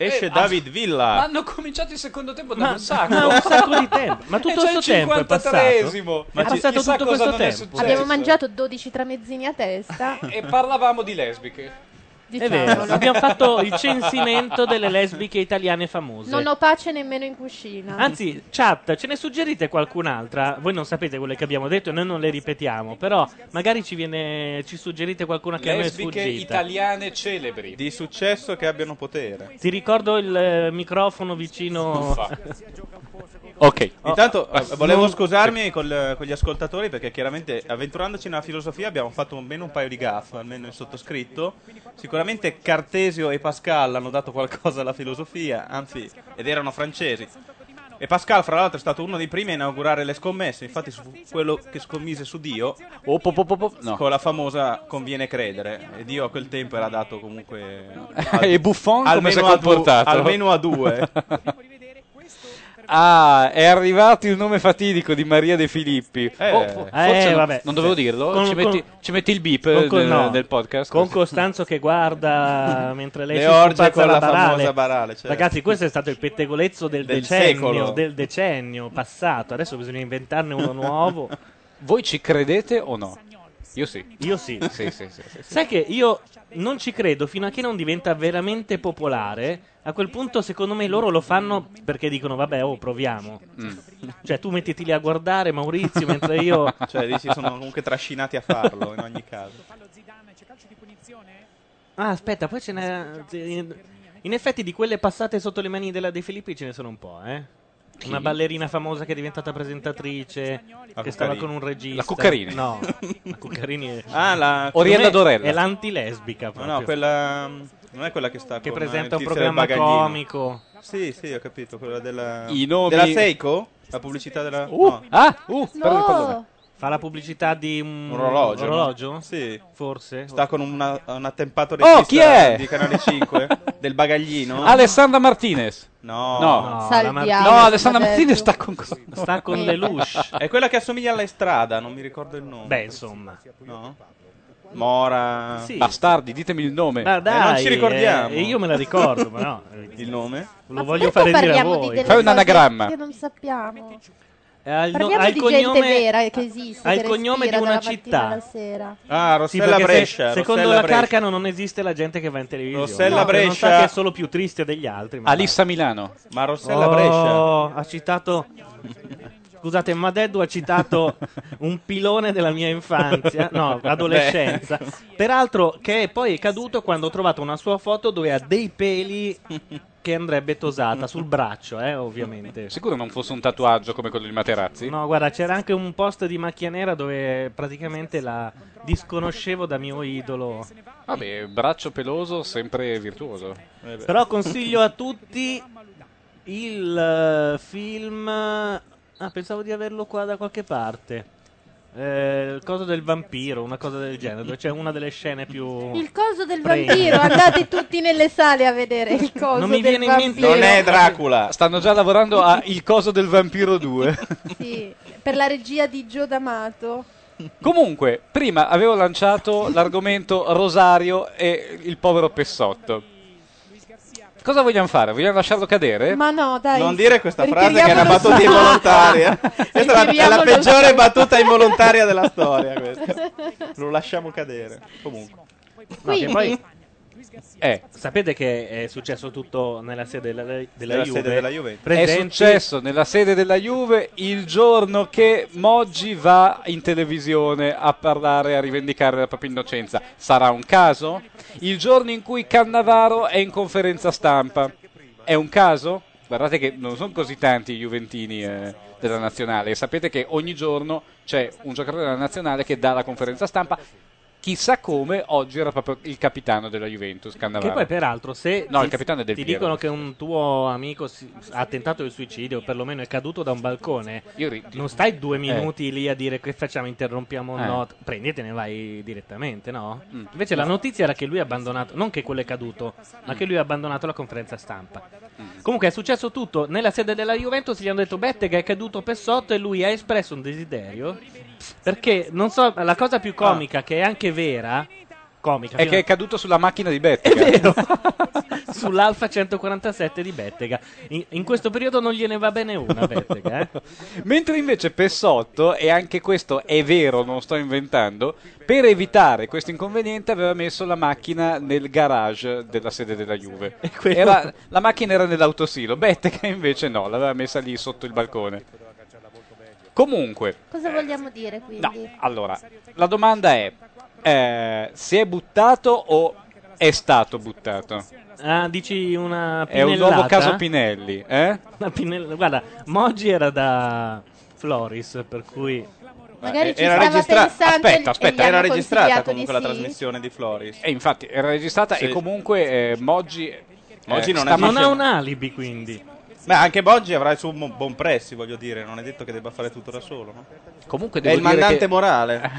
Speaker 5: Esce
Speaker 2: Eh,
Speaker 5: David
Speaker 4: Ma
Speaker 5: Villa.
Speaker 4: hanno cominciato il secondo tempo da
Speaker 2: Ma-
Speaker 4: un sacco.
Speaker 2: ma un sacco di tempo. Ma tutto
Speaker 4: E c'è il
Speaker 2: questo tempo è passato?
Speaker 4: 53esimo.
Speaker 2: Ma È ci- passato
Speaker 4: Chissà
Speaker 2: tutto
Speaker 4: cosa
Speaker 2: questo
Speaker 4: non è
Speaker 2: tempo?
Speaker 4: successo.
Speaker 3: Abbiamo mangiato 12 tramezzini a
Speaker 2: *laughs*
Speaker 3: testa.
Speaker 4: *laughs*
Speaker 3: diciamo.
Speaker 4: E parlavamo di lesbiche.
Speaker 2: È vero,
Speaker 3: Diciamolo.
Speaker 2: abbiamo fatto il censimento delle lesbiche italiane famose.
Speaker 3: Non ho pace nemmeno in cucina.
Speaker 2: Anzi, chat, ce ne suggerite qualcun'altra? Voi non sapete quelle che abbiamo detto e noi non le ripetiamo, però magari ci, viene, ci suggerite qualcuna che a noi è
Speaker 4: Lesbiche
Speaker 2: sfuggita.
Speaker 4: italiane celebri.
Speaker 5: Di successo che abbiano potere.
Speaker 2: Ti ricordo il eh, microfono vicino...
Speaker 5: Uffa.
Speaker 2: *laughs*
Speaker 4: ok. Ah,
Speaker 5: Intanto
Speaker 2: Oh,
Speaker 5: eh, volevo
Speaker 2: non-
Speaker 5: scusarmi col- con gli ascoltatori perché chiaramente avventurandoci nella filosofia abbiamo fatto almeno un paio di gaff, almeno il sottoscritto. Sicuramente Cartesio e Pascal hanno dato qualcosa alla filosofia, anzi, ed erano francesi. E Pascal, fra l'altro, è stato uno dei primi a inaugurare le scommesse, infatti su quello che scommise su Dio,
Speaker 4: oh, po, po, po, po, no.
Speaker 5: con la famosa conviene credere. E Dio a quel tempo era dato
Speaker 4: *laughs*
Speaker 5: comunque...
Speaker 4: E Buffon come
Speaker 5: almeno
Speaker 4: si è
Speaker 5: a due-
Speaker 4: comportato?
Speaker 5: almeno a
Speaker 4: *laughs*
Speaker 5: due.
Speaker 4: Ah, è arrivato il nome fatidico di Maria De Filippi. Oh, fo- forse
Speaker 2: Eh,
Speaker 4: non-
Speaker 2: vabbè.
Speaker 4: non dovevo dirlo.
Speaker 2: Con-
Speaker 4: ci, metti,
Speaker 2: con-
Speaker 4: ci metti il beep
Speaker 2: con- con-
Speaker 4: del,
Speaker 2: no.
Speaker 4: del podcast.
Speaker 2: Con Costanzo che
Speaker 5: *laughs*
Speaker 2: guarda mentre lei
Speaker 5: Le
Speaker 2: si
Speaker 5: orge
Speaker 2: spazza
Speaker 5: con la
Speaker 2: barale.
Speaker 5: famosa barale, certo.
Speaker 2: Ragazzi, questo è stato il pettegolezzo del,
Speaker 5: Del
Speaker 2: decennio,
Speaker 5: secolo.
Speaker 2: del decennio passato. Adesso bisogna inventarne uno
Speaker 5: *laughs*
Speaker 2: nuovo.
Speaker 4: Voi ci credete o no? Io sì.
Speaker 2: Io sì.
Speaker 4: sì, sì, sì, sì.
Speaker 2: Sai che io non ci credo fino a che non diventa veramente popolare. A quel punto, secondo me, loro lo fanno perché dicono: Vabbè, oh, proviamo.
Speaker 5: Mm.
Speaker 2: Cioè, tu mettiti lì a guardare, Maurizio, mentre io.
Speaker 5: *laughs* Cioè, dici, sono comunque trascinati a farlo, in ogni caso.
Speaker 2: Ah, aspetta, poi ce n'è. eh, In effetti, di quelle passate sotto le mani della De Filippi ce ne sono un po', eh. Una ballerina famosa che è diventata presentatrice,
Speaker 5: La
Speaker 2: che stava
Speaker 5: Cuccarini.
Speaker 2: con un regista.
Speaker 5: La Cuccarini. *laughs*
Speaker 2: No, *laughs* la Cuccarini è...
Speaker 5: Ah, la-
Speaker 2: Secondo me
Speaker 5: Dorella.
Speaker 2: È l'antilesbica proprio.
Speaker 5: No, no, quella. mm, Non è quella che sta
Speaker 2: Che
Speaker 5: con eh,
Speaker 2: presenta
Speaker 5: il
Speaker 2: un
Speaker 5: tizio
Speaker 2: programma
Speaker 5: del bagaglino.
Speaker 2: comico.
Speaker 5: Sì, sì, ho capito. Quella della.
Speaker 4: I nomi-
Speaker 5: Della Seiko? La pubblicità della. no.
Speaker 4: Ah, uh,
Speaker 5: perdone, perdone.
Speaker 2: Fa la pubblicità di un
Speaker 5: Un orologio. no?
Speaker 2: orologio?
Speaker 5: Sì.
Speaker 2: Forse.
Speaker 5: Sta con una- un attempato
Speaker 4: Oh,
Speaker 5: regista
Speaker 4: chi è?
Speaker 5: di Canale
Speaker 2: *laughs*
Speaker 5: 5 del bagaglino.
Speaker 4: Alessandra Martinez.
Speaker 5: No,
Speaker 4: no.
Speaker 3: Salviamo,
Speaker 4: No,
Speaker 3: adesso.
Speaker 4: Alessandra Martinez sta con cosa?
Speaker 2: Sta con Lelouch.
Speaker 5: È quella che assomiglia alla Estrada, non mi ricordo il nome.
Speaker 2: Beh, insomma.
Speaker 5: No? Mora.
Speaker 2: Sì.
Speaker 4: Bastardi, ditemi il nome. Eh,
Speaker 3: Eh,
Speaker 2: Ma dai,
Speaker 5: non ci ricordiamo.
Speaker 2: eh, io me la ricordo, ma
Speaker 4: *laughs*
Speaker 2: no.
Speaker 5: *laughs*
Speaker 2: eh,
Speaker 5: Il nome?
Speaker 2: Lo
Speaker 3: Perché
Speaker 2: voglio fare dire a
Speaker 3: parliamo di
Speaker 2: voi. Eh,
Speaker 3: delle
Speaker 4: Fai un
Speaker 3: cose
Speaker 4: anagramma.
Speaker 3: Che non sappiamo.
Speaker 2: Ha il no-
Speaker 3: Parliamo
Speaker 2: ha il
Speaker 3: di gente
Speaker 2: cognome-
Speaker 3: vera che esiste.
Speaker 2: ha
Speaker 3: che
Speaker 2: il cognome di
Speaker 3: respira
Speaker 2: una
Speaker 3: dalla mattina
Speaker 2: città.
Speaker 3: alla sera.
Speaker 5: Ah,
Speaker 2: Sì,
Speaker 5: Rossella
Speaker 2: perché se-
Speaker 5: Brescia.
Speaker 2: secondo
Speaker 5: Rossella
Speaker 2: la
Speaker 5: Brescia.
Speaker 2: Carcano non esiste la gente che va in televisione.
Speaker 5: Rossella
Speaker 2: No, perché Non sa
Speaker 5: Brescia-
Speaker 2: che è solo più triste degli altri. ma
Speaker 4: Alissa Milano.
Speaker 2: basta.
Speaker 5: Ma Rossella
Speaker 2: Oh,
Speaker 5: Brescia.
Speaker 2: Ha citato. Scusate, Madeddu ha citato un pilone della mia infanzia, no, adolescenza. Peraltro, che poi è caduto quando ho trovato una sua foto dove ha dei peli che andrebbe tosata sul braccio, eh, ovviamente.
Speaker 4: Sicuro non fosse un tatuaggio come quello di Materazzi?
Speaker 2: No, guarda, c'era anche un post di macchia nera dove praticamente la disconoscevo da mio idolo.
Speaker 4: Vabbè, braccio peloso, sempre virtuoso.
Speaker 2: Eh, Però consiglio a tutti il eh, film. Ah, pensavo di averlo qua da qualche parte. Eh, il coso del vampiro, una cosa del genere, dove c'è una delle scene più.
Speaker 3: Il coso del
Speaker 2: Prego. *laughs*
Speaker 3: vampiro. Andate tutti nelle sale a vedere il coso
Speaker 2: Non mi
Speaker 3: del
Speaker 2: viene in mente-
Speaker 3: vampiro.
Speaker 5: Non è Dracula.
Speaker 4: Stanno già lavorando a Il coso del
Speaker 2: *laughs*
Speaker 4: vampiro 2.
Speaker 3: Sì, per la regia di Gio D'Amato.
Speaker 4: Comunque, prima avevo lanciato l'argomento Rosario e il povero Pessotto. Cosa vogliamo fare? Vogliamo lasciarlo cadere?
Speaker 3: Ma no, dai.
Speaker 5: Non dire questa frase che
Speaker 3: Ritiriamo
Speaker 5: è una
Speaker 3: lo
Speaker 5: battuta
Speaker 3: sfogo.
Speaker 5: involontaria. *laughs* Questa è la- è la,
Speaker 3: Ritiriamo lo
Speaker 5: peggiore
Speaker 3: sfogo.
Speaker 5: battuta involontaria della storia.
Speaker 3: *laughs*
Speaker 5: questa. Lo lasciamo cadere. Comunque.
Speaker 2: No, che poi-
Speaker 4: Eh.
Speaker 2: Sapete che è successo tutto nella sede della, della
Speaker 5: Nella
Speaker 2: Juve?
Speaker 5: sede della Juve.
Speaker 2: Presenti-
Speaker 4: È successo nella sede della Juve il giorno che Moggi va in televisione a parlare, a rivendicare la propria innocenza. Sarà un caso? Il giorno in cui Cannavaro è in conferenza stampa. È un caso? Guardate che non sono così tanti i Juventini eh, della nazionale. Sapete che ogni giorno c'è un giocatore della nazionale che dà la conferenza stampa. Chissà come oggi era proprio il capitano della Juventus, Cannavaro.
Speaker 2: Che poi, peraltro, se
Speaker 4: No,
Speaker 2: ti,
Speaker 4: il capitano è Del
Speaker 2: ti
Speaker 4: Piero.
Speaker 2: dicono che un tuo amico si- ha tentato il suicidio, o perlomeno è caduto da un balcone, non stai due minuti lì a dire che facciamo, interrompiamo o
Speaker 4: Eh.
Speaker 2: no, prendetene e vai direttamente, no?
Speaker 4: Mm.
Speaker 2: Invece la notizia era che lui ha abbandonato, non che quello è caduto, ma
Speaker 4: Mm.
Speaker 2: che lui ha abbandonato la conferenza stampa. Comunque è successo tutto, nella sede della Juventus gli hanno detto Bettega è caduto per sotto e lui ha espresso un desiderio, perché, non so, la cosa più comica, che è anche vera, comica,
Speaker 4: È
Speaker 2: fino
Speaker 4: che
Speaker 2: a-
Speaker 4: è caduto sulla macchina di Bettega.
Speaker 2: *laughs* sull'Alfa 147 di Bettega. In, in questo periodo non gliene va bene
Speaker 4: *laughs*
Speaker 2: una Bettega, eh?
Speaker 4: Mentre invece Pessotto, e anche questo è vero, non sto inventando, per evitare questo inconveniente aveva messo la macchina nel garage della sede della Juve.
Speaker 2: quello-
Speaker 4: Era- la macchina era nell'autosilo, Bettega invece no, l'aveva messa lì sotto il balcone. Comunque,
Speaker 2: Eh,
Speaker 12: Cosa vogliamo dire quindi?
Speaker 4: allora, la domanda è, eh, si è buttato o è stato buttato?
Speaker 2: Ah, dici una
Speaker 4: È
Speaker 2: pinellata?
Speaker 4: un nuovo caso Pinelli, eh?
Speaker 2: Una pinell- Guarda, Moggi era da Floris, per cui...
Speaker 4: Eh,
Speaker 12: Magari ci
Speaker 5: Era
Speaker 12: stava
Speaker 5: registra-
Speaker 12: pensando e gli-
Speaker 5: aspetta, aspetta,
Speaker 12: e gli
Speaker 5: era
Speaker 12: hanno
Speaker 5: registrata
Speaker 12: consigliato
Speaker 5: comunque
Speaker 12: di
Speaker 5: la
Speaker 12: sì.
Speaker 5: trasmissione di Floris.
Speaker 4: E Eh, infatti era registrata
Speaker 5: Sì.
Speaker 4: e comunque eh, Moggi... eh,
Speaker 5: Moggi non
Speaker 4: sta
Speaker 5: ha
Speaker 4: facendo-
Speaker 5: Non ha un
Speaker 2: alibi, quindi.
Speaker 5: Ma anche Boggi avrà il suo mo- buon pressi, voglio dire, non è detto che debba fare tutto da solo. No?
Speaker 4: Comunque
Speaker 5: è
Speaker 4: devo
Speaker 5: il
Speaker 4: dire
Speaker 5: mandante
Speaker 4: che- *laughs*
Speaker 5: morale.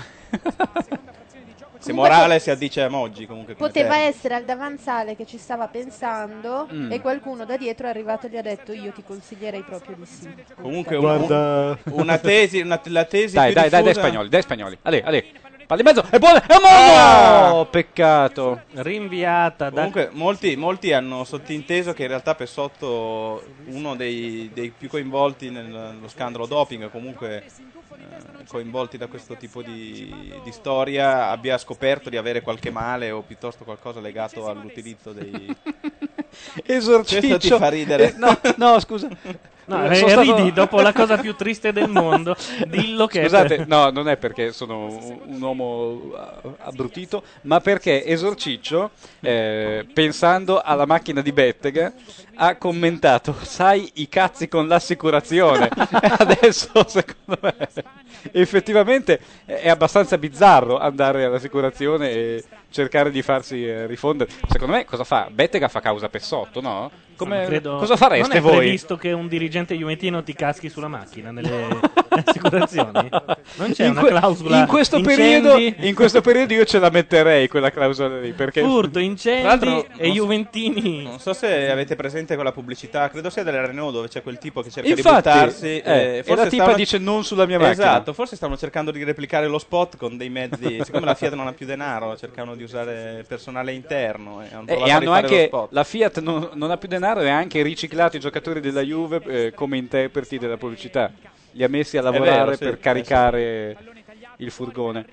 Speaker 5: Se morale si addice a Moggi comunque. come
Speaker 6: Poteva
Speaker 2: Ehm.
Speaker 5: termine.
Speaker 6: essere al davanzale che ci stava pensando
Speaker 5: Mm.
Speaker 6: e qualcuno da dietro è arrivato e gli ha detto io ti consiglierei proprio di sì.
Speaker 2: Eh.
Speaker 5: Comunque un-
Speaker 4: Guarda.
Speaker 5: una tesi, una, la tesi
Speaker 4: Dai,
Speaker 5: più
Speaker 4: dai, dai, dai,
Speaker 5: diffusa-
Speaker 4: spagnoli, dai, spagnoli. Ale, ale. Palla in mezzo, è buona, è buona! Oh, peccato.
Speaker 2: Rinviata
Speaker 5: Comunque molti, molti hanno sottinteso che in realtà Pessotto, uno dei, dei più coinvolti nel- nello scandalo doping, o comunque eh, coinvolti da questo tipo di, di storia, abbia scoperto di avere qualche male o piuttosto qualcosa legato all'utilizzo
Speaker 4: *laughs*
Speaker 5: dei...
Speaker 4: Esorciccio.
Speaker 5: Questo ti fa ridere.
Speaker 4: Eh, no, no, scusa.
Speaker 2: No,
Speaker 4: Sono
Speaker 2: eh,
Speaker 4: stato-
Speaker 2: ridi, dopo la cosa più triste del
Speaker 4: *laughs*
Speaker 2: mondo, dillo che...
Speaker 4: Scusate, no, non è perché sono un- un uomo eh, abbrutito, ma perché Esorciccio, eh, pensando alla macchina di Bettega, ha commentato: Sai i cazzi con l'assicurazione. Adesso, secondo me, effettivamente è abbastanza bizzarro andare all'assicurazione e cercare di farsi eh, rifondere. Secondo me, cosa fa? Bettega fa causa Pessotto, no? Come-
Speaker 2: Ma credo-
Speaker 4: Cosa fareste
Speaker 2: non è
Speaker 4: voi?
Speaker 2: previsto che un dirigente juventino ti caschi sulla macchina nelle *laughs* assicurazioni? Non c'è
Speaker 4: In
Speaker 2: una
Speaker 4: que-
Speaker 2: clausola
Speaker 4: in questo,
Speaker 2: incendi,
Speaker 4: periodo, in questo periodo io ce la metterei quella clausola lì perché
Speaker 2: Furto,
Speaker 5: Tra l'altro,
Speaker 2: incendi e
Speaker 5: non so-
Speaker 2: Juventini.
Speaker 5: Non so se avete presente quella pubblicità, credo sia della Renault dove c'è quel tipo che cerca
Speaker 4: Infatti,
Speaker 5: di buttarsi.
Speaker 4: eh, e la tipa
Speaker 5: stavano-
Speaker 4: dice, "Non sulla mia macchina".
Speaker 5: Esatto, forse stavano cercando di replicare lo spot con dei
Speaker 4: *laughs*
Speaker 5: mezzi. siccome la Fiat non ha più denaro, cercavano di usare personale interno. E hanno,
Speaker 4: Eh,
Speaker 5: provato
Speaker 4: e
Speaker 5: a
Speaker 4: hanno
Speaker 5: rifare lo
Speaker 4: anche
Speaker 5: spot.
Speaker 4: la Fiat non, non ha più denaro e ha anche riciclato i giocatori della Juve eh, come interpreti della pubblicità li ha messi a
Speaker 5: È vero,
Speaker 4: lavorare
Speaker 5: sì,
Speaker 4: per
Speaker 5: sì,
Speaker 4: caricare il furgone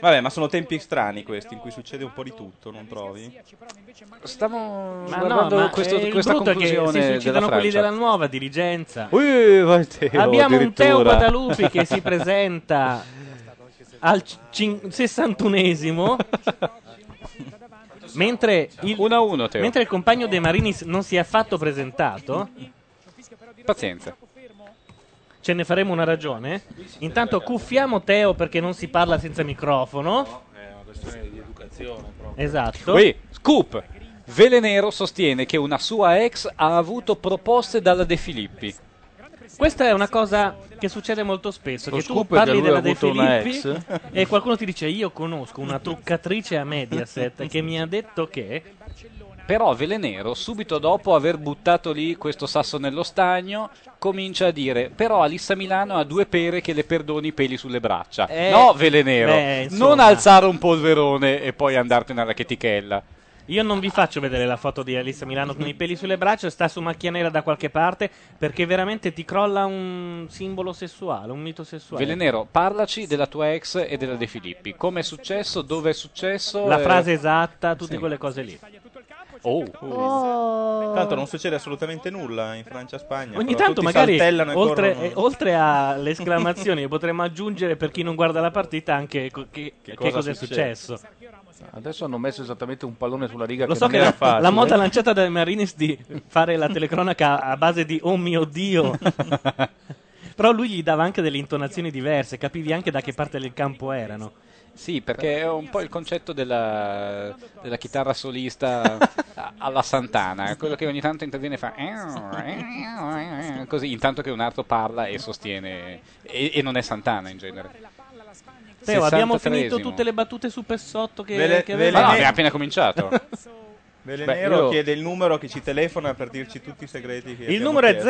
Speaker 5: Vabbè, ma sono tempi strani questi in cui succede un po' di tutto, non trovi?
Speaker 4: Stiamo
Speaker 2: Ma
Speaker 4: guardando
Speaker 2: no, ma
Speaker 4: questo-
Speaker 2: eh, il
Speaker 4: questa
Speaker 2: brutto è che
Speaker 4: conclusione
Speaker 2: si
Speaker 4: della
Speaker 2: suicidano quelli
Speaker 4: Francia.
Speaker 2: della nuova dirigenza.
Speaker 4: Ui, vai te, oh,
Speaker 2: Abbiamo un
Speaker 4: addirittura.
Speaker 2: Teo Guadalupi che si
Speaker 4: *laughs*
Speaker 2: presenta al 61esimo. Mentre il,
Speaker 4: Teo.
Speaker 2: mentre il compagno De Marini s- non si è affatto presentato,
Speaker 4: pazienza.
Speaker 2: Ce ne faremo una ragione. Intanto cuffiamo Teo perché non si parla senza microfono.
Speaker 13: È una questione di educazione proprio.
Speaker 2: Esatto.
Speaker 4: Qui, scoop. Velenero sostiene che una sua ex ha avuto proposte dalla De Filippi.
Speaker 2: Questa è una cosa che succede molto spesso,
Speaker 4: Lo
Speaker 2: che tu
Speaker 4: scoop è che
Speaker 2: parli
Speaker 4: lui ha
Speaker 2: della De
Speaker 4: avuto una
Speaker 2: Filippi
Speaker 4: ex. eh?
Speaker 2: e qualcuno ti dice io conosco una truccatrice a Mediaset che mi ha detto che...
Speaker 4: Però Velenero, subito dopo aver buttato lì questo sasso nello stagno, comincia a dire: Però Alissa Milano ha due pere che le perdoni i peli sulle braccia.
Speaker 2: Eh,
Speaker 4: no, Velenero,
Speaker 2: beh, insomma.
Speaker 4: non alzare un polverone e poi andartene alla chetichella.
Speaker 2: Io non vi faccio vedere la foto di Alissa Milano con i peli sulle braccia, sta su macchia nera da qualche parte, perché veramente ti crolla un simbolo sessuale, un mito sessuale.
Speaker 4: Velenero, parlaci della tua ex e della De Filippi. Come è successo? Dove è successo?
Speaker 2: La
Speaker 4: eh,
Speaker 2: frase esatta, tutte
Speaker 4: sì.
Speaker 2: quelle cose lì.
Speaker 4: Oh.
Speaker 5: Uh. Tanto non succede assolutamente nulla in Francia e Spagna.
Speaker 2: Ogni
Speaker 5: però
Speaker 2: tanto
Speaker 5: tutti
Speaker 2: magari
Speaker 5: saltellano e
Speaker 2: oltre,
Speaker 5: corrono.
Speaker 2: eh, oltre alle esclamazioni potremmo aggiungere per chi non guarda la partita anche co- che, che cosa, è successo.
Speaker 14: Adesso hanno messo esattamente un pallone sulla riga
Speaker 2: Lo
Speaker 14: che
Speaker 2: so
Speaker 14: non
Speaker 2: che
Speaker 14: era
Speaker 2: la,
Speaker 14: facile.
Speaker 2: la moda lanciata dai Marines di fare la telecronaca a base di oh mio
Speaker 14: *laughs*
Speaker 2: dio. Però lui gli dava anche delle intonazioni diverse, capivi anche da che parte del campo erano.
Speaker 4: Sì, perché è un po' il concetto della, della chitarra solista a- alla Santana, quello che ogni tanto interviene e fa eh, così, intanto che un altro parla e sostiene, e, e non è Santana in genere.
Speaker 2: Teo, abbiamo finito
Speaker 4: 63esimo.
Speaker 2: tutte le battute super sotto che,
Speaker 5: Vele-
Speaker 2: che
Speaker 5: Vele-
Speaker 14: Ah,
Speaker 4: Ah,
Speaker 2: avevamo?
Speaker 5: Nero-
Speaker 2: Beh, *laughs*
Speaker 5: Velenero
Speaker 2: io-
Speaker 5: chiede il numero che ci telefona per dirci tutti i segreti. Che
Speaker 2: Il
Speaker 5: abbiamo
Speaker 2: numero è
Speaker 5: chiesto.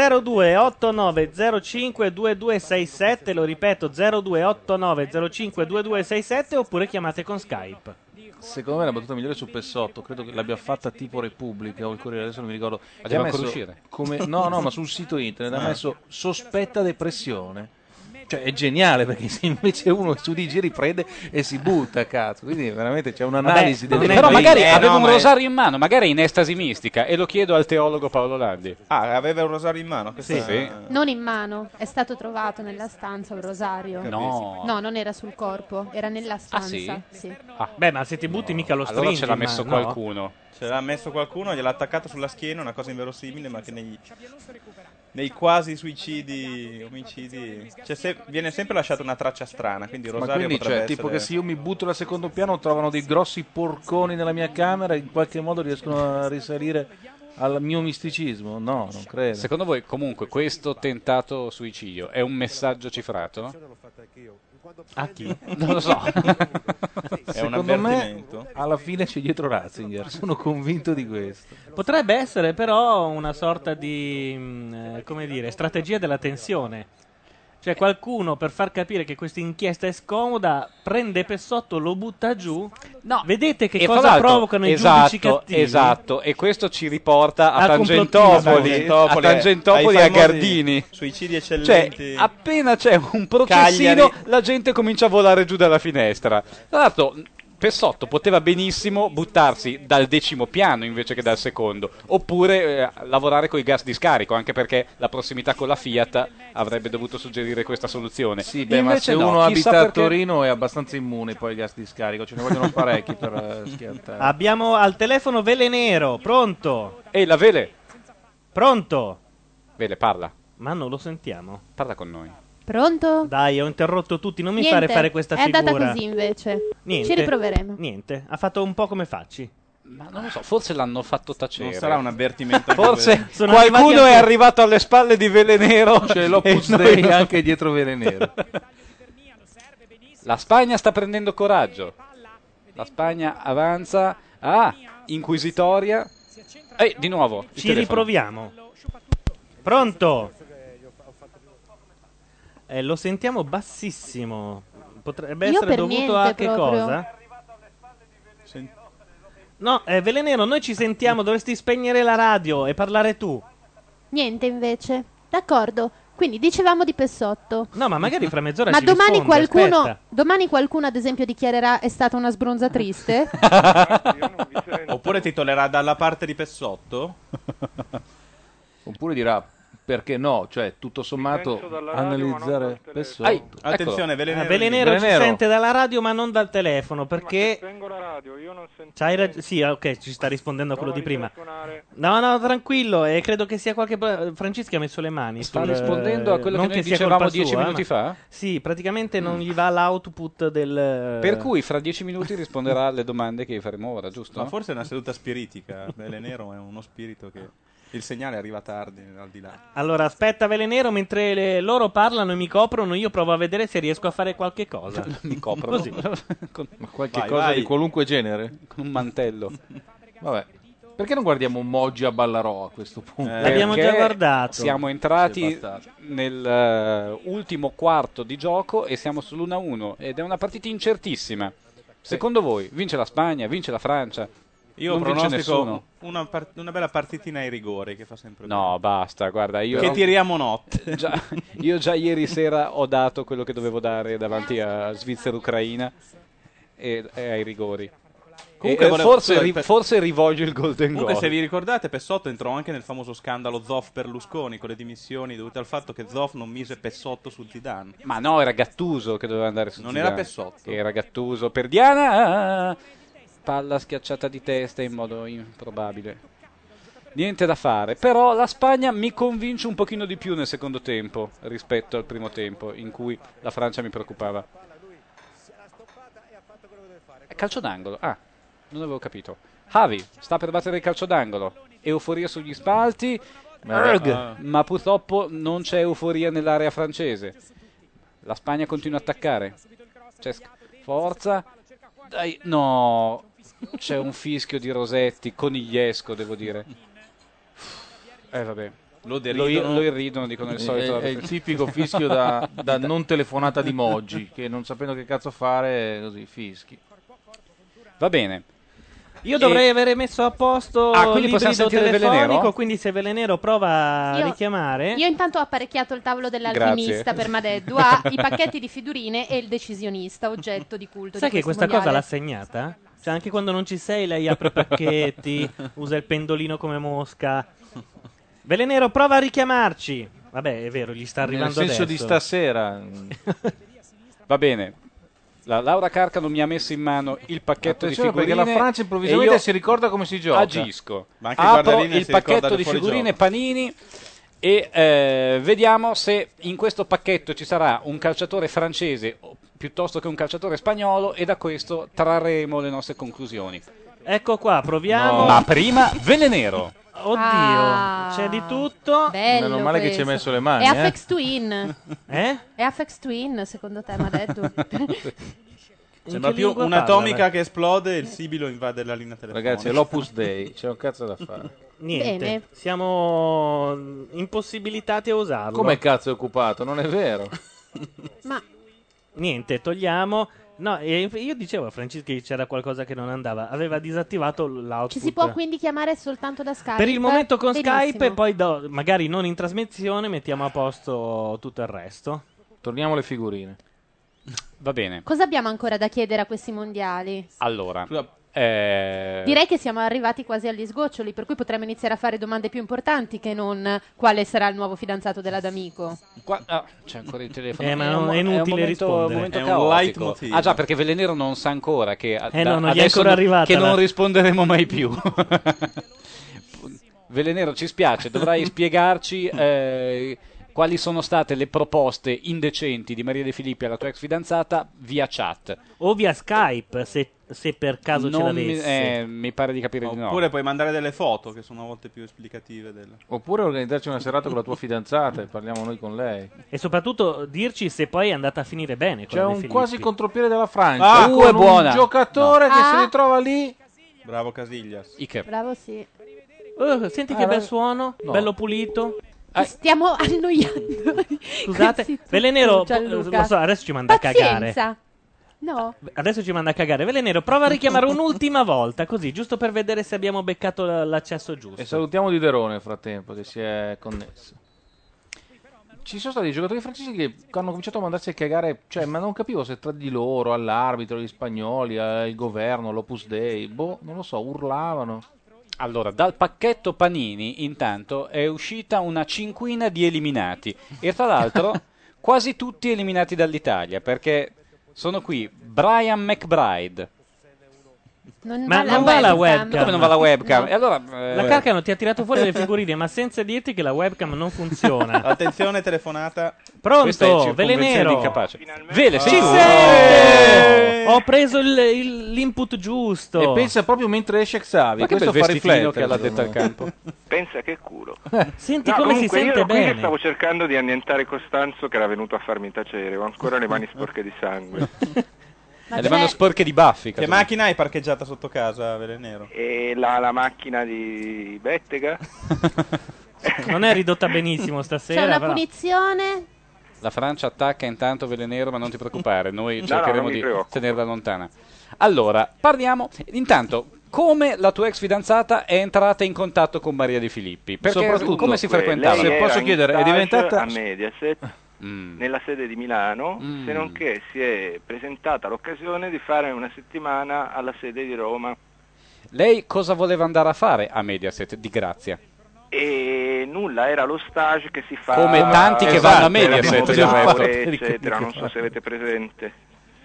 Speaker 2: 0289052267, lo ripeto 0289052267 oppure chiamate con Skype.
Speaker 14: Secondo me la battuta migliore è su Pessotto, credo che l'abbia fatta tipo Repubblica o il Corriere, adesso non mi ricordo.
Speaker 4: Ma
Speaker 14: Che ha
Speaker 4: deve ancora
Speaker 14: messo
Speaker 4: uscire.
Speaker 14: come- no, no, ma sul sito
Speaker 4: Ah.
Speaker 14: internet ha messo sospetta depressione. Cioè è geniale perché se invece uno su di giri prende e si butta, cazzo. Quindi veramente c'è un'analisi del
Speaker 4: Però
Speaker 2: Eh,
Speaker 4: magari aveva un
Speaker 14: rosario
Speaker 4: rosario in mano, magari Eh, è in estasi mistica, e lo chiedo al teologo Paolo Landi.
Speaker 5: Ah, aveva un rosario in mano?
Speaker 4: Sì. sì.
Speaker 6: Non in mano, è stato trovato nella stanza un rosario.
Speaker 4: No.
Speaker 6: No, non era sul corpo, era
Speaker 2: Ah,
Speaker 6: nella
Speaker 14: Ah,
Speaker 6: stanza.
Speaker 5: sì?
Speaker 6: sì.
Speaker 2: Beh, ma se ti butti mica lo stringi. ma- no.
Speaker 5: Ce l'ha messo qualcuno, gliel'ha attaccato sulla schiena, una cosa inverosimile, ma che nei, nei quasi suicidi, omicidi, cioè se- viene sempre lasciata una traccia strana, quindi il
Speaker 14: Ma
Speaker 5: rosario
Speaker 14: quindi
Speaker 5: potrebbe
Speaker 14: cioè, tipo
Speaker 5: essere-
Speaker 14: che se io mi butto dal secondo piano trovano dei grossi porconi nella mia camera e in qualche modo riescono a risalire al mio misticismo? No, non credo.
Speaker 4: Secondo voi comunque questo tentato suicidio è un messaggio cifrato?
Speaker 2: A chi?
Speaker 4: Non lo
Speaker 14: *laughs*
Speaker 4: so.
Speaker 14: Secondo me alla fine c'è dietro Ratzinger, sono convinto di questo.
Speaker 2: Potrebbe essere però una sorta di mh, eh, come dire, strategia della tensione. Cioè qualcuno per far capire che questa inchiesta è scomoda prende Pessotto, lo butta giù. Vedete che
Speaker 4: E tra
Speaker 2: cosa
Speaker 4: l'altro-
Speaker 2: provocano i giudici
Speaker 4: esatto,
Speaker 2: cattivi.
Speaker 4: Esatto, e questo ci riporta a
Speaker 2: Al
Speaker 4: Tangentopoli,
Speaker 5: complottismo.
Speaker 4: a Tangentopoli
Speaker 5: Ai
Speaker 4: e a
Speaker 5: famosi
Speaker 4: Gardini.
Speaker 5: Suicidi
Speaker 4: Cioè,
Speaker 5: eccellenti.
Speaker 4: appena c'è un processino,
Speaker 5: Cagliari.
Speaker 4: la gente comincia a volare giù dalla finestra. Tra l'altro, Pessotto poteva benissimo buttarsi dal decimo piano invece che dal secondo, oppure eh, lavorare con i gas di scarico, anche perché la prossimità con la Fiat avrebbe dovuto suggerire questa soluzione.
Speaker 14: Sì, beh, ma
Speaker 4: Invece
Speaker 14: se
Speaker 4: no,
Speaker 14: uno
Speaker 4: chissà
Speaker 14: abita a
Speaker 4: perché-
Speaker 14: Torino è abbastanza immune poi ai gas di scarico, ce ne vogliono parecchi per *laughs* eh, schiantare.
Speaker 2: Abbiamo al telefono Vele Nero, pronto?
Speaker 4: Ehi, la Vele.
Speaker 2: Pronto?
Speaker 4: Vele, parla.
Speaker 2: Ma non lo sentiamo.
Speaker 4: Parla con noi.
Speaker 6: Pronto?
Speaker 2: Dai, ho interrotto tutti, non mi
Speaker 6: Niente,
Speaker 2: fare fare questa
Speaker 6: è
Speaker 2: figura.
Speaker 6: andata così invece.
Speaker 2: Niente.
Speaker 6: Ci riproveremo.
Speaker 2: Niente, ha fatto un po' come facci.
Speaker 4: Ma non lo so, forse l'hanno fatto tacere.
Speaker 5: Non sarà un avvertimento anche
Speaker 4: Forse
Speaker 5: quello. Sono
Speaker 2: arrivati
Speaker 4: qualcuno
Speaker 2: anche-
Speaker 4: è arrivato alle spalle di Velenero.
Speaker 14: C'è l'Opus
Speaker 4: e
Speaker 14: Dei
Speaker 4: noi-
Speaker 14: anche dietro Velenero.
Speaker 4: La Spagna sta prendendo coraggio. La Spagna avanza. Ah, inquisitoria. Ehi, di nuovo. il
Speaker 2: Ci
Speaker 4: telefono.
Speaker 2: riproviamo. Pronto? Eh, lo sentiamo bassissimo. Potrebbe
Speaker 6: Io
Speaker 2: essere
Speaker 6: per
Speaker 2: dovuto
Speaker 6: niente
Speaker 2: a che
Speaker 6: proprio.
Speaker 2: cosa? No, eh, Velenero, noi ci sentiamo, dovresti spegnere la radio e parlare tu.
Speaker 6: Niente invece. D'accordo. Quindi dicevamo di Pessotto.
Speaker 2: No, ma magari fra mezz'ora
Speaker 6: Ma
Speaker 2: ci
Speaker 6: domani
Speaker 2: risponde,
Speaker 6: qualcuno,
Speaker 2: aspetta.
Speaker 6: domani qualcuno ad esempio dichiarerà è stata una sbronza
Speaker 2: *laughs*
Speaker 6: triste?
Speaker 5: Oppure titolerà dalla parte di Pessotto?
Speaker 14: Oppure dirà perché no, cioè tutto sommato analizzare Ecco. Pessotto.
Speaker 2: Ai,
Speaker 5: Attenzione,
Speaker 2: eccolo.
Speaker 5: Velenero
Speaker 2: Ah, Velenero
Speaker 14: lì.
Speaker 2: ci
Speaker 14: Velenero.
Speaker 2: sente dalla radio ma non dal telefono perché... C'hai rag- sì, ah, ok, ci sta rispondendo a quello di prima. No, no, tranquillo, eh, credo che sia qualche... pro- Franceschi ha messo le mani.
Speaker 4: Sta
Speaker 2: sul-
Speaker 4: rispondendo a quello
Speaker 2: non
Speaker 4: che noi
Speaker 2: sia
Speaker 4: dicevamo
Speaker 2: colpa
Speaker 4: dieci
Speaker 2: sua,
Speaker 4: minuti
Speaker 2: ma-
Speaker 4: fa?
Speaker 2: Sì, praticamente non gli va l'output del...
Speaker 4: Per cui fra dieci minuti risponderà alle domande che faremo ora, giusto?
Speaker 5: Ma forse è una seduta spiritica. Velenero è uno spirito che... Il segnale arriva tardi, al di là.
Speaker 2: Allora, aspetta Velenero, mentre le- loro parlano e mi coprono, io provo a vedere se riesco a fare qualche cosa.
Speaker 4: *laughs* mi coprono?
Speaker 2: Così.
Speaker 14: Ma qualche cosa di qualunque genere?
Speaker 4: Con un mantello.
Speaker 14: Vabbè. Perché non guardiamo Moggi a Ballarò a questo punto?
Speaker 4: Perché Eh. Siamo entrati nell'ultimo eh, quarto di gioco e siamo sull'1-1 ed è una partita incertissima. Secondo voi vince la Spagna, vince la Francia?
Speaker 5: Io
Speaker 4: Non vince
Speaker 5: pronostico
Speaker 4: nessuno.
Speaker 5: una, par- una bella partitina ai rigori che fa sempre
Speaker 4: No, basta, guarda, io...
Speaker 5: Che tiriamo notte.
Speaker 4: *laughs* Già- io già ieri sera ho dato quello che dovevo dare davanti a Svizzera-Ucraina e, e ai rigori.
Speaker 5: Comunque
Speaker 4: E- e
Speaker 5: volevo-
Speaker 4: forse,
Speaker 5: scusa,
Speaker 4: ri-
Speaker 5: per-
Speaker 4: forse rivolgo il Golden
Speaker 5: Comunque,
Speaker 4: Goal.
Speaker 5: se vi ricordate, Pessotto entrò anche nel famoso scandalo Zoff-Berlusconi con le dimissioni dovute al fatto che Zoff non mise Pessotto sul
Speaker 14: *laughs*
Speaker 5: Zidane.
Speaker 4: Ma no, era Gattuso che doveva andare su
Speaker 5: Non
Speaker 4: Zidane.
Speaker 5: era Pessotto.
Speaker 4: Era Gattuso. Per Diana, palla schiacciata di testa in modo improbabile. Niente da fare, però la Spagna mi convince un pochino di più nel secondo tempo rispetto al primo tempo in cui la Francia mi preoccupava. È calcio d'angolo, ah, non avevo capito. Javi sta per battere il calcio d'angolo, euforia sugli spalti,
Speaker 14: Ma-
Speaker 4: Erg,
Speaker 14: ah.
Speaker 4: ma purtroppo non c'è euforia nell'area francese. La Spagna continua a attaccare. Cesc, forza. Dai, no. C'è un fischio di Rosetti, conigliesco, devo dire. Eh, vabbè.
Speaker 5: Lo
Speaker 14: deridono.
Speaker 4: lo irridono, dicono il
Speaker 14: È-
Speaker 4: solito.
Speaker 14: È, il tipico
Speaker 4: *laughs*
Speaker 14: fischio da, da non telefonata di Moggi, che non sapendo che cazzo fare, così fischi.
Speaker 4: Va bene.
Speaker 2: Io dovrei avere messo a posto
Speaker 14: Ah,
Speaker 2: il
Speaker 14: quindi possiamo
Speaker 2: librido
Speaker 14: sentire
Speaker 2: telefonico,
Speaker 14: Velenero?
Speaker 2: quindi se Velenero prova a
Speaker 6: Io-
Speaker 2: richiamare...
Speaker 6: Io intanto ho apparecchiato il tavolo
Speaker 2: Eh? Grazie.
Speaker 6: dell'alchimista per Madeddu,
Speaker 2: *laughs*
Speaker 6: ha i pacchetti di figurine e il decisionista, oggetto di culto.
Speaker 2: Sai
Speaker 6: di
Speaker 2: che
Speaker 6: questo
Speaker 2: questa cosa
Speaker 6: mondiale.
Speaker 2: l'ha segnata? Cioè, anche quando non ci sei, lei apre i
Speaker 6: *laughs*
Speaker 2: pacchetti, usa il pendolino come mosca. Velenero, prova a richiamarci. Vabbè, è vero, gli sta
Speaker 14: Nel
Speaker 2: arrivando
Speaker 14: senso di
Speaker 2: adesso.
Speaker 4: *laughs*
Speaker 14: stasera.
Speaker 4: Va bene. La Laura Carcano mi ha messo in mano il pacchetto di
Speaker 14: Attenzione,
Speaker 4: figurine.
Speaker 14: perché la Francia
Speaker 4: e
Speaker 14: improvvisamente
Speaker 4: io
Speaker 14: si ricorda come si gioca.
Speaker 4: Agisco.
Speaker 14: Ma anche
Speaker 4: Apro
Speaker 14: Guardarini
Speaker 4: il
Speaker 14: si ricorda
Speaker 4: pacchetto
Speaker 14: del
Speaker 4: di
Speaker 14: fuorigioco.
Speaker 4: figurine panini e eh, vediamo se in questo pacchetto ci sarà un calciatore francese o- piuttosto che un calciatore spagnolo e da questo trarremo le nostre conclusioni.
Speaker 2: Ecco qua, proviamo.
Speaker 4: Ma prima Velenero.
Speaker 2: Oddio, c'è di tutto.
Speaker 6: Ah, Bello
Speaker 14: Meno male che ci hai
Speaker 6: questo.
Speaker 14: messo le mani.
Speaker 6: È
Speaker 14: eh.
Speaker 6: Apex
Speaker 14: *laughs*
Speaker 6: Twin.
Speaker 2: Eh?
Speaker 6: È Apex Twin, secondo te, Madeddu?
Speaker 5: Sembra
Speaker 14: che
Speaker 5: più
Speaker 14: lingua
Speaker 5: un'atomica
Speaker 14: parla,
Speaker 5: che esplode e il sibilo invade la linea telefonica.
Speaker 14: Ragazzi, è l'Opus Dei, c'è un cazzo da fare.
Speaker 2: Niente,
Speaker 14: Bene.
Speaker 2: siamo impossibilitati a usarlo.
Speaker 14: Come cazzo è occupato? Non
Speaker 6: *laughs*
Speaker 14: è vero.
Speaker 2: Niente, togliamo. No, e io dicevo a Franceschi che c'era qualcosa che non andava. Aveva disattivato l'output.
Speaker 6: Ci si può quindi chiamare soltanto da Skype?
Speaker 2: Per il momento con
Speaker 6: Ah, eh, Benissimo.
Speaker 2: Skype e poi do- magari non in trasmissione mettiamo a posto tutto il resto.
Speaker 14: Torniamo alle figurine.
Speaker 4: Va bene.
Speaker 6: Cosa abbiamo ancora da chiedere a questi mondiali?
Speaker 4: Allora, eh,
Speaker 6: Direi che siamo arrivati quasi agli sgoccioli, per cui potremmo iniziare a fare domande più importanti che non eh, quale sarà il nuovo fidanzato della D'Amico.
Speaker 4: qua- ah, c'è ancora il telefono.
Speaker 2: Eh, ma
Speaker 4: un-
Speaker 2: non è
Speaker 4: un
Speaker 2: inutile
Speaker 4: momento-
Speaker 2: rispondere.
Speaker 4: momento
Speaker 2: È un
Speaker 4: caotico.
Speaker 2: leitmotiv.
Speaker 4: Ah già, perché Velenero non sa ancora che a-
Speaker 2: Eh
Speaker 4: da-
Speaker 2: no, non gli è
Speaker 4: adesso
Speaker 2: ancora
Speaker 4: non-
Speaker 2: arrivata
Speaker 4: che
Speaker 2: la-
Speaker 4: non risponderemo mai più. *laughs* Velenero, ci spiace, dovrai spiegarci eh, quali sono state le proposte indecenti di Maria De Filippi alla tua ex fidanzata via chat.
Speaker 2: O via Skype, se, se per caso ce
Speaker 4: Non mi,
Speaker 2: l'avessi.
Speaker 4: eh, mi pare di capire di no.
Speaker 5: Oppure puoi mandare delle foto che sono a volte più esplicative. Del...
Speaker 14: Oppure organizzarci una serata con la tua fidanzata e parliamo noi con lei.
Speaker 2: E soprattutto dirci se poi è andata a finire bene.
Speaker 14: C'è un quasi contropiede della
Speaker 2: Ah,
Speaker 14: Francia.
Speaker 2: uh,
Speaker 14: con
Speaker 2: è buona.
Speaker 14: un giocatore
Speaker 2: No.
Speaker 14: che
Speaker 2: Ah.
Speaker 14: si ritrova lì.
Speaker 5: Bravo Casillas.
Speaker 6: Bravo, sì.
Speaker 2: Oh, senti
Speaker 6: Ah,
Speaker 2: che bel
Speaker 6: vabbè.
Speaker 2: suono,
Speaker 5: No.
Speaker 2: bello pulito.
Speaker 14: Eh.
Speaker 6: Ci
Speaker 3: *laughs*
Speaker 6: stiamo annoiando.
Speaker 2: Scusate, Velenero, po- lo so, adesso ci manda a cagare.
Speaker 6: Pazienza. No.
Speaker 2: Adesso ci manda a cagare. Velenero, prova a *laughs* richiamare un'ultima volta, così, giusto per vedere se abbiamo beccato l- l'accesso giusto.
Speaker 14: E salutiamo Diderone nel frattempo che si è connesso. Ci sono stati giocatori francesi che hanno cominciato a mandarsi a cagare, cioè, ma non capivo se tra di loro, all'arbitro, agli spagnoli, al governo, all'Opus Dei, boh, non lo so, urlavano.
Speaker 4: Allora, dal pacchetto Panini, intanto, è uscita una cinquina di eliminati. E tra
Speaker 2: *laughs*
Speaker 4: l'altro, quasi tutti eliminati dall'Italia, perché sono qui Brian McBride.
Speaker 6: Non
Speaker 2: Ma non va la webcam.
Speaker 4: Come non va la webcam?
Speaker 2: No.
Speaker 4: E allora,
Speaker 2: La
Speaker 4: eh,
Speaker 2: Carcano ti ha tirato fuori le figurine, ma senza dirti che la webcam non funziona.
Speaker 5: *laughs* Attenzione, telefonata.
Speaker 4: questa è
Speaker 2: Pronto,
Speaker 4: circonvenzione di
Speaker 2: Velenero.
Speaker 4: incapace. Vele, sei
Speaker 2: Ci
Speaker 4: tu?
Speaker 2: sente! Ho preso il- il- l'input giusto.
Speaker 14: E pensa proprio mentre esce Xavi,
Speaker 4: Ma che
Speaker 14: questo
Speaker 4: bel
Speaker 14: fa
Speaker 4: vestitino
Speaker 14: riflettere,
Speaker 4: che ha la detta
Speaker 14: secondo me.
Speaker 4: al campo.
Speaker 15: Pensa che culo.
Speaker 2: *laughs* Senti
Speaker 15: No,
Speaker 2: come si
Speaker 15: comunque, io
Speaker 2: sente
Speaker 15: ero qui che
Speaker 2: bene.
Speaker 15: stavo cercando di annientare Costanzo che era venuto a farmi tacere, ho ancora le mani sporche di
Speaker 14: *laughs*
Speaker 15: sangue.
Speaker 4: Eh, le mani sporche di baffi.
Speaker 5: Che macchina hai parcheggiata sotto casa, Velenero?
Speaker 15: E la, la macchina di Bettega?
Speaker 2: Non è ridotta benissimo
Speaker 6: C'è
Speaker 2: stasera.
Speaker 6: una
Speaker 2: però.
Speaker 6: punizione.
Speaker 4: La Francia attacca intanto Velenero, ma non ti preoccupare, noi
Speaker 15: No, no,
Speaker 4: cercheremo
Speaker 15: non mi
Speaker 4: di
Speaker 15: preoccupo.
Speaker 4: tenerla lontana. Allora, parliamo. Intanto, come la tua ex fidanzata è entrata in contatto con Maria De Filippi. Perché
Speaker 14: Soprattutto
Speaker 4: come si
Speaker 14: Dunque,
Speaker 4: frequentava?
Speaker 14: lei Se era posso in chiedere, è stage diventata- Mm.
Speaker 15: a Mediaset nella sede di Milano,
Speaker 4: Mm.
Speaker 15: se non che si è presentata l'occasione di fare una settimana alla sede di Roma
Speaker 4: Lei cosa voleva andare a fare a Mediaset di grazia?
Speaker 15: e nulla, era lo stage che si fa
Speaker 4: Come tanti che vanno a Mediaset,
Speaker 15: per
Speaker 4: esatto.
Speaker 15: lavori,
Speaker 4: Di che- di
Speaker 15: eccetera,
Speaker 4: che
Speaker 15: non so
Speaker 4: fa.
Speaker 15: se avete presente.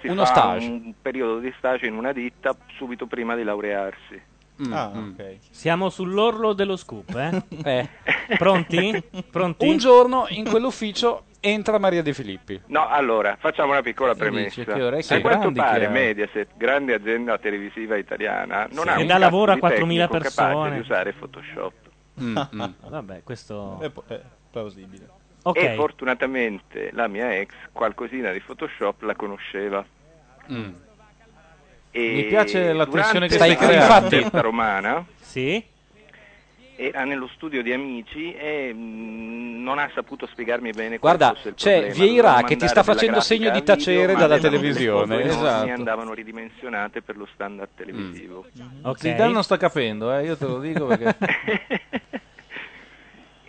Speaker 15: Si
Speaker 4: Uno
Speaker 15: fa
Speaker 4: stage.
Speaker 15: un periodo di stage in una ditta subito prima di laurearsi.
Speaker 4: Mm,
Speaker 2: Ah, Siamo sull'orlo dello scoop, eh?
Speaker 4: *laughs*
Speaker 2: Pronti? Pronti?
Speaker 4: Un giorno in quell'ufficio entra Maria De Filippi.
Speaker 15: No, allora, facciamo una piccola
Speaker 4: Che
Speaker 15: premessa.
Speaker 4: dice? Che orecchie
Speaker 15: a quanto
Speaker 4: grandi che
Speaker 15: pare
Speaker 4: ha.
Speaker 15: Mediaset, grande azienda televisiva italiana, non
Speaker 2: Sì.
Speaker 15: ha
Speaker 2: Che
Speaker 15: un
Speaker 2: dà
Speaker 15: cazzo
Speaker 2: lavoro a
Speaker 15: di
Speaker 2: 4.000
Speaker 15: tecnico capace
Speaker 2: persone.
Speaker 15: di usare Photoshop.
Speaker 4: Mm,
Speaker 2: Ah, Vabbè, questo...
Speaker 5: È, po- è plausibile.
Speaker 2: *laughs* Ok.
Speaker 15: E fortunatamente la mia ex qualcosina di Photoshop la conosceva.
Speaker 4: Mm.
Speaker 15: E
Speaker 14: Mi piace la
Speaker 15: durante
Speaker 14: tensione che stai
Speaker 15: una
Speaker 14: creando.
Speaker 15: festa romana.
Speaker 2: Sì.
Speaker 15: Era nello studio di amici e mh, non ha saputo spiegarmi bene
Speaker 4: Guarda,
Speaker 15: qual fosse il
Speaker 4: c'è
Speaker 15: problema.
Speaker 4: Vieira
Speaker 15: Dovevo
Speaker 4: che ti
Speaker 15: mandare
Speaker 4: sta
Speaker 15: della
Speaker 4: facendo
Speaker 15: grafica
Speaker 4: segno di
Speaker 15: a video,
Speaker 4: tacere
Speaker 15: ma
Speaker 4: dalla
Speaker 15: avevano delle
Speaker 4: televisione,
Speaker 15: foto enormi e
Speaker 14: esatto.
Speaker 15: andavano ridimensionate per lo standard televisivo.
Speaker 14: Mm. Ok. Zidane non sta capendo, eh, io te lo dico perché...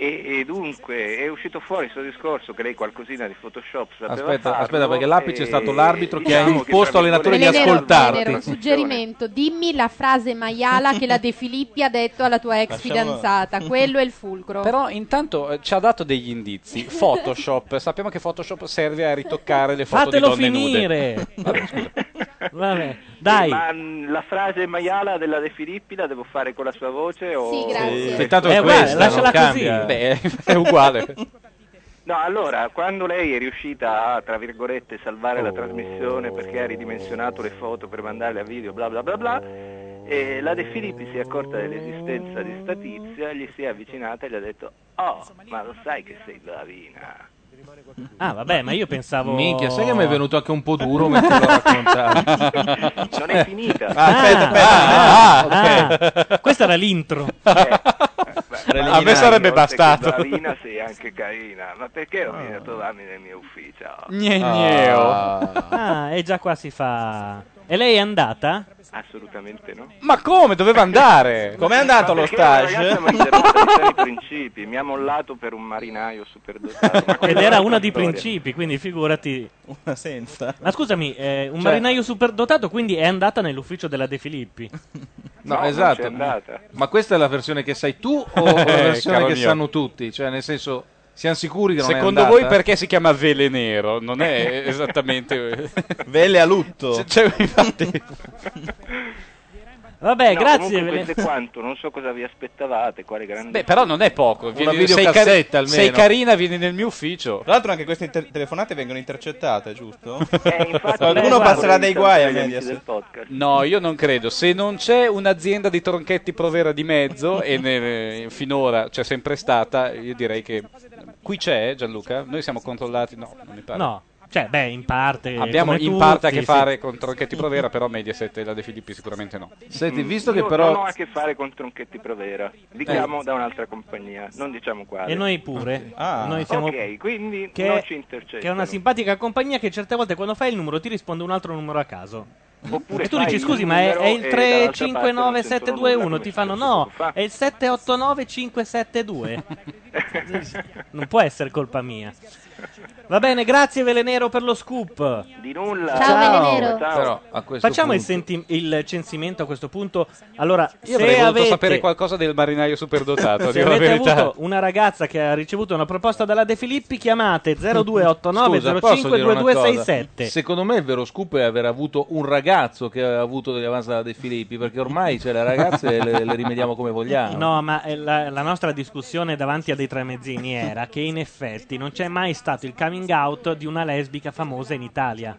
Speaker 15: E, e dunque è uscito fuori questo discorso che lei qualcosina di Photoshop sapeva
Speaker 14: Aspetta,
Speaker 15: farlo,
Speaker 14: aspetta, perché l'apice è stato l'arbitro che ha
Speaker 15: diciamo
Speaker 14: imposto
Speaker 15: tra
Speaker 14: all'allenatore di
Speaker 15: virgolette,
Speaker 14: ascoltarti.
Speaker 15: era
Speaker 14: Nero,
Speaker 15: una
Speaker 3: Suggerimento, dimmi la frase maiala che la De Filippi ha detto alla tua ex
Speaker 4: Lasciamola.
Speaker 3: fidanzata, quello è il fulcro.
Speaker 4: Però intanto eh, ci ha dato degli indizi. Photoshop, sappiamo che Photoshop serve a ritoccare le foto
Speaker 2: Fatelo
Speaker 4: di donne
Speaker 2: finire!
Speaker 4: nude. Vabbè, scusa.
Speaker 2: Vabbè, dai.
Speaker 15: Ma mh, la frase maiala della De Filippi la devo fare con la sua voce? O...
Speaker 14: Sì, grazie. Sì, tanto è Eh, questa, guarda, non lasciala cambia. così. *laughs* Beh, è uguale.
Speaker 15: No, allora, quando lei è riuscita a, tra virgolette, salvare la trasmissione perché ha ridimensionato le foto per mandarle a video, bla bla bla bla, e la De Filippi si è accorta dell'esistenza di Statizia, gli si è avvicinata e gli ha detto «Oh, ma lo sai che sei bravina?»
Speaker 2: Ah, vabbè, ma io pensavo...
Speaker 14: Minchia, sai che mi è venuto anche un po' duro mentre lo raccontavi?
Speaker 15: *laughs* Non è finita.
Speaker 14: Ah, aspetta,
Speaker 2: Ah,
Speaker 14: aspetta. Ah, ok. Eh,
Speaker 2: ah, ah. Questa era
Speaker 14: *laughs*
Speaker 2: l'intro.
Speaker 15: *laughs*
Speaker 14: A me sarebbe
Speaker 15: Forse che eh.
Speaker 14: bastato.
Speaker 15: Bravina
Speaker 14: *laughs*
Speaker 15: sei anche carina, ma perché non vieni a trovarmi nel mio ufficio?
Speaker 2: Gne,
Speaker 15: gneo.
Speaker 14: oh.
Speaker 2: Ah, e già qua si fa... E lei è andata?
Speaker 15: Assolutamente no.
Speaker 2: Ma come? Doveva andare!
Speaker 5: Com'è andato lo stage?
Speaker 15: Mi interessano i principi, mi ha mollato per un marinaio superdotato. ma
Speaker 2: Ed
Speaker 15: quella è
Speaker 2: era
Speaker 15: un'altra
Speaker 2: una di
Speaker 15: storia.
Speaker 2: principi, quindi figurati...
Speaker 5: Una senza.
Speaker 2: Ma scusami, eh, un
Speaker 5: Cioè-
Speaker 2: marinaio superdotato quindi è andata nell'ufficio della De Filippi.
Speaker 14: No, esatto. Ma questa è la versione che sai tu *laughs* o
Speaker 4: Eh,
Speaker 14: la versione
Speaker 4: caro
Speaker 14: che
Speaker 4: mio.
Speaker 14: sanno tutti? Cioè, nel senso, siamo sicuri che non
Speaker 4: Secondo
Speaker 14: è andata?
Speaker 4: voi perché si chiama Vele Nero? Non
Speaker 14: *laughs*
Speaker 4: è esattamente...
Speaker 5: Vele a lutto.
Speaker 4: Cioè, infatti...
Speaker 2: Vabbè,
Speaker 15: No,
Speaker 2: grazie.
Speaker 15: Comunque,
Speaker 2: ve ne-
Speaker 15: questo è quanto, non so cosa vi aspettavate, quale grande...
Speaker 4: Beh, però non è poco.
Speaker 5: Una
Speaker 4: Vieni- sei,
Speaker 5: videocassetta
Speaker 4: cari-
Speaker 5: almeno.
Speaker 4: sei carina, vieni nel mio ufficio.
Speaker 5: Tra l'altro anche queste inter- telefonate vengono intercettate,
Speaker 15: Eh,
Speaker 5: giusto?
Speaker 4: infatti,
Speaker 5: Qualcuno
Speaker 4: lei-
Speaker 5: passerà
Speaker 4: guarda,
Speaker 5: dei guai a
Speaker 15: gli amici
Speaker 5: Mediaset.
Speaker 15: del podcast.
Speaker 4: No, io non credo. Se non c'è un'azienda di tronchetti provera di mezzo, e ne- finora c'è sempre stata, io direi che qui c'è Gianluca. Noi siamo controllati. No, non mi pare.
Speaker 2: No, cioè, beh, in parte...
Speaker 4: Abbiamo
Speaker 2: come
Speaker 4: in
Speaker 2: tutti,
Speaker 4: parte a che
Speaker 2: sì.
Speaker 4: fare con Tronchetti Provera, però Mediaset e la De Filippi sicuramente no.
Speaker 14: Senti,
Speaker 15: Mm,
Speaker 14: visto che
Speaker 15: io
Speaker 14: però-
Speaker 15: Non ho a che fare con Tronchetti Provera, li
Speaker 14: Eh.
Speaker 15: chiamo da un'altra compagnia, non diciamo quale.
Speaker 2: E noi pure.
Speaker 14: Ah.
Speaker 2: Noi siamo-
Speaker 15: Ok, quindi
Speaker 2: che-
Speaker 15: non ci intercettano.
Speaker 2: Che è una simpatica compagnia che certe volte quando fai il numero ti risponde un altro numero a caso.
Speaker 15: Oppure
Speaker 2: e tu
Speaker 15: fai
Speaker 2: dici
Speaker 15: il
Speaker 2: scusi ma è,
Speaker 15: numero
Speaker 2: è il
Speaker 15: e dall'altra parte non sentono nulla
Speaker 2: 3599721
Speaker 15: come
Speaker 2: ti fanno no è il
Speaker 15: *laughs*
Speaker 2: 789572 non può essere colpa mia va bene grazie Velenero per lo scoop
Speaker 15: *laughs* Di nulla.
Speaker 2: Ciao, Ciao. Velenero.
Speaker 14: Però, a questo
Speaker 2: facciamo il,
Speaker 14: punto-
Speaker 2: senti- il censimento a questo punto allora
Speaker 4: Io
Speaker 2: se
Speaker 4: avrei voluto
Speaker 2: avete
Speaker 4: sapere qualcosa del marinaio superdotato,
Speaker 2: se
Speaker 4: dico la
Speaker 2: avete
Speaker 4: verità.
Speaker 2: avuto una ragazza che ha ricevuto una proposta dalla De Filippi,
Speaker 14: *laughs*
Speaker 2: chiamate
Speaker 14: Scusa, posso dire una cosa?
Speaker 2: 0289052267.
Speaker 14: Secondo me il vero scoop è aver avuto un ragazzo che ha avuto degli avanzi da De Filippi, perché ormai cioè, le ragazze le, le rimediamo come vogliamo.
Speaker 2: No, ma eh, la, la nostra discussione davanti a dei tramezzini era che in effetti non c'è mai stato il coming out di una lesbica famosa in Italia.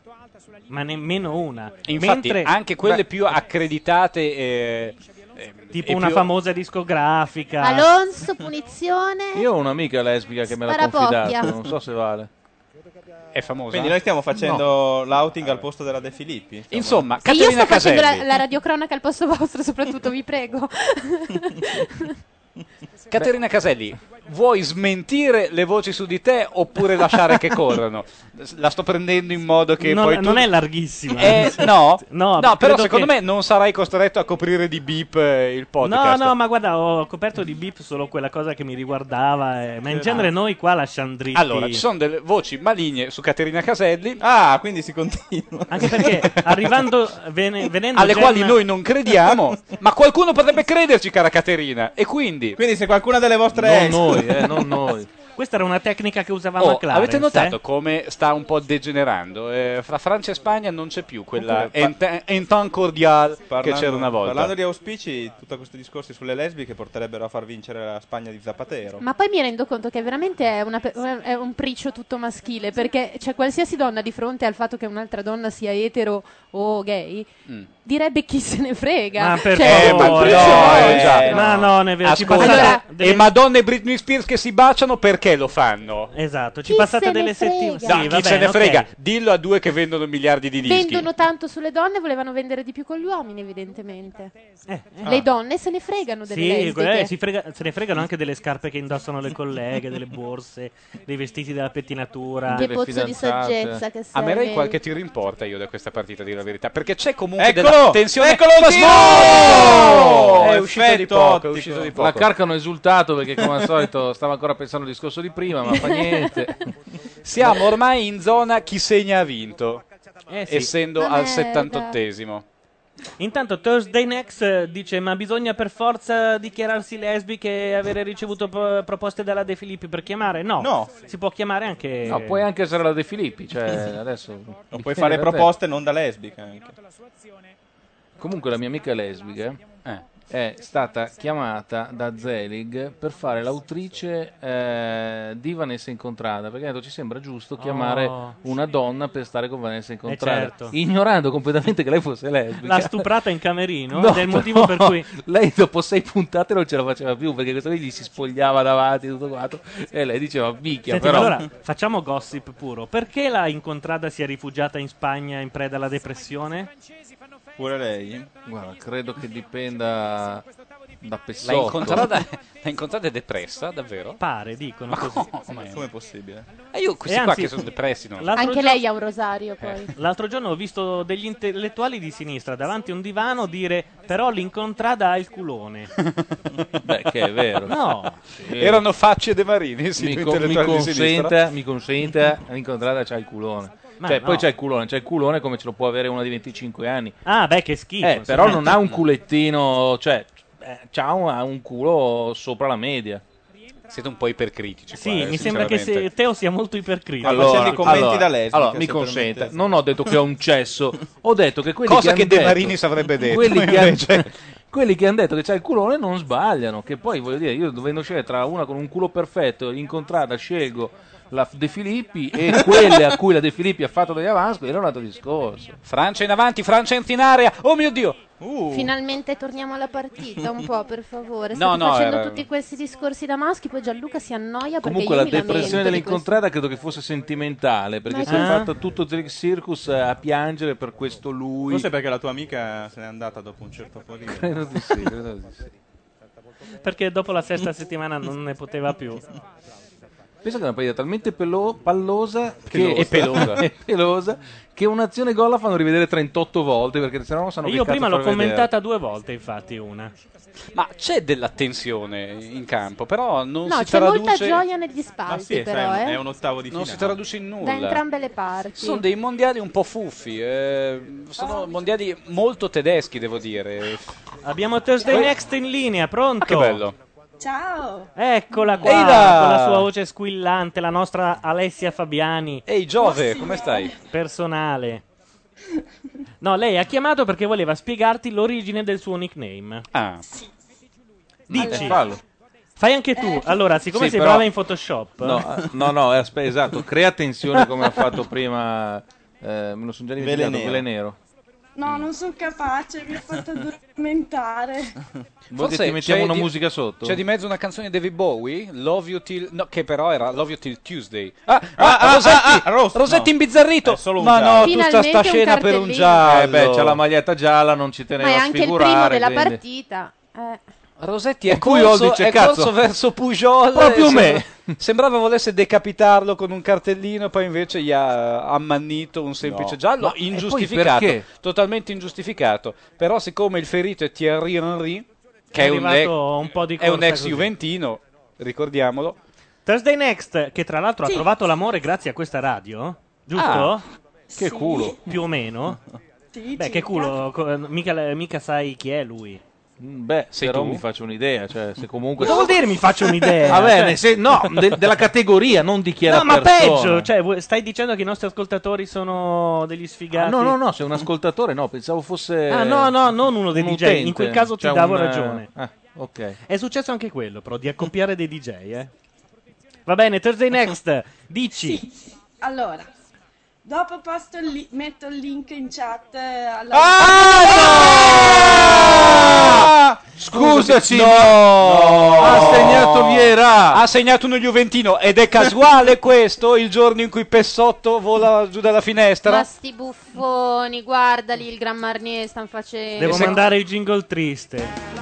Speaker 2: Ma nemmeno una.
Speaker 4: Infatti,
Speaker 2: Mentre-
Speaker 4: anche quelle
Speaker 2: Beh,
Speaker 4: più accreditate, eh, eh,
Speaker 2: tipo
Speaker 4: e
Speaker 2: una
Speaker 4: più-
Speaker 2: famosa discografica.
Speaker 12: Alonso, punizione.
Speaker 14: Io ho un'amica lesbica che me l'ha
Speaker 12: Sparapocchia.
Speaker 14: confidato, non so se vale.
Speaker 4: È famosa.
Speaker 5: Quindi noi stiamo facendo l'outing al posto della De Filippi.
Speaker 4: Insomma,
Speaker 3: Se io sto facendo la, la radiocronaca al posto vostro, soprattutto, vi prego.
Speaker 4: Caterina Caselli, vuoi smentire le voci su di te oppure lasciare che corrano? *laughs* La sto prendendo in modo che
Speaker 2: non,
Speaker 4: poi tu...
Speaker 2: non è larghissima. *laughs*
Speaker 4: Eh, no,
Speaker 2: No,
Speaker 4: no, però
Speaker 2: credo
Speaker 4: secondo
Speaker 2: che-
Speaker 4: me non sarai costretto a coprire di beep eh, il
Speaker 2: No,
Speaker 4: podcast.
Speaker 2: no, ma guarda, ho coperto di beep solo quella cosa che mi riguardava. eh, Ma in
Speaker 4: Eh,
Speaker 2: genere
Speaker 4: ah.
Speaker 2: noi qua lasciamo dritti.
Speaker 4: Allora, ci sono delle voci maligne su Caterina Caselli.
Speaker 5: Ah, quindi si continua.
Speaker 2: Anche perché arrivando, vene- venendo
Speaker 4: alle
Speaker 2: Gen-
Speaker 4: quali noi non *laughs* crediamo, ma qualcuno potrebbe crederci, cara Caterina. E quindi...
Speaker 5: Quindi se qualcuna delle vostre...
Speaker 4: Non
Speaker 5: ex-
Speaker 4: noi,
Speaker 5: *laughs*
Speaker 4: eh, non noi.
Speaker 2: Questa era una tecnica che usavamo
Speaker 4: Oh,
Speaker 2: a Clarence.
Speaker 4: avete notato
Speaker 2: eh?
Speaker 4: come sta un po' degenerando? Eh, fra Francia e Spagna non c'è più quella
Speaker 5: Oppure pa-
Speaker 4: ent- entente cordiale che
Speaker 5: Parlando-
Speaker 4: c'era una volta.
Speaker 5: Parlando di auspici, tutti questi discorsi sulle lesbiche porterebbero a far vincere la Spagna di Zapatero.
Speaker 3: Ma poi mi rendo conto che veramente è, una pe- è un priccio tutto maschile, perché cioè, qualsiasi donna di fronte al fatto che un'altra donna sia etero o gay
Speaker 14: Mm.
Speaker 3: direbbe chi se ne frega.
Speaker 2: Ma per
Speaker 3: Cioè,
Speaker 2: favore,
Speaker 4: Eh, ma
Speaker 2: Oh, no,
Speaker 4: perché?
Speaker 2: eh,
Speaker 4: Esatto.
Speaker 2: ma no, ne ci
Speaker 4: Ascolta,
Speaker 2: passate-
Speaker 4: e Madonna e Britney Spears che si baciano perché lo fanno?
Speaker 2: Esatto, ci Chi passate se ne delle frega? settim-
Speaker 4: No,
Speaker 2: sì,
Speaker 4: chi
Speaker 2: va
Speaker 4: se
Speaker 2: bene,
Speaker 4: ne
Speaker 2: ok.
Speaker 4: frega? Dillo a due che vendono miliardi di dischi.
Speaker 6: Vendono tanto sulle donne, volevano vendere di più con gli uomini, evidentemente.
Speaker 2: Ah.
Speaker 6: Le donne se ne fregano delle
Speaker 2: Sì,
Speaker 6: lesbiche.
Speaker 2: eh, si frega- se ne fregano anche delle scarpe che indossano le colleghe, delle borse, dei vestiti della pettinatura.
Speaker 6: Che Delle pozzo di fidanzate. saggezza che sei,
Speaker 4: Amerei
Speaker 6: vedi.
Speaker 4: qualche tiro in porta io da questa partita, di la verità, perché c'è comunque
Speaker 5: Eccolo!
Speaker 4: della tensione.
Speaker 5: Eccolo il
Speaker 4: Ma
Speaker 5: tiro!
Speaker 4: smooo! È
Speaker 5: Effetto
Speaker 4: uscito di poco, è
Speaker 5: ottico.
Speaker 4: uscito di poco.
Speaker 14: La Carcano è esultato perché, come al solito, stava ancora pensando al discorso di prima, ma fa
Speaker 5: *laughs*
Speaker 14: niente.
Speaker 4: Siamo ormai in zona chi segna ha vinto,
Speaker 2: Eh sì.
Speaker 4: essendo
Speaker 2: Ma
Speaker 4: al
Speaker 2: merda.
Speaker 4: 78esimo.
Speaker 2: Intanto Thursday Next eh, dice ma bisogna per forza dichiararsi lesbiche e avere ricevuto pro- proposte dalla De Filippi per chiamare? No,
Speaker 14: No.
Speaker 2: si può chiamare anche...
Speaker 14: No, puoi anche essere la De Filippi, cioè adesso...
Speaker 5: O puoi fare proposte non da lesbica. anche.
Speaker 14: Comunque la mia amica lesbica eh. è stata chiamata da Zelig per fare l'autrice eh, di Vanessa Incontrada, perché ha detto ci sembra giusto chiamare
Speaker 2: Oh.
Speaker 14: una donna per stare con Vanessa Incontrada,
Speaker 2: certo.
Speaker 14: ignorando completamente che lei fosse lesbica.
Speaker 2: L'ha stuprata in camerino
Speaker 14: No,
Speaker 2: ed è il motivo per
Speaker 14: però
Speaker 2: cui...
Speaker 14: lei dopo sei puntate non ce la faceva più perché questa qui gli si spogliava davanti tutto quanto e lei diceva minchia
Speaker 2: Senti, ma
Speaker 14: però
Speaker 2: allora facciamo gossip puro. Perché la incontrada si è rifugiata in Spagna in preda alla depressione?
Speaker 5: Pure lei?
Speaker 14: Guarda, credo che dipenda da
Speaker 4: L'ha
Speaker 14: Pessotto.
Speaker 4: incontrata, *laughs* l'ha incontrata è depressa, davvero?
Speaker 2: Pare, dicono
Speaker 4: Ma
Speaker 2: così.
Speaker 4: come?
Speaker 5: Com'è possibile?
Speaker 4: E Eh, io questi
Speaker 2: E
Speaker 4: qua
Speaker 2: Eh, anzi,
Speaker 4: che sono depressi non lo so.
Speaker 2: l'altro Eh,
Speaker 6: Anche lei ha un rosario,
Speaker 14: Eh.
Speaker 6: poi.
Speaker 2: L'altro giorno ho visto degli intellettuali di sinistra davanti a un divano dire però l'incontrada ha il
Speaker 4: *laughs*
Speaker 2: culone.
Speaker 14: Beh, Eh, che è
Speaker 2: *laughs*
Speaker 14: vero.
Speaker 2: No.
Speaker 4: Erano Facci e De Marini, sì,
Speaker 14: mi,
Speaker 4: due
Speaker 14: con- mi
Speaker 4: intellettuali di sinistra.
Speaker 14: consenta, mi consenta, l'incontrata c'ha il culone.
Speaker 2: Ma
Speaker 14: Cioè,
Speaker 2: no.
Speaker 14: poi c'è il culone, c'è il culone come ce lo può avere uno di 25 anni.
Speaker 2: Ah, beh, che schifo.
Speaker 14: Eh, però non
Speaker 2: insomma.
Speaker 14: ha
Speaker 2: *laughs*
Speaker 14: un culettino, cioè, ha un, ha un culo sopra la media.
Speaker 4: Siete un po' ipercritici. eh,
Speaker 2: Sì, mi sembra che se- Teo sia molto ipercritico.
Speaker 14: Allora, allora, allora, mi consenta, non ho detto che ho un cesso, ho detto che quelli
Speaker 4: Cosa
Speaker 14: che,
Speaker 4: che
Speaker 14: han
Speaker 4: De
Speaker 14: detto-
Speaker 4: Marini avrebbe detto, *laughs*
Speaker 14: Quelli che,
Speaker 4: invece.
Speaker 14: han, quelli che han detto che c'è il culone non sbagliano. Che poi voglio dire, io dovendo scegliere tra una con un culo perfetto e l'incontrata, scelgo la De Filippi e quelle a cui la De Filippi ha fatto degli avanzi, era un altro discorso.
Speaker 4: Francia in avanti, Francia in area, oh mio dio!
Speaker 2: Uh.
Speaker 6: Finalmente torniamo alla partita un po', per favore.
Speaker 14: No,
Speaker 6: State
Speaker 14: no,
Speaker 6: facendo
Speaker 14: era-
Speaker 6: tutti questi discorsi da maschi, poi Gianluca si annoia perché
Speaker 14: Comunque
Speaker 6: io
Speaker 14: la
Speaker 6: mi lamento
Speaker 14: depressione
Speaker 6: di questo.
Speaker 14: dell'incontrata credo che fosse sentimentale, perché
Speaker 6: Ma
Speaker 14: si è
Speaker 6: sì.
Speaker 14: fatto tutto il circus a piangere per questo lui.
Speaker 5: Forse perché la tua amica se n'è andata dopo un certo po' di...
Speaker 14: Credo di sì, credo di sì.
Speaker 2: Perché dopo la sesta settimana non ne poteva più.
Speaker 4: *laughs*
Speaker 14: Penso che è una partita talmente pelo- pallosa
Speaker 2: Pelosa.
Speaker 14: che, *laughs* e pelosa, e pelosa che un'azione gol la fanno rivedere 38 volte perché se no non sanno
Speaker 2: Io
Speaker 14: che cazzo
Speaker 2: prima l'ho
Speaker 14: far vedere.
Speaker 2: commentata due volte, infatti, una.
Speaker 4: Ma c'è della tensione in campo, però non
Speaker 6: No,
Speaker 4: si
Speaker 6: c'è
Speaker 4: traduce...
Speaker 6: molta gioia negli spalti, però, eh.
Speaker 5: ottavo di
Speaker 4: Non si traduce in nulla.
Speaker 6: Da entrambe le parti. Ah.
Speaker 4: Sono dei mondiali un po' fuffi, eh, sono mondiali molto tedeschi, devo dire.
Speaker 2: Abbiamo Thursday Next in linea, pronto?
Speaker 4: Ah, che bello.
Speaker 16: Ciao!
Speaker 2: Eccola qua,
Speaker 4: Ehi là!
Speaker 2: con la sua voce squillante, la nostra Alessia Fabiani.
Speaker 4: Ehi Giove, come stai?
Speaker 2: Personale. No, lei ha chiamato perché voleva spiegarti l'origine del suo nickname.
Speaker 4: Ah.
Speaker 2: Dici.
Speaker 14: Eh, fallo.
Speaker 2: Fai anche tu. Allora, siccome
Speaker 14: Sì,
Speaker 2: sei
Speaker 14: però-
Speaker 2: brava in Photoshop.
Speaker 14: No, eh, no, no, eh, aspe- esatto, crea
Speaker 2: *laughs*
Speaker 14: tensione come ha fatto prima, eh, me lo sono già dimenticato,
Speaker 5: Velenero.
Speaker 14: Velenero.
Speaker 16: No,
Speaker 14: Mm.
Speaker 16: non sono capace, mi ha fatto
Speaker 14: *laughs*
Speaker 16: addormentare.
Speaker 14: Vuoi che ti mettiamo
Speaker 4: c'è
Speaker 14: una
Speaker 4: di-
Speaker 14: musica sotto?
Speaker 4: C'è di mezzo una canzone di David Bowie, Love You Till... No, che però era Love You Till Tuesday. Ah, ah, Rosetti! Rosetti imbizzarrito! Ma no, tu sta, sta scena per un giallo.
Speaker 14: Eh beh, c'ha la maglietta gialla, non ci
Speaker 6: Ma
Speaker 14: tenevo
Speaker 6: è
Speaker 14: a
Speaker 6: anche il
Speaker 14: sfigurare.
Speaker 6: primo della
Speaker 14: quindi.
Speaker 6: partita. Eh.
Speaker 4: Rosetti è
Speaker 14: E cui
Speaker 4: corso,
Speaker 14: Hall dice,
Speaker 4: è
Speaker 14: "Cazzo".
Speaker 4: corso verso Pujol.
Speaker 14: Proprio
Speaker 4: e
Speaker 14: me. *laughs*
Speaker 4: sembra- Sembrava volesse decapitarlo con un cartellino, poi invece gli ha ammannito un semplice
Speaker 14: No.
Speaker 4: giallo
Speaker 14: Ma- e poi
Speaker 4: ingiustificato,
Speaker 14: perché?
Speaker 4: totalmente ingiustificato. Però siccome il ferito è Thierry Henry, che
Speaker 2: È
Speaker 4: è, un, ex,
Speaker 2: arrivato un po' di
Speaker 4: è un
Speaker 2: corsa
Speaker 4: ex
Speaker 2: così.
Speaker 4: juventino, ricordiamolo.
Speaker 2: Thursday Next, che tra l'altro
Speaker 4: Sì.
Speaker 2: ha trovato l'amore grazie a questa radio, giusto?
Speaker 4: Ah, che Sì. culo.
Speaker 2: Più o
Speaker 4: *laughs*
Speaker 2: meno. Beh, che
Speaker 14: circa.
Speaker 2: culo, co- mica, mica sai chi è lui.
Speaker 14: Mm, Beh, però mi faccio un'idea, cioè se comunque...
Speaker 2: Cosa vuol dire mi faccio un'idea?
Speaker 14: Vabbè,
Speaker 2: Cioè-
Speaker 14: nel sen- no, de- della categoria, non di chi è
Speaker 2: No,
Speaker 14: la
Speaker 2: ma
Speaker 14: persona.
Speaker 2: peggio, cioè, vuoi- stai dicendo che i nostri ascoltatori sono degli
Speaker 14: Ah,
Speaker 2: sfigati?
Speaker 14: no, no, no, sei un ascoltatore, no, pensavo fosse...
Speaker 2: Ah, no, no, non uno dei
Speaker 14: un
Speaker 2: DJ,
Speaker 14: utente,
Speaker 2: in quel caso ti
Speaker 14: cioè
Speaker 2: davo
Speaker 14: un, eh,
Speaker 2: ragione.
Speaker 14: ah, ok.
Speaker 2: È successo anche quello, però, di accoppiare dei DJ, eh. Va bene, Thursday Next, dici.
Speaker 16: Allora, dopo posto il li- metto il link in chat eh, alla...
Speaker 14: Ah,
Speaker 4: Ah!
Speaker 14: Scusaci,
Speaker 4: no!
Speaker 14: Ha segnato Viera!
Speaker 4: Ha segnato uno Juventino ed è casuale *laughs* questo il giorno in cui Pessotto vola giù dalla finestra?
Speaker 17: Ma sti buffoni, guardali il Gran Marnier stanno facendo.
Speaker 2: Devo mandare il jingle triste.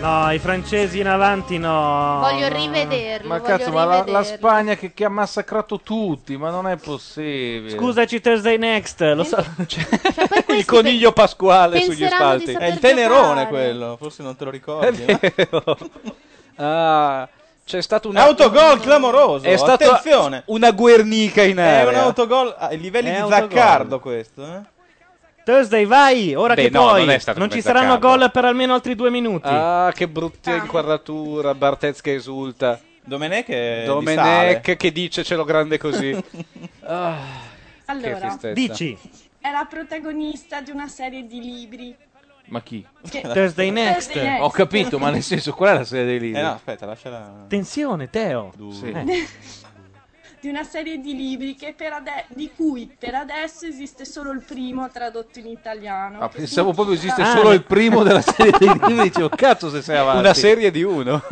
Speaker 2: No, i francesi in avanti no.
Speaker 17: Voglio
Speaker 2: no.
Speaker 17: rivederlo.
Speaker 14: Ma
Speaker 17: voglio
Speaker 14: cazzo, ma la, la
Speaker 17: rivederlo.
Speaker 14: Spagna che, che ha massacrato tutti, ma non è possibile.
Speaker 2: Scusaci Thursday Next, lo so. Cioè, *laughs*
Speaker 4: il coniglio pasquale
Speaker 14: penseranno di saper
Speaker 5: È il tenerone
Speaker 14: giocare.
Speaker 5: quello, forse non te lo ricordi. no?
Speaker 4: *laughs* Ah, c'è stato un
Speaker 5: Autogol clamoroso,
Speaker 4: È stato
Speaker 5: attenzione.
Speaker 4: una guernica in
Speaker 5: È
Speaker 4: area.
Speaker 5: un autogol ai livelli
Speaker 4: È
Speaker 5: di
Speaker 4: autogol.
Speaker 5: Zaccardo questo, eh?
Speaker 2: Thursday, vai, ora
Speaker 4: Beh,
Speaker 2: che
Speaker 4: no,
Speaker 2: puoi.
Speaker 4: non è stato
Speaker 2: Non
Speaker 4: come
Speaker 2: ci saranno
Speaker 4: Zaccardo.
Speaker 2: gol per almeno altri due minuti.
Speaker 4: Ah, che brutta inquadratura, Bartez che esulta.
Speaker 5: Domenech è
Speaker 4: Domenech che dice ce l'ho grande
Speaker 5: *laughs*
Speaker 4: così. Ah, che
Speaker 16: Allora,
Speaker 4: tristezza.
Speaker 16: è la protagonista di una serie di
Speaker 14: *laughs*
Speaker 16: libri.
Speaker 14: Ma chi?
Speaker 16: Che- Thursday Next. Thursday Next.
Speaker 14: Ho capito, ma nel senso, qual è la serie dei libri?
Speaker 5: Eh no, aspetta, lasciala.
Speaker 2: Attenzione, Teo.
Speaker 14: Sì.
Speaker 16: *laughs*
Speaker 2: Eh.
Speaker 16: di una serie di libri che per ade- di cui per adesso esiste solo il primo tradotto in italiano.
Speaker 14: Ah,
Speaker 16: che
Speaker 14: pensavo proprio
Speaker 16: significa-
Speaker 14: esiste solo il primo della serie dei libri. Dicevo, cazzo, se sei avanti.
Speaker 4: Una serie di uno.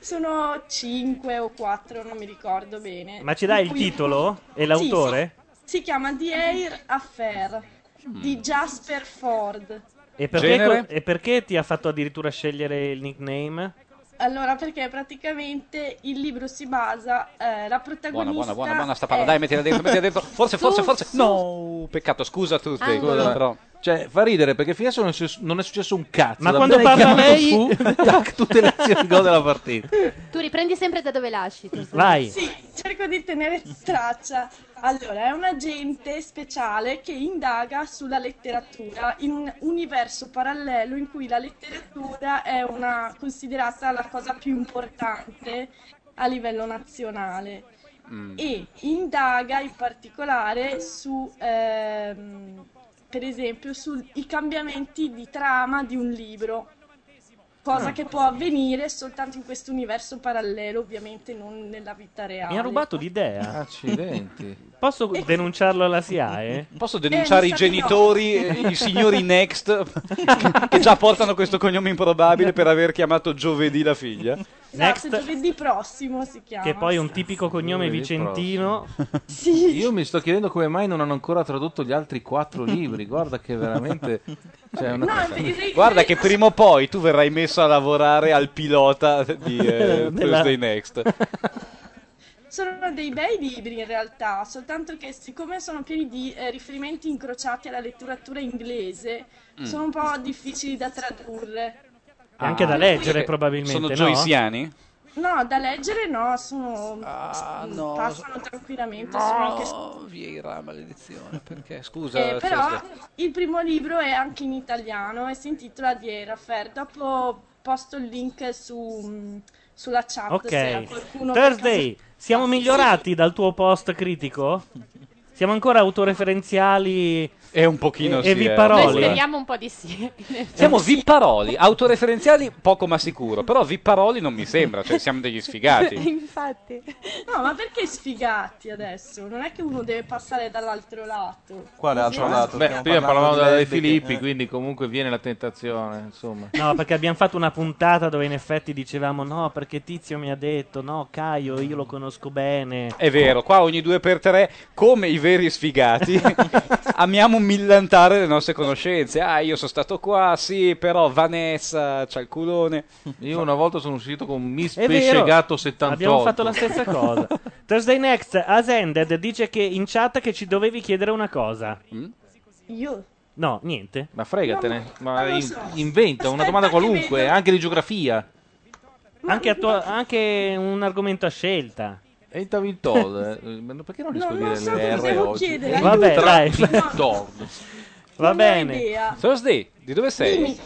Speaker 16: Sono 5 o 4, non mi ricordo bene.
Speaker 2: Ma ci dai il
Speaker 16: Di cui-
Speaker 2: titolo e l'autore?
Speaker 16: Si chiama The Air Affair
Speaker 4: Mm.
Speaker 16: di Jasper Ford.
Speaker 2: E perché,
Speaker 16: Genere?
Speaker 2: co- e perché ti ha fatto addirittura scegliere il nickname?
Speaker 16: Allora, perché praticamente il libro si basa, eh, la
Speaker 4: Buona,
Speaker 16: protagonista
Speaker 4: buona, buona, buona sta
Speaker 16: è-
Speaker 4: palla. Dai, mettila dentro, mettila dentro. Forse, forse,
Speaker 16: Su,
Speaker 4: forse.
Speaker 16: su.
Speaker 4: No, peccato, scusa tu, Dave,
Speaker 14: Scusa, ma-
Speaker 4: però.
Speaker 14: Cioè, fa ridere perché fino adesso non è successo, non è successo un cazzo.
Speaker 4: Ma
Speaker 14: Da
Speaker 4: quando
Speaker 14: appena hai
Speaker 4: parla
Speaker 14: chiamato
Speaker 4: lei-
Speaker 14: su, tac, tutte le azioni gol della partita.
Speaker 17: Tu riprendi sempre da dove lasci. tu.
Speaker 16: Sì, cerco di
Speaker 4: *laughs*
Speaker 16: tenere traccia. Allora, è un agente speciale che indaga sulla letteratura in un universo parallelo in cui la letteratura è una- considerata la cosa più importante a livello nazionale
Speaker 4: Mm.
Speaker 16: e indaga in particolare su, ehm, per esempio, sui cambiamenti di trama di un libro, cosa
Speaker 2: Mm.
Speaker 16: che può avvenire soltanto in questo universo parallelo, ovviamente non nella vita reale.
Speaker 2: Mi ha rubato l'idea.
Speaker 14: Accidenti.
Speaker 2: Posso denunciarlo alla eh? SIAE?
Speaker 4: Posso denunciare i genitori, eh, i signori Next, che- che già portano questo cognome improbabile per aver chiamato giovedì la figlia.
Speaker 16: Esatto, giovedì prossimo si chiama.
Speaker 2: Che poi è un tipico cognome vicentino.
Speaker 14: Io mi sto chiedendo come mai non hanno ancora tradotto gli altri quattro libri. Guarda che veramente. cioè, è una cosa-
Speaker 4: Guarda che prima o poi tu verrai messo a lavorare al pilota di
Speaker 2: *laughs*
Speaker 4: eh,
Speaker 14: Della-
Speaker 4: Thursday Next.
Speaker 16: Sono dei bei libri in realtà, soltanto che siccome sono pieni di eh, riferimenti incrociati alla letteratura inglese,
Speaker 4: Mm.
Speaker 16: sono un po' difficili da tradurre.
Speaker 2: E *laughs* anche da
Speaker 4: Ah,
Speaker 2: leggere,
Speaker 4: perché
Speaker 2: probabilmente,
Speaker 4: Sono
Speaker 2: no?
Speaker 4: joysiani?
Speaker 16: No, da leggere no, sono... passano tranquillamente. sono anche
Speaker 4: oh, Vieira, maledizione, perché scusa.
Speaker 16: Eh, però il primo libro è anche in italiano e si intitola Di Erafer. Dopo posto il link su, mh, sulla chat se a
Speaker 2: Ok.
Speaker 16: qualcuno
Speaker 2: Thursday,
Speaker 16: per
Speaker 2: siamo migliorati dal tuo post critico? Siamo ancora autoreferenziali
Speaker 4: e un pochino
Speaker 2: e
Speaker 4: sì,
Speaker 2: vi
Speaker 4: eh.
Speaker 17: Noi
Speaker 2: parole.
Speaker 17: speriamo un po' di sì.
Speaker 4: *laughs* Siamo vipparoli, autoreferenziali poco ma sicuro, però vipparoli non mi sembra, cioè siamo
Speaker 16: *laughs*
Speaker 2: *laughs*
Speaker 4: degli *laughs* sfigati.
Speaker 16: Infatti. No, ma perché sfigati adesso? Non è che uno deve passare dall'altro lato.
Speaker 5: Quale altro
Speaker 2: eh.
Speaker 5: lato?
Speaker 14: Beh,
Speaker 5: Stiamo
Speaker 14: prima
Speaker 5: parlando
Speaker 14: parlavamo
Speaker 5: di
Speaker 14: della De
Speaker 5: Lady che-
Speaker 14: Filippi,
Speaker 5: eh.
Speaker 14: quindi comunque viene la tentazione. Insomma.
Speaker 2: No, perché abbiamo fatto una puntata dove in effetti dicevamo no, perché Tizio mi ha detto no, Caio, io lo conosco bene.
Speaker 4: È vero, qua ogni due per tre, come i
Speaker 2: *laughs*
Speaker 4: veri sfigati, amiamo millantare le nostre conoscenze. Ah, io sono stato qua, sì, però Vanessa c'ha il culone.
Speaker 14: Io una volta sono uscito con Miss
Speaker 2: È
Speaker 14: Pesce
Speaker 2: vero.
Speaker 14: Gatto 78.
Speaker 2: Abbiamo fatto la stessa cosa.
Speaker 4: *laughs*
Speaker 2: Thursday Next Ascended dice che in chat che ci dovevi chiedere una cosa.
Speaker 4: Mm?
Speaker 16: Io?
Speaker 2: No, niente.
Speaker 14: Ma fregatene, ma
Speaker 2: non lo
Speaker 14: in-
Speaker 2: so.
Speaker 14: inventa una domanda qualunque, anche di geografia.
Speaker 2: Anche, a tua- anche un argomento a scelta.
Speaker 14: E il
Speaker 2: *laughs*
Speaker 14: Tavil *laughs* Todd, eh, ma perché non riesco
Speaker 2: Non lo
Speaker 14: a dire
Speaker 2: so
Speaker 14: le
Speaker 2: cosa
Speaker 14: R
Speaker 2: devo
Speaker 14: oggi?
Speaker 2: chiedere,
Speaker 14: Il
Speaker 2: Vabbè,
Speaker 14: tra-
Speaker 2: dai.
Speaker 14: il Todd.
Speaker 2: Va
Speaker 16: Non ho bene. idea.
Speaker 4: Thursday, di dove sei?
Speaker 16: Dimmi.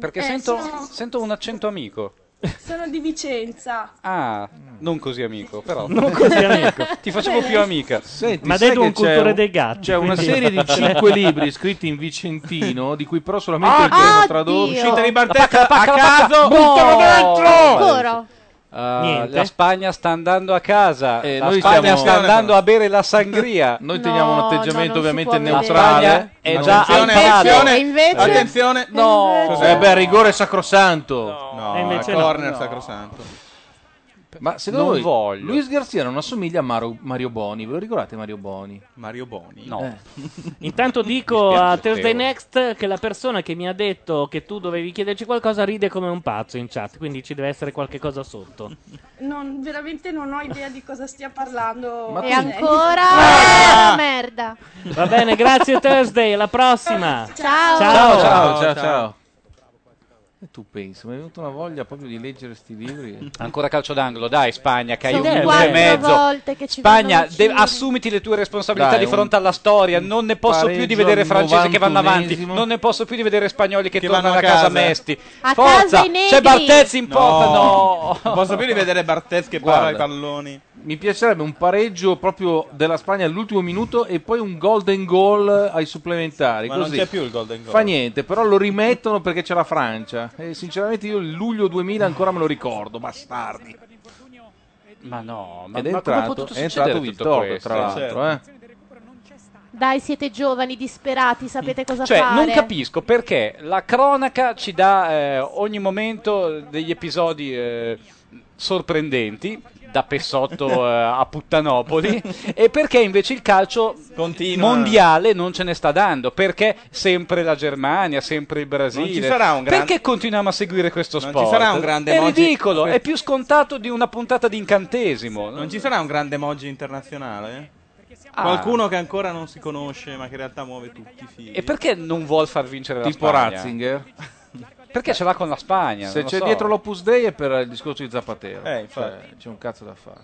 Speaker 4: Perché
Speaker 16: Eh,
Speaker 4: sento,
Speaker 16: sono-
Speaker 4: sento un accento amico.
Speaker 16: Sono di Vicenza.
Speaker 4: Ah, non così amico, però.
Speaker 2: Non così amico.
Speaker 4: *laughs* Ti facciamo più amica.
Speaker 14: Senti,
Speaker 2: Ma
Speaker 14: sai
Speaker 2: Dedu è un
Speaker 14: che c'è
Speaker 2: cultore dei gatti,
Speaker 14: C'è una
Speaker 2: quindi- *laughs*
Speaker 14: serie di cinque libri scritti in vicentino, di cui però
Speaker 2: Ah,
Speaker 14: solamente il primo tradotto.
Speaker 5: Uscite di
Speaker 14: Bartecca
Speaker 5: Bartecca a caso,
Speaker 14: buttalo
Speaker 5: buttalo
Speaker 4: Ah,
Speaker 14: Niente.
Speaker 4: la Spagna sta andando a casa.
Speaker 14: Eh,
Speaker 4: la
Speaker 14: noi
Speaker 4: Spagna
Speaker 14: stiamo-
Speaker 4: sta andando a bere la sangria.
Speaker 14: Noi teniamo un atteggiamento ovviamente
Speaker 4: vedere.
Speaker 14: neutrale.
Speaker 4: Spagna è già
Speaker 14: Attenzione,
Speaker 4: al palo.
Speaker 14: attenzione,
Speaker 4: E invece-
Speaker 5: Eh, attenzione.
Speaker 14: No.
Speaker 5: Cos'è?
Speaker 14: Eh beh, rigore sacrosanto.
Speaker 5: No, E invece no. corner sacrosanto.
Speaker 14: Ma secondo
Speaker 5: Non
Speaker 14: voi
Speaker 5: voglio.
Speaker 14: Luis Garzia non assomiglia a Maro- Mario Boni? Ve lo ricordate Mario Boni? Eh.
Speaker 5: Mario Boni?
Speaker 14: No.
Speaker 2: Intanto dico Oh, a
Speaker 14: Teo.
Speaker 2: Thursday Next che la persona che mi ha detto che tu dovevi chiederci qualcosa ride come un pazzo in chat, quindi ci deve essere qualche cosa sotto.
Speaker 16: Non, veramente non ho idea di cosa stia parlando.
Speaker 12: e ancora merda.
Speaker 2: Va bene, grazie Thursday, alla prossima.
Speaker 12: Ciao.
Speaker 14: Ciao,
Speaker 2: Ciao.
Speaker 14: ciao, ciao,
Speaker 2: Ciao,
Speaker 14: ciao. E tu pensi, mi è venuta una voglia proprio di leggere sti libri.
Speaker 4: Ancora calcio d'angolo, dai Spagna, che hai
Speaker 14: Sono
Speaker 4: un minuto
Speaker 14: quattro
Speaker 4: e mezzo.
Speaker 14: volte che ci
Speaker 4: Spagna,
Speaker 14: vanno a
Speaker 4: de-
Speaker 14: uccidere.
Speaker 4: assumiti le tue responsabilità
Speaker 14: Dai,
Speaker 4: di
Speaker 14: un-
Speaker 4: fronte alla storia. Non ne posso più di
Speaker 14: pareggio
Speaker 4: vedere
Speaker 14: al
Speaker 4: francesi che vanno avanti.
Speaker 14: 91esimo.
Speaker 4: Non ne posso più di vedere spagnoli che,
Speaker 5: Che
Speaker 4: tornano
Speaker 5: vanno
Speaker 4: a
Speaker 5: a
Speaker 4: casa
Speaker 5: casa.
Speaker 4: mesti.
Speaker 5: A
Speaker 4: Forza,
Speaker 5: casa i negri.
Speaker 4: c'è Bartezzi in porta. No,
Speaker 5: Non *laughs* posso più di vedere Bartez che parla ai
Speaker 14: Guarda.
Speaker 5: palloni.
Speaker 14: Mi piacerebbe un pareggio proprio della Spagna all'ultimo minuto e poi un golden goal ai supplementari.
Speaker 5: Ma
Speaker 14: così.
Speaker 5: non c'è più il golden goal.
Speaker 14: Fa niente, però lo rimettono perché c'è la Francia. E sinceramente io il luglio 2000 ancora me lo ricordo, bastardi.
Speaker 4: Ma no,
Speaker 14: Ed è entrato, è entrato Vittor,
Speaker 4: Certo.
Speaker 14: tra l'altro. eh.
Speaker 12: Dai, siete giovani, disperati, sapete cosa
Speaker 4: Cioè,
Speaker 12: fare.
Speaker 4: non capisco perché la cronaca ci dà eh, ogni momento degli episodi eh, sorprendenti, da Pessotto eh, a Puttanopoli, e perché invece il calcio
Speaker 5: Continua.
Speaker 4: mondiale non ce ne sta dando? Perché sempre la Germania, sempre il Brasile?
Speaker 5: Non ci sarà un gran-
Speaker 4: Perché continuiamo a seguire questo
Speaker 5: Non
Speaker 4: sport?
Speaker 5: ci sarà un grande
Speaker 4: È
Speaker 5: emoji- Eh.
Speaker 4: ridicolo, è più scontato di una puntata di incantesimo.
Speaker 5: Non ci sarà un grande emoji internazionale?
Speaker 4: Ah.
Speaker 5: Qualcuno che ancora non si conosce, ma che in realtà muove tutti i figli.
Speaker 4: E perché non vuol far vincere la
Speaker 14: Tipo
Speaker 4: Spagna?
Speaker 14: Ratzinger?
Speaker 4: *laughs* Perché ce l'ha con la Spagna?
Speaker 14: Se
Speaker 4: non lo
Speaker 14: c'è
Speaker 4: so.
Speaker 14: dietro l'Opus Dei è per il discorso di Zapatero.
Speaker 5: Eh, infatti.
Speaker 14: Cioè, c'è un cazzo da fare.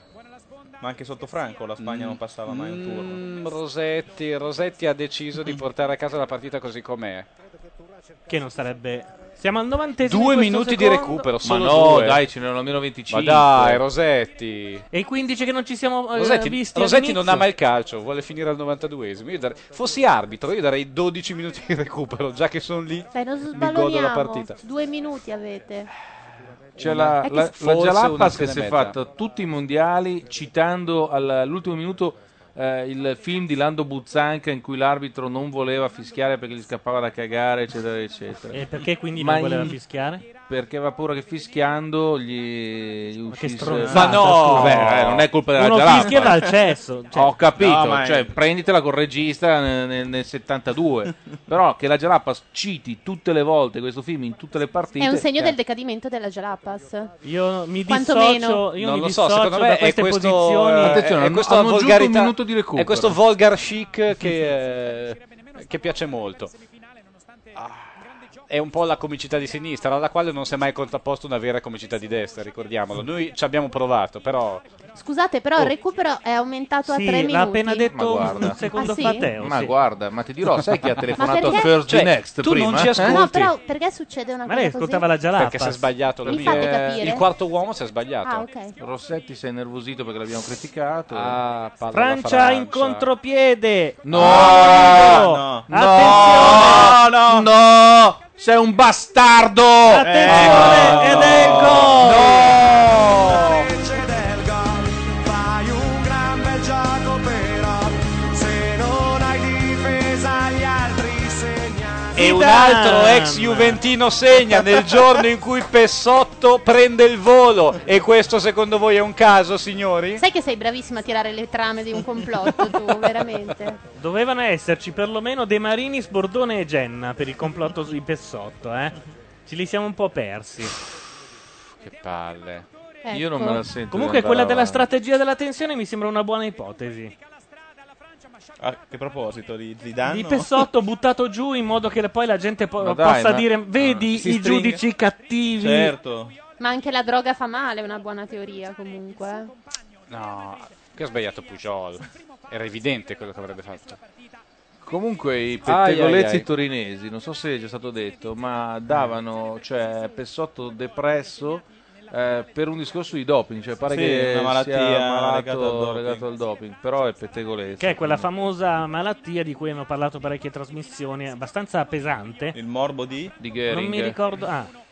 Speaker 5: Ma anche sotto Franco la Spagna non passava mai un turno.
Speaker 4: Mm, Rosetti, Rosetti ha deciso
Speaker 14: *laughs*
Speaker 4: di portare a casa la partita così com'è.
Speaker 2: Che non sarebbe... Siamo al 90
Speaker 4: Due minuti di recupero,
Speaker 14: Ma
Speaker 4: solo
Speaker 14: no,
Speaker 4: due.
Speaker 14: dai, ce n'erano almeno 25.
Speaker 4: Ma dai, Rosetti.
Speaker 2: E i 15 che non ci siamo eh,
Speaker 4: Rosetti,
Speaker 2: visti
Speaker 4: Rosetti
Speaker 2: all'inizio.
Speaker 4: non ama il calcio, vuole finire al 92esimo. Io dare- fossi arbitro, io darei 12 minuti di recupero, già che sono lì.
Speaker 12: Dai, non
Speaker 4: mi godo la
Speaker 12: sballoniamo.
Speaker 4: partita.
Speaker 12: Due minuti avete.
Speaker 14: C'è la,
Speaker 12: È che
Speaker 14: la, la
Speaker 12: forse
Speaker 14: Jalapas
Speaker 4: un'azione
Speaker 14: che si è
Speaker 4: mezza.
Speaker 14: fatta tutti i mondiali citando al- all'ultimo minuto eh, il film di Lando Buzzanca in cui l'arbitro non voleva fischiare perché gli scappava da cagare, eccetera, eccetera.
Speaker 2: E perché quindi
Speaker 14: Ma
Speaker 2: non voleva
Speaker 14: in-
Speaker 2: fischiare?
Speaker 14: Perché aveva paura che fischiando gli, gli uscisse...
Speaker 2: stronzata, scusa.
Speaker 14: Vabbè, eh, non è colpa della
Speaker 2: Uno
Speaker 14: Jalapas.
Speaker 2: fischia e va al cesso, cioè.
Speaker 14: Ho capito,
Speaker 2: No, ma è-
Speaker 14: cioè, prenditela col regista nel, nel-
Speaker 2: *laughs*
Speaker 14: nel 72. Però che la Jalapas citi tutte le volte questo film in tutte le partite...
Speaker 12: È un segno
Speaker 4: eh.
Speaker 14: cioè,
Speaker 12: del decadimento della Jalapas.
Speaker 2: Io mi
Speaker 12: Quantomeno.
Speaker 2: dissocio, io
Speaker 4: non
Speaker 2: mi
Speaker 4: lo so,
Speaker 2: dissocio
Speaker 4: secondo
Speaker 2: da
Speaker 4: me è
Speaker 2: queste
Speaker 4: questo,
Speaker 2: posizioni.
Speaker 4: eh,
Speaker 14: Attenzione,
Speaker 4: è
Speaker 14: hanno
Speaker 4: questa
Speaker 14: aggiunto un
Speaker 4: volgarità,
Speaker 14: minuto di recupero.
Speaker 4: È questo volgar chic che, eh, che piace molto. Ah, è un po' la comicità di sinistra, alla quale non si è mai contrapposto una vera comicità di destra, ricordiamolo. Noi ci abbiamo provato, però
Speaker 12: Scusate,
Speaker 4: Oh.
Speaker 12: però il recupero è aumentato a tre minuti.
Speaker 14: Ma guarda.
Speaker 12: Ah, sì?
Speaker 14: Ma guarda, ma ti dirò, sai chi ha telefonato a
Speaker 12: perché-
Speaker 14: First
Speaker 4: Cioè,
Speaker 14: Next
Speaker 4: tu
Speaker 14: prima?
Speaker 4: non ci
Speaker 14: eh?
Speaker 3: Ah,
Speaker 4: ascolti.
Speaker 12: No, però perché succede una cosa così?
Speaker 4: Perché si è sbagliato
Speaker 12: Mi fate
Speaker 4: eh,
Speaker 12: capire.
Speaker 4: il quarto uomo si è sbagliato.
Speaker 12: Ah, ok.
Speaker 14: Rossetti si è nervosito perché l'abbiamo criticato.
Speaker 4: Ah, palla
Speaker 2: Francia, in contropiede.
Speaker 14: No!
Speaker 2: Arrivo.
Speaker 14: No!
Speaker 2: Attenzione!
Speaker 14: No! No! Sei un bastardo! Eh,
Speaker 2: Attenzione, ed è il gol!
Speaker 1: Fai un gran bel gioco però Se non hai difesa gli altri segnali
Speaker 4: E un altro l'ex Juventino segna nel giorno in cui Pessotto prende il volo. E questo secondo voi è un caso, signori?
Speaker 12: Sai che sei bravissima a tirare le trame di un complotto, tu,
Speaker 4: *laughs*
Speaker 12: veramente.
Speaker 2: Dovevano esserci perlomeno De Marinis, Bordone e Genna per il complotto sui Pessotto, eh. Ce li siamo un po' persi.
Speaker 4: Ecco. Che palle.
Speaker 2: Ecco.
Speaker 14: Io non me la sento.
Speaker 2: Comunque
Speaker 14: di andare
Speaker 2: quella della
Speaker 14: avanti.
Speaker 2: strategia della tensione mi sembra una buona ipotesi.
Speaker 5: A che proposito di Zidane?
Speaker 2: Di Pessotto buttato giù in modo che poi la gente po-
Speaker 5: Ma dai,
Speaker 2: possa
Speaker 5: ma-
Speaker 2: dire
Speaker 14: Ah.
Speaker 2: vedi
Speaker 5: Si
Speaker 2: i
Speaker 5: stringe."
Speaker 2: giudici cattivi.
Speaker 5: Certo.
Speaker 12: Ma anche la droga fa male, è una buona teoria comunque.
Speaker 4: No, che ho sbagliato Pujol. Era evidente quello che avrebbe fatto.
Speaker 14: Comunque i
Speaker 4: Ai,
Speaker 14: pettegolezzi
Speaker 4: ai, ai.
Speaker 14: torinesi, non so se è già stato detto, ma davano cioè, Pessotto depresso eh, per un discorso di doping, cioè pare
Speaker 5: Sì,
Speaker 14: che
Speaker 5: una malattia
Speaker 14: sia malato
Speaker 5: legata al doping.
Speaker 14: legato al doping, però è pettegolezzo.
Speaker 2: Che è quella famosa malattia di cui hanno parlato parecchie trasmissioni, abbastanza pesante. Il
Speaker 5: morbo di?
Speaker 14: Di Goering.
Speaker 2: Non mi ricordo. Ah,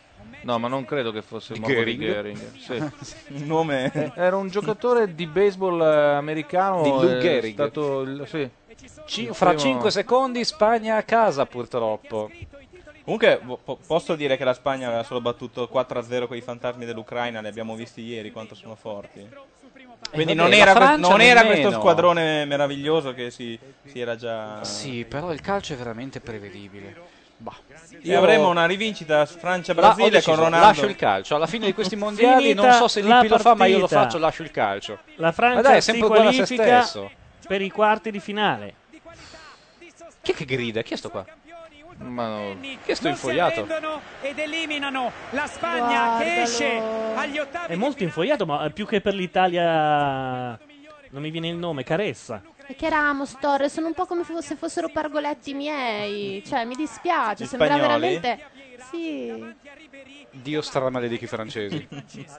Speaker 14: No, ma non credo che fosse il morbo
Speaker 5: Goering?
Speaker 14: di Goering.
Speaker 5: *laughs*
Speaker 14: Sì.
Speaker 5: Il nome
Speaker 14: Eh, Era un giocatore di baseball eh, americano
Speaker 4: Di Lou
Speaker 14: è
Speaker 4: Gehrig.
Speaker 14: stato il- sì.
Speaker 4: Ci-
Speaker 14: Il
Speaker 4: fra
Speaker 14: primo-
Speaker 4: 5 secondi Spagna a casa purtroppo.
Speaker 5: Comunque vo- po- posso dire che la Spagna aveva solo battuto 4-0 con i fantasmi dell'Ucraina, li abbiamo visti ieri quanto sono forti. Quindi
Speaker 4: Eh, vabbè,
Speaker 5: non
Speaker 4: la
Speaker 5: era, que-
Speaker 4: Francia
Speaker 5: non era
Speaker 4: nemmeno.
Speaker 5: questo squadrone meraviglioso che si, si era già...
Speaker 4: Sì, però il calcio è veramente prevedibile. Bah.
Speaker 5: E avremo una rivincita
Speaker 4: Boh. La- ho
Speaker 5: Francia-Brasile
Speaker 4: deciso,
Speaker 5: con Ronaldo.
Speaker 4: Lascio il calcio. Alla fine di questi mondiali non so se
Speaker 2: Finita
Speaker 4: Lippi lo fa, ma io lo
Speaker 2: partita.
Speaker 4: faccio, lascio il calcio.
Speaker 2: La Francia
Speaker 4: ma dai, è
Speaker 2: si
Speaker 4: sempre uguale a se
Speaker 2: qualifica
Speaker 4: stesso.
Speaker 2: per i quarti di finale.
Speaker 4: Chi è che grida? Chi è sto qua?
Speaker 14: Ma no.
Speaker 4: Chi è sto
Speaker 7: Non si
Speaker 4: infogliato?
Speaker 7: arrendono ed eliminano la Spagna che esce agli ottavi.
Speaker 2: È molto infogliato, ma più che per l'Italia. Non mi viene il nome, Caressa.
Speaker 12: E eh. che Ramos, Torres, sono un po' come se fossero pargoletti miei. Cioè, mi dispiace,
Speaker 4: Gli
Speaker 12: sembra
Speaker 4: spagnoli?
Speaker 12: veramente... Sì.
Speaker 4: Dio stramaledichi francesi.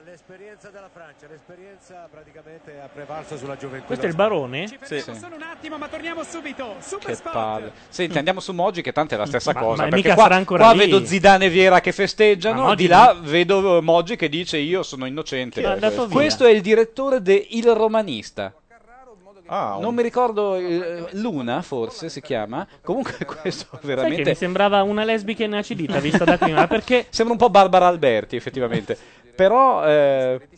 Speaker 1: L'esperienza della Francia, l'esperienza praticamente ha prevalso sulla gioventù.
Speaker 2: Questo è il barone?
Speaker 4: Sì.
Speaker 7: Solo un attimo, ma torniamo subito. Super
Speaker 4: Che
Speaker 7: spot.
Speaker 4: palle. Senti, andiamo su Moggi che tanto è la stessa
Speaker 2: Ma-
Speaker 4: cosa.
Speaker 2: ma è
Speaker 4: perché
Speaker 2: mica
Speaker 4: qua,
Speaker 2: sarà ancora
Speaker 4: qua
Speaker 2: lì.
Speaker 4: vedo Zidane e Viera che festeggiano,
Speaker 2: Ma Moggi
Speaker 4: di là vedo eh, Moggi che dice io sono innocente.
Speaker 2: Che è andato via.
Speaker 4: Questo è il direttore de Il Romanista.
Speaker 5: Ah,
Speaker 4: Non mi ricordo, eh, Luna forse si chiama. Comunque *laughs* questo
Speaker 2: Sai che mi
Speaker 4: veramente...
Speaker 2: sembrava una lesbica inacidita vista da prima, perché
Speaker 4: *laughs* Sembra un po' Barbara Alberti effettivamente. Però... eh,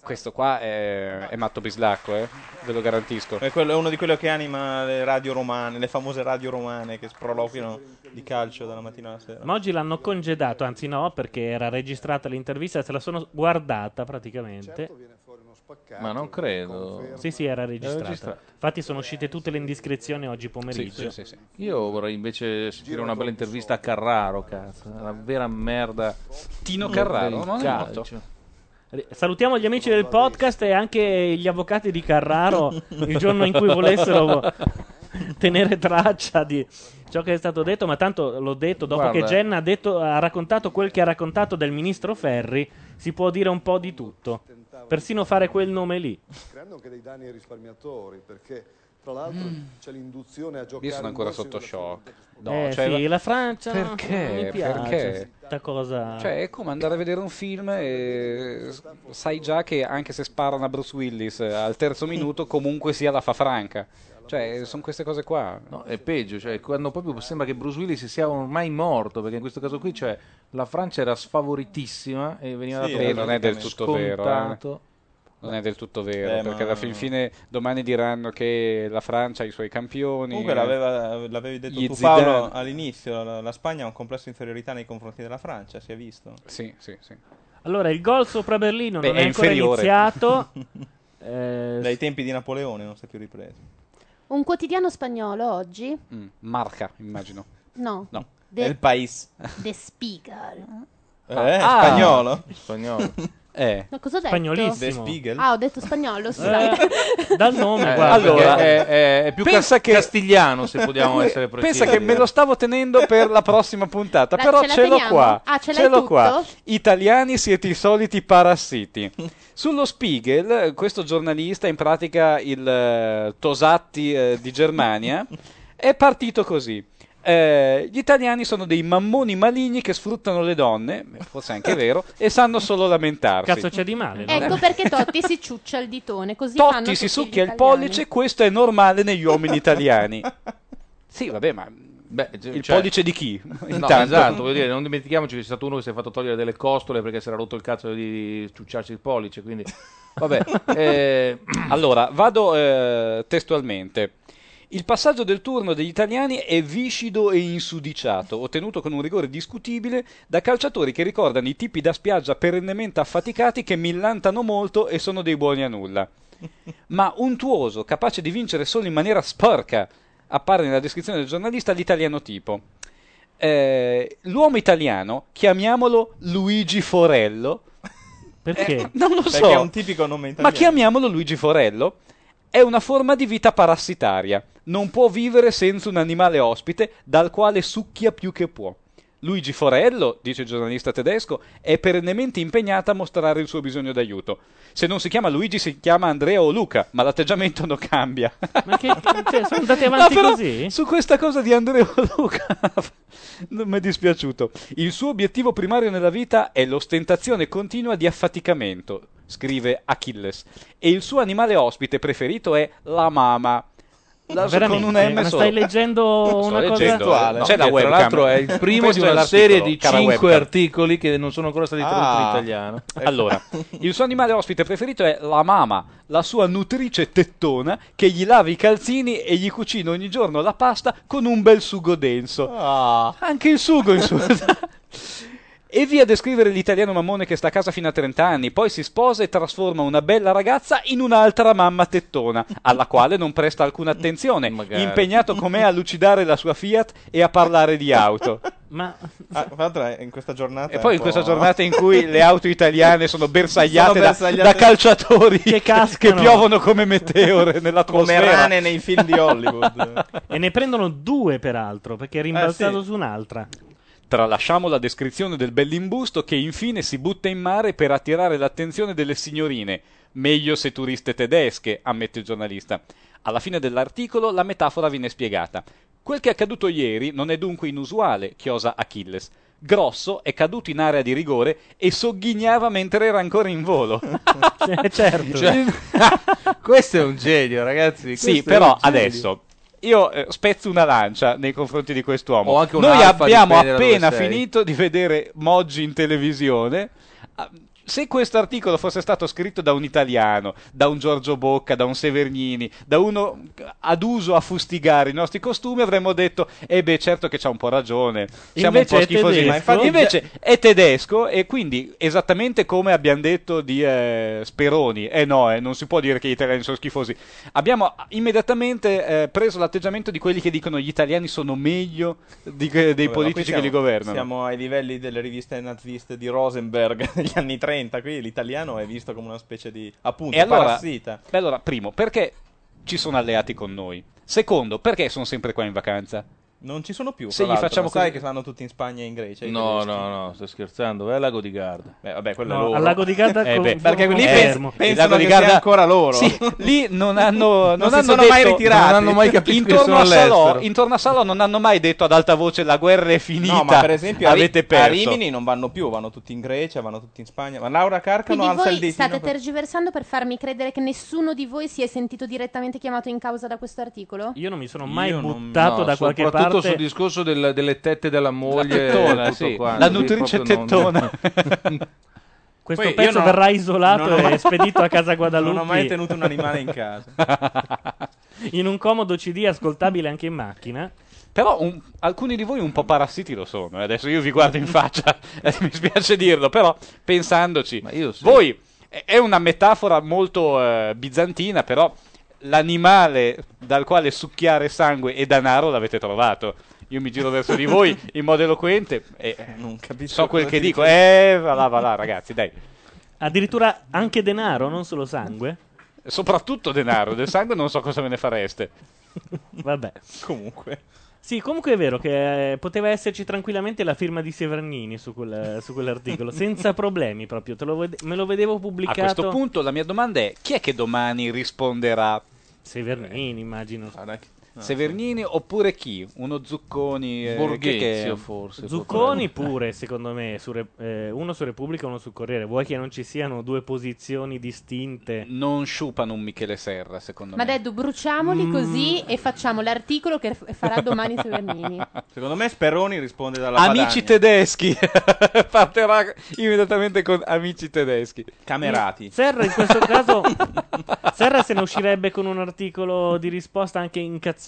Speaker 4: questo qua è, è matto bislacco, eh, ve lo garantisco.
Speaker 5: È, quello- è uno di quelli che anima le radio romane, le famose radio romane che sproloquiano di calcio dalla mattina alla sera.
Speaker 2: Ma oggi l'hanno congedato, anzi no, perché era registrata l'intervista, se la sono guardata praticamente.
Speaker 14: Ma non credo.
Speaker 2: Sì, sì, era registrata.
Speaker 14: registrata.
Speaker 2: Infatti sono uscite tutte le indiscrezioni oggi pomeriggio.
Speaker 4: Sì, sì, sì.
Speaker 14: Io vorrei invece sentire una bella intervista a Carraro, cazzo. La vera merda.
Speaker 4: Tino
Speaker 14: del
Speaker 4: Carraro, ma non è
Speaker 14: calcio.
Speaker 4: morto?
Speaker 2: Salutiamo gli amici del podcast e anche gli avvocati di Carraro il giorno in cui volessero *laughs* tenere traccia di ciò che è stato detto, ma tanto l'ho detto, dopo
Speaker 14: Guarda.
Speaker 2: che Jenna ha, detto- ha raccontato quel che ha raccontato del ministro Ferri, si può dire un po' di tutto, persino fare quel nome lì.
Speaker 18: creando anche dei danni ai risparmiatori perché tra l'altro c'è l'induzione a giocare
Speaker 4: Mm. Io sono
Speaker 18: in
Speaker 4: ancora
Speaker 18: borsa
Speaker 4: sotto
Speaker 18: in
Speaker 4: shock.
Speaker 2: Eh, sì, la Francia
Speaker 4: cioè, Perché?
Speaker 2: non mi piace
Speaker 4: Perché?
Speaker 2: sta cosa.
Speaker 4: Cioè, è come andare a vedere un film e s- sai già che anche se sparano a Bruce Willis eh, al terzo minuto, comunque sia la fa franca. Cioè, sono queste cose qua.
Speaker 14: No, è peggio, cioè, quando proprio sembra che Bruce Willis sia ormai morto, perché in questo caso qui, cioè, la Francia era sfavoritissima e veniva
Speaker 4: Sì, eh,
Speaker 14: dato per
Speaker 4: non è del tutto
Speaker 14: scontato.
Speaker 4: vero. eh. Non è del tutto vero,
Speaker 5: Eh,
Speaker 4: perché
Speaker 5: ma-
Speaker 4: alla fin fine domani diranno che la Francia ha i suoi campioni. eh,
Speaker 5: Comunque l'aveva- l'avevi detto
Speaker 4: gli
Speaker 5: tu
Speaker 4: Zidane.
Speaker 5: Paolo all'inizio, la, la Spagna ha un complesso di inferiorità nei confronti della Francia, si è visto.
Speaker 4: Sì, sì, sì.
Speaker 2: Allora, il gol sopra Berlino
Speaker 5: Beh,
Speaker 2: non
Speaker 5: è
Speaker 2: è, ancora
Speaker 5: inferiore. *laughs*
Speaker 4: *laughs*
Speaker 2: iniziato. eh,
Speaker 5: Dai tempi di Napoleone non si è più ripreso.
Speaker 12: Un quotidiano spagnolo oggi?
Speaker 4: Mm, Marca, immagino.
Speaker 12: No.
Speaker 4: No.
Speaker 12: De-
Speaker 5: paese.
Speaker 12: The Spiegel.
Speaker 5: Eh, spagnolo.
Speaker 14: Spagnolo.
Speaker 4: Ah. *laughs* eh.
Speaker 12: No, cosa ho detto?
Speaker 5: De Spiegel.
Speaker 12: Ah, ho detto spagnolo,
Speaker 5: Eh,
Speaker 12: scusate. *laughs*
Speaker 2: dal nome,
Speaker 14: Eh,
Speaker 2: guarda.
Speaker 14: allora, è, è- è più
Speaker 4: Pensa
Speaker 14: cas-
Speaker 4: che-
Speaker 14: castigliano, se
Speaker 4: *laughs*
Speaker 14: vogliamo essere precisi.
Speaker 4: Eh, Pensa che me lo stavo tenendo per la prossima puntata,
Speaker 12: La-
Speaker 4: però
Speaker 12: ce la
Speaker 4: ce l'ho
Speaker 12: teniamo?
Speaker 4: qua.
Speaker 12: Ah, ce l'hai
Speaker 4: l'ho
Speaker 12: tutto?
Speaker 4: qua. Italiani siete i soliti parassiti. Sullo Spiegel, eh, questo giornalista, in pratica il eh, Tosatti eh, di Germania, è partito così. Eh, gli italiani sono dei mammoni maligni che sfruttano le donne, forse è anche vero, e sanno solo lamentarsi.
Speaker 2: Cazzo c'è di male? no?
Speaker 12: Ecco perché Totti si ciuccia il ditone, così fanno
Speaker 4: Eh, Totti
Speaker 12: tutti
Speaker 4: si
Speaker 12: gli
Speaker 4: succhia il
Speaker 12: italiani.
Speaker 14: *laughs*
Speaker 4: pollice, questo è normale negli uomini italiani. Sì, vabbè, ma
Speaker 14: Beh, c-
Speaker 5: Il
Speaker 14: cioè-
Speaker 5: pollice di chi?
Speaker 14: No,
Speaker 5: Intanto.
Speaker 14: esatto, voglio dire, non dimentichiamoci che c'è stato uno che si è fatto togliere delle costole perché si era rotto il cazzo di ciucciarsi il pollice, quindi... Vabbè, eh,
Speaker 4: allora, vado eh, testualmente. Il passaggio del turno degli italiani è viscido e insudiciato, ottenuto con un rigore discutibile da calciatori che ricordano i tipi da spiaggia perennemente affaticati che millantano molto e sono dei buoni a nulla. Ma untuoso, capace di vincere solo in maniera sporca, appare nella descrizione del giornalista l'italiano tipo. Eh, l'uomo italiano, chiamiamolo Luigi Forello. Eh,
Speaker 2: Perché?
Speaker 4: non lo
Speaker 5: Perché
Speaker 4: so.
Speaker 5: è un tipico nome italiano.
Speaker 4: Ma chiamiamolo Luigi Forello. È una forma di vita parassitaria. Non può vivere senza un animale ospite dal quale succhia più che può. Luigi Forello, dice il giornalista tedesco, è perennemente impegnata a mostrare il suo bisogno d'aiuto. Se non si chiama Luigi si chiama Andrea o Luca, ma l'atteggiamento non cambia.
Speaker 2: Ma che, cioè, sono andati avanti
Speaker 4: No, però,
Speaker 2: così?
Speaker 4: Su questa cosa di Andrea *laughs* Luca non mi è dispiaciuto. Il suo obiettivo primario nella vita è l'ostentazione continua di affaticamento, scrive Achilles. E il suo animale ospite preferito è la mama. La-
Speaker 2: Ma veramente? eh,
Speaker 4: con un M
Speaker 2: Ma
Speaker 4: solo.
Speaker 2: stai leggendo
Speaker 4: Sto
Speaker 2: una cosa
Speaker 4: leggendo, eh, no,
Speaker 14: C'è la
Speaker 4: dietro,
Speaker 14: webcam. Tra l'altro è il primo di
Speaker 4: Questo è
Speaker 14: una
Speaker 4: l'articolo,
Speaker 14: serie di
Speaker 4: cara Ah.
Speaker 14: cinque
Speaker 4: webcam.
Speaker 14: articoli che non sono ancora stati tradotti
Speaker 4: *laughs*
Speaker 14: in italiano.
Speaker 4: Allora, il suo animale ospite preferito è la mama, la sua nutrice tettona che gli lava i calzini e gli cucina ogni giorno la pasta con un bel sugo denso. Anche il sugo, *laughs* insomma. E via a descrivere l'italiano mammone che sta a casa fino a 30 anni, poi si sposa e trasforma una bella ragazza in un'altra mamma tettona, alla quale non presta alcuna attenzione, impegnato com'è a lucidare la sua Fiat e a parlare
Speaker 5: *laughs*
Speaker 4: di auto.
Speaker 2: Ma
Speaker 5: Ah, tra l'altro è in questa giornata
Speaker 4: E
Speaker 5: è
Speaker 4: poi
Speaker 5: un
Speaker 4: in questa
Speaker 5: po'-
Speaker 4: giornata in cui le auto italiane sono bersagliate,
Speaker 5: Ecco. Sono
Speaker 4: da-
Speaker 5: bersagliate-
Speaker 4: da, calciatori
Speaker 5: Che
Speaker 4: *laughs* che,
Speaker 5: cascano.
Speaker 4: piovono
Speaker 5: *laughs*
Speaker 4: come meteore nell'atmosfera.
Speaker 5: rane nei film di Hollywood.
Speaker 2: *laughs* E ne prendono due, peraltro, perché è rimbalzato su un'altra. *laughs*
Speaker 4: Tralasciamo la descrizione del bell'imbusto che infine si butta in mare per attirare l'attenzione delle signorine, meglio se turiste tedesche, ammette il giornalista. Alla fine dell'articolo la metafora viene spiegata. Quel che è accaduto ieri non è dunque inusuale, chiosa Achilles. Grosso è caduto in area di rigore e sogghignava mentre era ancora in volo.
Speaker 2: certo.
Speaker 14: Cioè,
Speaker 4: *laughs*
Speaker 14: questo è un genio, ragazzi.
Speaker 4: Sì,
Speaker 14: questo è un
Speaker 4: però
Speaker 14: genio.
Speaker 4: adesso io eh, spezzo una lancia nei confronti di quest'uomo.
Speaker 14: O anche un
Speaker 4: Noi
Speaker 14: alfa,
Speaker 4: abbiamo
Speaker 14: dipende da dove
Speaker 4: appena
Speaker 14: sei.
Speaker 4: finito di vedere Moggi in televisione. Ah, Se questo articolo fosse stato scritto da un italiano, da un Giorgio Bocca, da un Severnini, da uno ad uso a fustigare i nostri costumi, avremmo detto: Eh beh, certo che c'ha un po' ragione. Siamo
Speaker 5: Invece
Speaker 4: un
Speaker 5: è
Speaker 4: po' schifosi.
Speaker 5: tedesco.
Speaker 4: Ma infatti invece è tedesco, e quindi esattamente come abbiamo detto di eh, Speroni. Eh no, eh, non si può dire che gli italiani sono schifosi. Abbiamo immediatamente eh, preso l'atteggiamento di quelli che dicono gli italiani sono meglio di
Speaker 5: Vabbè,
Speaker 4: que- dei
Speaker 5: ma qui
Speaker 4: politici
Speaker 5: siamo-
Speaker 4: che li governano.
Speaker 5: Siamo ai livelli delle riviste naziste di Rosenberg *laughs* degli anni 30. Qui l'italiano è visto come una specie di appunto
Speaker 4: E allora,
Speaker 5: parassita.
Speaker 4: beh, allora, primo, perché ci sono alleati con noi? Secondo, perché sono sempre qua in vacanza?
Speaker 5: Non ci sono più.
Speaker 4: Se
Speaker 5: tra
Speaker 4: gli
Speaker 5: l'altro,
Speaker 4: facciamo
Speaker 5: lo sai
Speaker 4: così-
Speaker 5: che stanno tutti in Spagna e in Grecia. i
Speaker 14: No,
Speaker 5: tedeschi.
Speaker 14: no, no, sto scherzando. Vai al lago di Garda.
Speaker 5: Beh, vabbè, quello
Speaker 14: è
Speaker 5: No, loro.
Speaker 14: Al
Speaker 5: al Lago di Garda
Speaker 14: eh,
Speaker 5: con-
Speaker 14: beh,
Speaker 5: con- Perché con- lì
Speaker 14: eh,
Speaker 5: pens-
Speaker 14: il
Speaker 5: pensano
Speaker 14: Lago
Speaker 5: che
Speaker 14: di
Speaker 5: sia
Speaker 14: Garda-
Speaker 5: ancora loro.
Speaker 4: Sì, lì non
Speaker 5: *laughs*
Speaker 4: hanno, non
Speaker 5: si
Speaker 4: hanno
Speaker 5: sono
Speaker 4: detto-
Speaker 5: mai ritirati.
Speaker 14: non hanno mai capito che
Speaker 4: intorno
Speaker 14: sono
Speaker 4: a, Salò,
Speaker 14: all'estero.
Speaker 4: intorno a Salò non hanno mai detto ad alta voce la guerra è finita.
Speaker 5: No, ma per esempio a, Ri-
Speaker 4: avete
Speaker 5: a
Speaker 4: perso.
Speaker 5: Rimini non vanno più, vanno tutti in Grecia, vanno tutti in Spagna. Ma Laura Carcano
Speaker 12: Quindi
Speaker 5: alza il
Speaker 12: voi
Speaker 5: dito.
Speaker 12: state tergiversando per farmi credere che nessuno di voi si è sentito direttamente chiamato in causa da questo articolo?
Speaker 2: Io non mi sono mai
Speaker 14: Io non-
Speaker 2: buttato
Speaker 14: no,
Speaker 2: da qualche
Speaker 14: soprattutto
Speaker 2: parte.
Speaker 14: sul discorso del- delle tette della moglie
Speaker 2: La tettona,
Speaker 14: tutto
Speaker 2: sì.
Speaker 14: quanto,
Speaker 2: La
Speaker 14: sì,
Speaker 2: nutrice
Speaker 14: proprio non- *laughs*
Speaker 2: tettona. Questo
Speaker 14: Poi io
Speaker 2: pezzo
Speaker 14: non-
Speaker 2: verrà isolato
Speaker 14: non ho
Speaker 2: e
Speaker 14: mai-
Speaker 2: spedito a casa Guadalupe.
Speaker 5: Non ho mai tenuto un animale in casa.
Speaker 2: in un comodo CD ascoltabile anche in macchina.
Speaker 4: Però un- alcuni di voi un po' parassiti lo sono. eh. Adesso io vi guardo in faccia, *laughs* eh, mi spiace dirlo, però pensandoci, voi è- è una metafora molto eh, bizantina, però l'animale dal quale succhiare sangue e danaro l'avete trovato. Io mi giro verso di voi
Speaker 2: *laughs*
Speaker 4: in modo eloquente e eh, so quel
Speaker 2: cosa dite.
Speaker 4: che dico. Eh, va là, va là, ragazzi, dai.
Speaker 2: Addirittura anche denaro, non solo sangue.
Speaker 4: Soprattutto denaro, del sangue non so cosa ve ne fareste.
Speaker 2: Vabbè.
Speaker 5: Comunque.
Speaker 2: Sì, comunque è vero che eh, poteva esserci tranquillamente la firma di Severnini su, quel- su quell'articolo, senza problemi proprio. Te lo vede- me lo vedevo
Speaker 4: A
Speaker 2: pubblicato.
Speaker 4: questo punto la mia domanda è chi è che domani risponderà?
Speaker 2: Ah,
Speaker 4: Ah,
Speaker 2: Severnini, immagino.
Speaker 4: Severnini oppure chi? Uno Zucconi? eh, che- che-
Speaker 2: Zucconi pure, secondo me, su Re- eh, uno su Repubblica e uno sul Corriere. Vuoi che non ci siano due posizioni distinte?
Speaker 4: Non sciupano un Michele Serra, secondo
Speaker 12: Ma Deddu, bruciamoli
Speaker 4: Mm.
Speaker 12: così e facciamo l'articolo che f- farà domani
Speaker 4: *laughs*
Speaker 12: Severnini.
Speaker 5: Secondo me Speroni risponde dalla Padania.
Speaker 4: Amici tedeschi, *laughs* partirà immediatamente con amici tedeschi.
Speaker 5: Camerati.
Speaker 2: Serra in questo
Speaker 4: *laughs*
Speaker 2: caso Serra se ne uscirebbe con un articolo di risposta anche incazzosa.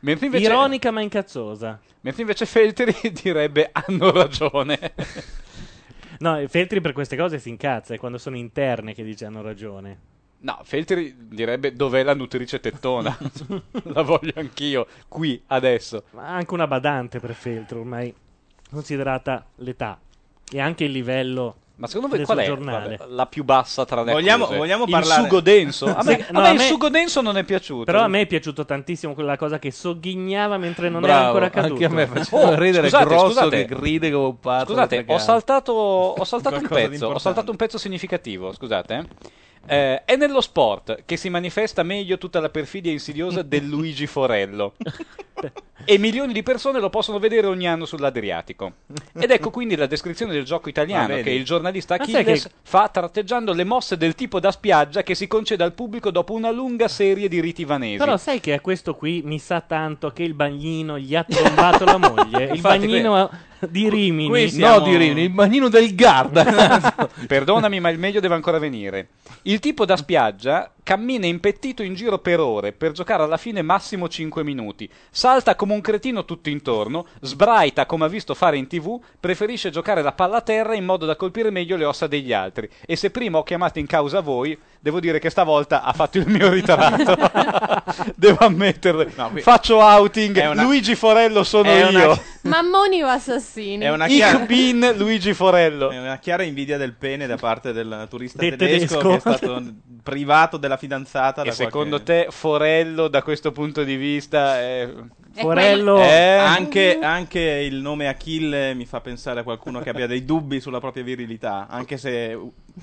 Speaker 4: Mentre invece-
Speaker 2: Ironica ma incazzosa.
Speaker 4: Mentre invece Feltri *laughs* direbbe hanno ragione.
Speaker 2: *laughs* No, e Feltri per queste cose si incazza, è quando sono interne che dice hanno ragione.
Speaker 4: No, Feltri direbbe dov'è la
Speaker 2: *laughs*
Speaker 4: nutrice tettona? la voglio anch'io, qui, adesso.
Speaker 2: Ma anche una badante per Feltri ormai considerata l'età e anche il livello
Speaker 4: Ma secondo voi
Speaker 2: del
Speaker 4: qual
Speaker 2: suo
Speaker 4: è
Speaker 2: giornale.
Speaker 4: vabbè, la più bassa tra le
Speaker 2: Vogliamo-
Speaker 4: accuse?
Speaker 2: vogliamo
Speaker 4: Il
Speaker 2: parlare-
Speaker 4: sugo
Speaker 2: *laughs*
Speaker 4: denso? A
Speaker 2: Sì,
Speaker 4: me,
Speaker 2: no,
Speaker 4: a me
Speaker 2: a
Speaker 4: eh. il
Speaker 2: me-
Speaker 4: sugo denso non è piaciuto.
Speaker 2: Però a me è piaciuto tantissimo quella cosa che sogghignava mentre non era
Speaker 14: Bravo,
Speaker 2: ancora
Speaker 14: anche
Speaker 2: caduto.
Speaker 14: a me faceva
Speaker 4: Oh, ridere scusate, grosso scusate.
Speaker 14: che gride come un pazzo.
Speaker 4: Scusate, ho saltato, ho saltato un
Speaker 14: Qualcosa di
Speaker 4: pezzo, ho
Speaker 14: importante.
Speaker 4: saltato un pezzo significativo, scusate. Eh, è nello sport che si manifesta meglio tutta la perfidia insidiosa del Luigi
Speaker 14: *laughs*
Speaker 4: Forello. e milioni di persone lo possono vedere ogni anno sull'Adriatico. Ed ecco quindi la descrizione del gioco
Speaker 14: Ma
Speaker 4: italiano
Speaker 14: Ah, vedi?
Speaker 4: che il giornalista
Speaker 14: Ma sai
Speaker 4: Achilles
Speaker 14: che-
Speaker 4: fa tratteggiando le mosse del tipo da spiaggia che si concede al pubblico dopo una lunga serie di riti vanesi.
Speaker 2: Però sai che a questo qui mi sa tanto che il bagnino gli ha trombato la
Speaker 4: *laughs*
Speaker 2: moglie. Il
Speaker 4: Infatti,
Speaker 2: bagnino di Rimini.
Speaker 4: No, di Rimini, il
Speaker 14: bagnino del
Speaker 4: *laughs*
Speaker 14: Garda.
Speaker 4: Perdonami, ma il meglio deve ancora venire. Il tipo da spiaggia cammina impettito in giro per ore per giocare alla fine massimo 5 minuti. Salta come un cretino tutto intorno, sbraita come ha visto fare in tv, preferisce giocare la palla a terra in modo da colpire meglio le ossa degli altri. E se prima ho chiamato in causa voi, devo dire che stavolta ha fatto il mio ritratto. devo ammetterlo.
Speaker 5: qui-
Speaker 4: Faccio outing,
Speaker 5: È una-
Speaker 4: Luigi Forello sono
Speaker 5: è
Speaker 4: io.
Speaker 5: una-
Speaker 12: Mammoni o assassini?
Speaker 5: chiara-
Speaker 4: bin Luigi Forello.
Speaker 5: È una chiara invidia del pene da parte del turista
Speaker 4: Del
Speaker 5: tedesco,
Speaker 4: tedesco.
Speaker 5: che è stato privato della fidanzata.
Speaker 4: E secondo te Forello da questo punto di vista è...
Speaker 5: te,
Speaker 4: Eh,
Speaker 5: anche, anche il nome Achille mi fa pensare a qualcuno che abbia dei dubbi sulla propria virilità, anche se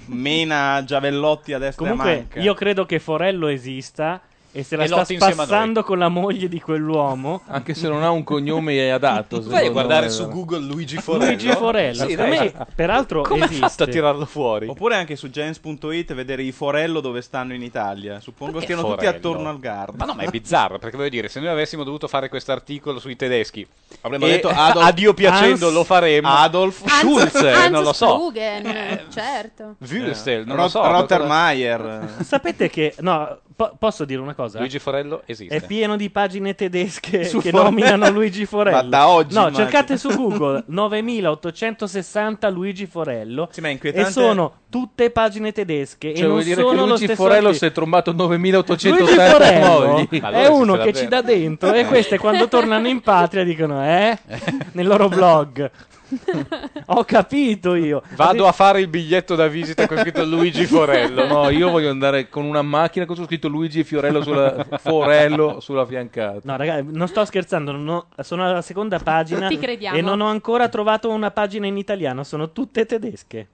Speaker 5: mena giavellotti a destra e a
Speaker 2: Comunque,
Speaker 5: manca.
Speaker 2: io credo che Forello esista. E se la
Speaker 5: E
Speaker 2: sta
Speaker 5: lotta insieme a noi.
Speaker 2: spassando con la moglie di quell'uomo.
Speaker 14: Anche se non ha un cognome adatto.
Speaker 2: Vai a
Speaker 14: secondo
Speaker 2: guardare
Speaker 14: me,
Speaker 4: su
Speaker 14: allora.
Speaker 4: Google Luigi
Speaker 2: Forello. Luigi Forello,
Speaker 5: Sì,
Speaker 2: per
Speaker 5: dai.
Speaker 2: me, peraltro,
Speaker 5: Come ha fatto
Speaker 2: esiste.
Speaker 5: a tirarlo
Speaker 4: fuori?
Speaker 5: Oppure anche su gens.it vedere i Forello dove stanno in Italia. Suppongo
Speaker 4: Perché
Speaker 5: stiano tutti
Speaker 4: Forello?
Speaker 5: attorno al Garda.
Speaker 4: Ma no, ma è bizzarro, perché voglio dire, se noi avessimo dovuto fare quest'articolo sui tedeschi, avremmo
Speaker 5: e
Speaker 4: detto a Dio piacendo
Speaker 5: Hans-
Speaker 4: lo faremo.
Speaker 5: Adolf
Speaker 12: Hans-
Speaker 4: Schulz, eh,
Speaker 12: Hans
Speaker 4: non lo so. Eh,
Speaker 12: Struggen, certo.
Speaker 4: Würstel, non lo
Speaker 5: Rot-
Speaker 4: so.
Speaker 5: Rottermeier.
Speaker 2: *laughs* Sapete che. No, po- posso dire una cosa?
Speaker 4: Luigi Forello esiste.
Speaker 2: È pieno di pagine tedesche
Speaker 4: Su
Speaker 2: che
Speaker 5: *laughs*
Speaker 4: Forello.
Speaker 2: nominano Luigi Forello.
Speaker 5: Ma da oggi,
Speaker 2: No,
Speaker 5: immagino.
Speaker 2: cercate su Google *laughs* 9860 Luigi Forello.
Speaker 5: ma è inquietante-
Speaker 2: E sono tutte pagine tedesche.
Speaker 14: Cioè,
Speaker 2: e non
Speaker 14: vuol dire che
Speaker 2: sono lo
Speaker 14: Luigi
Speaker 2: stesso
Speaker 14: Forello
Speaker 2: arti-
Speaker 14: si è trombato
Speaker 2: Luigi
Speaker 14: 9880
Speaker 2: Forello
Speaker 14: mogli.
Speaker 2: è uno che ci dà dentro
Speaker 14: Eh.
Speaker 4: Eh.
Speaker 2: e queste quando tornano in patria dicono
Speaker 4: *laughs*
Speaker 2: eh nel loro blog ho capito io
Speaker 4: Vado a fare il biglietto da visita con scritto Luigi Forello.
Speaker 14: No, io voglio andare con una macchina con su scritto Luigi Fiorello sulla, Forello sulla fiancata.
Speaker 2: No, ragazzi, non sto scherzando, non ho- sono alla seconda pagina
Speaker 14: Ti crediamo.
Speaker 2: e non ho ancora trovato una pagina in italiano, sono tutte tedesche.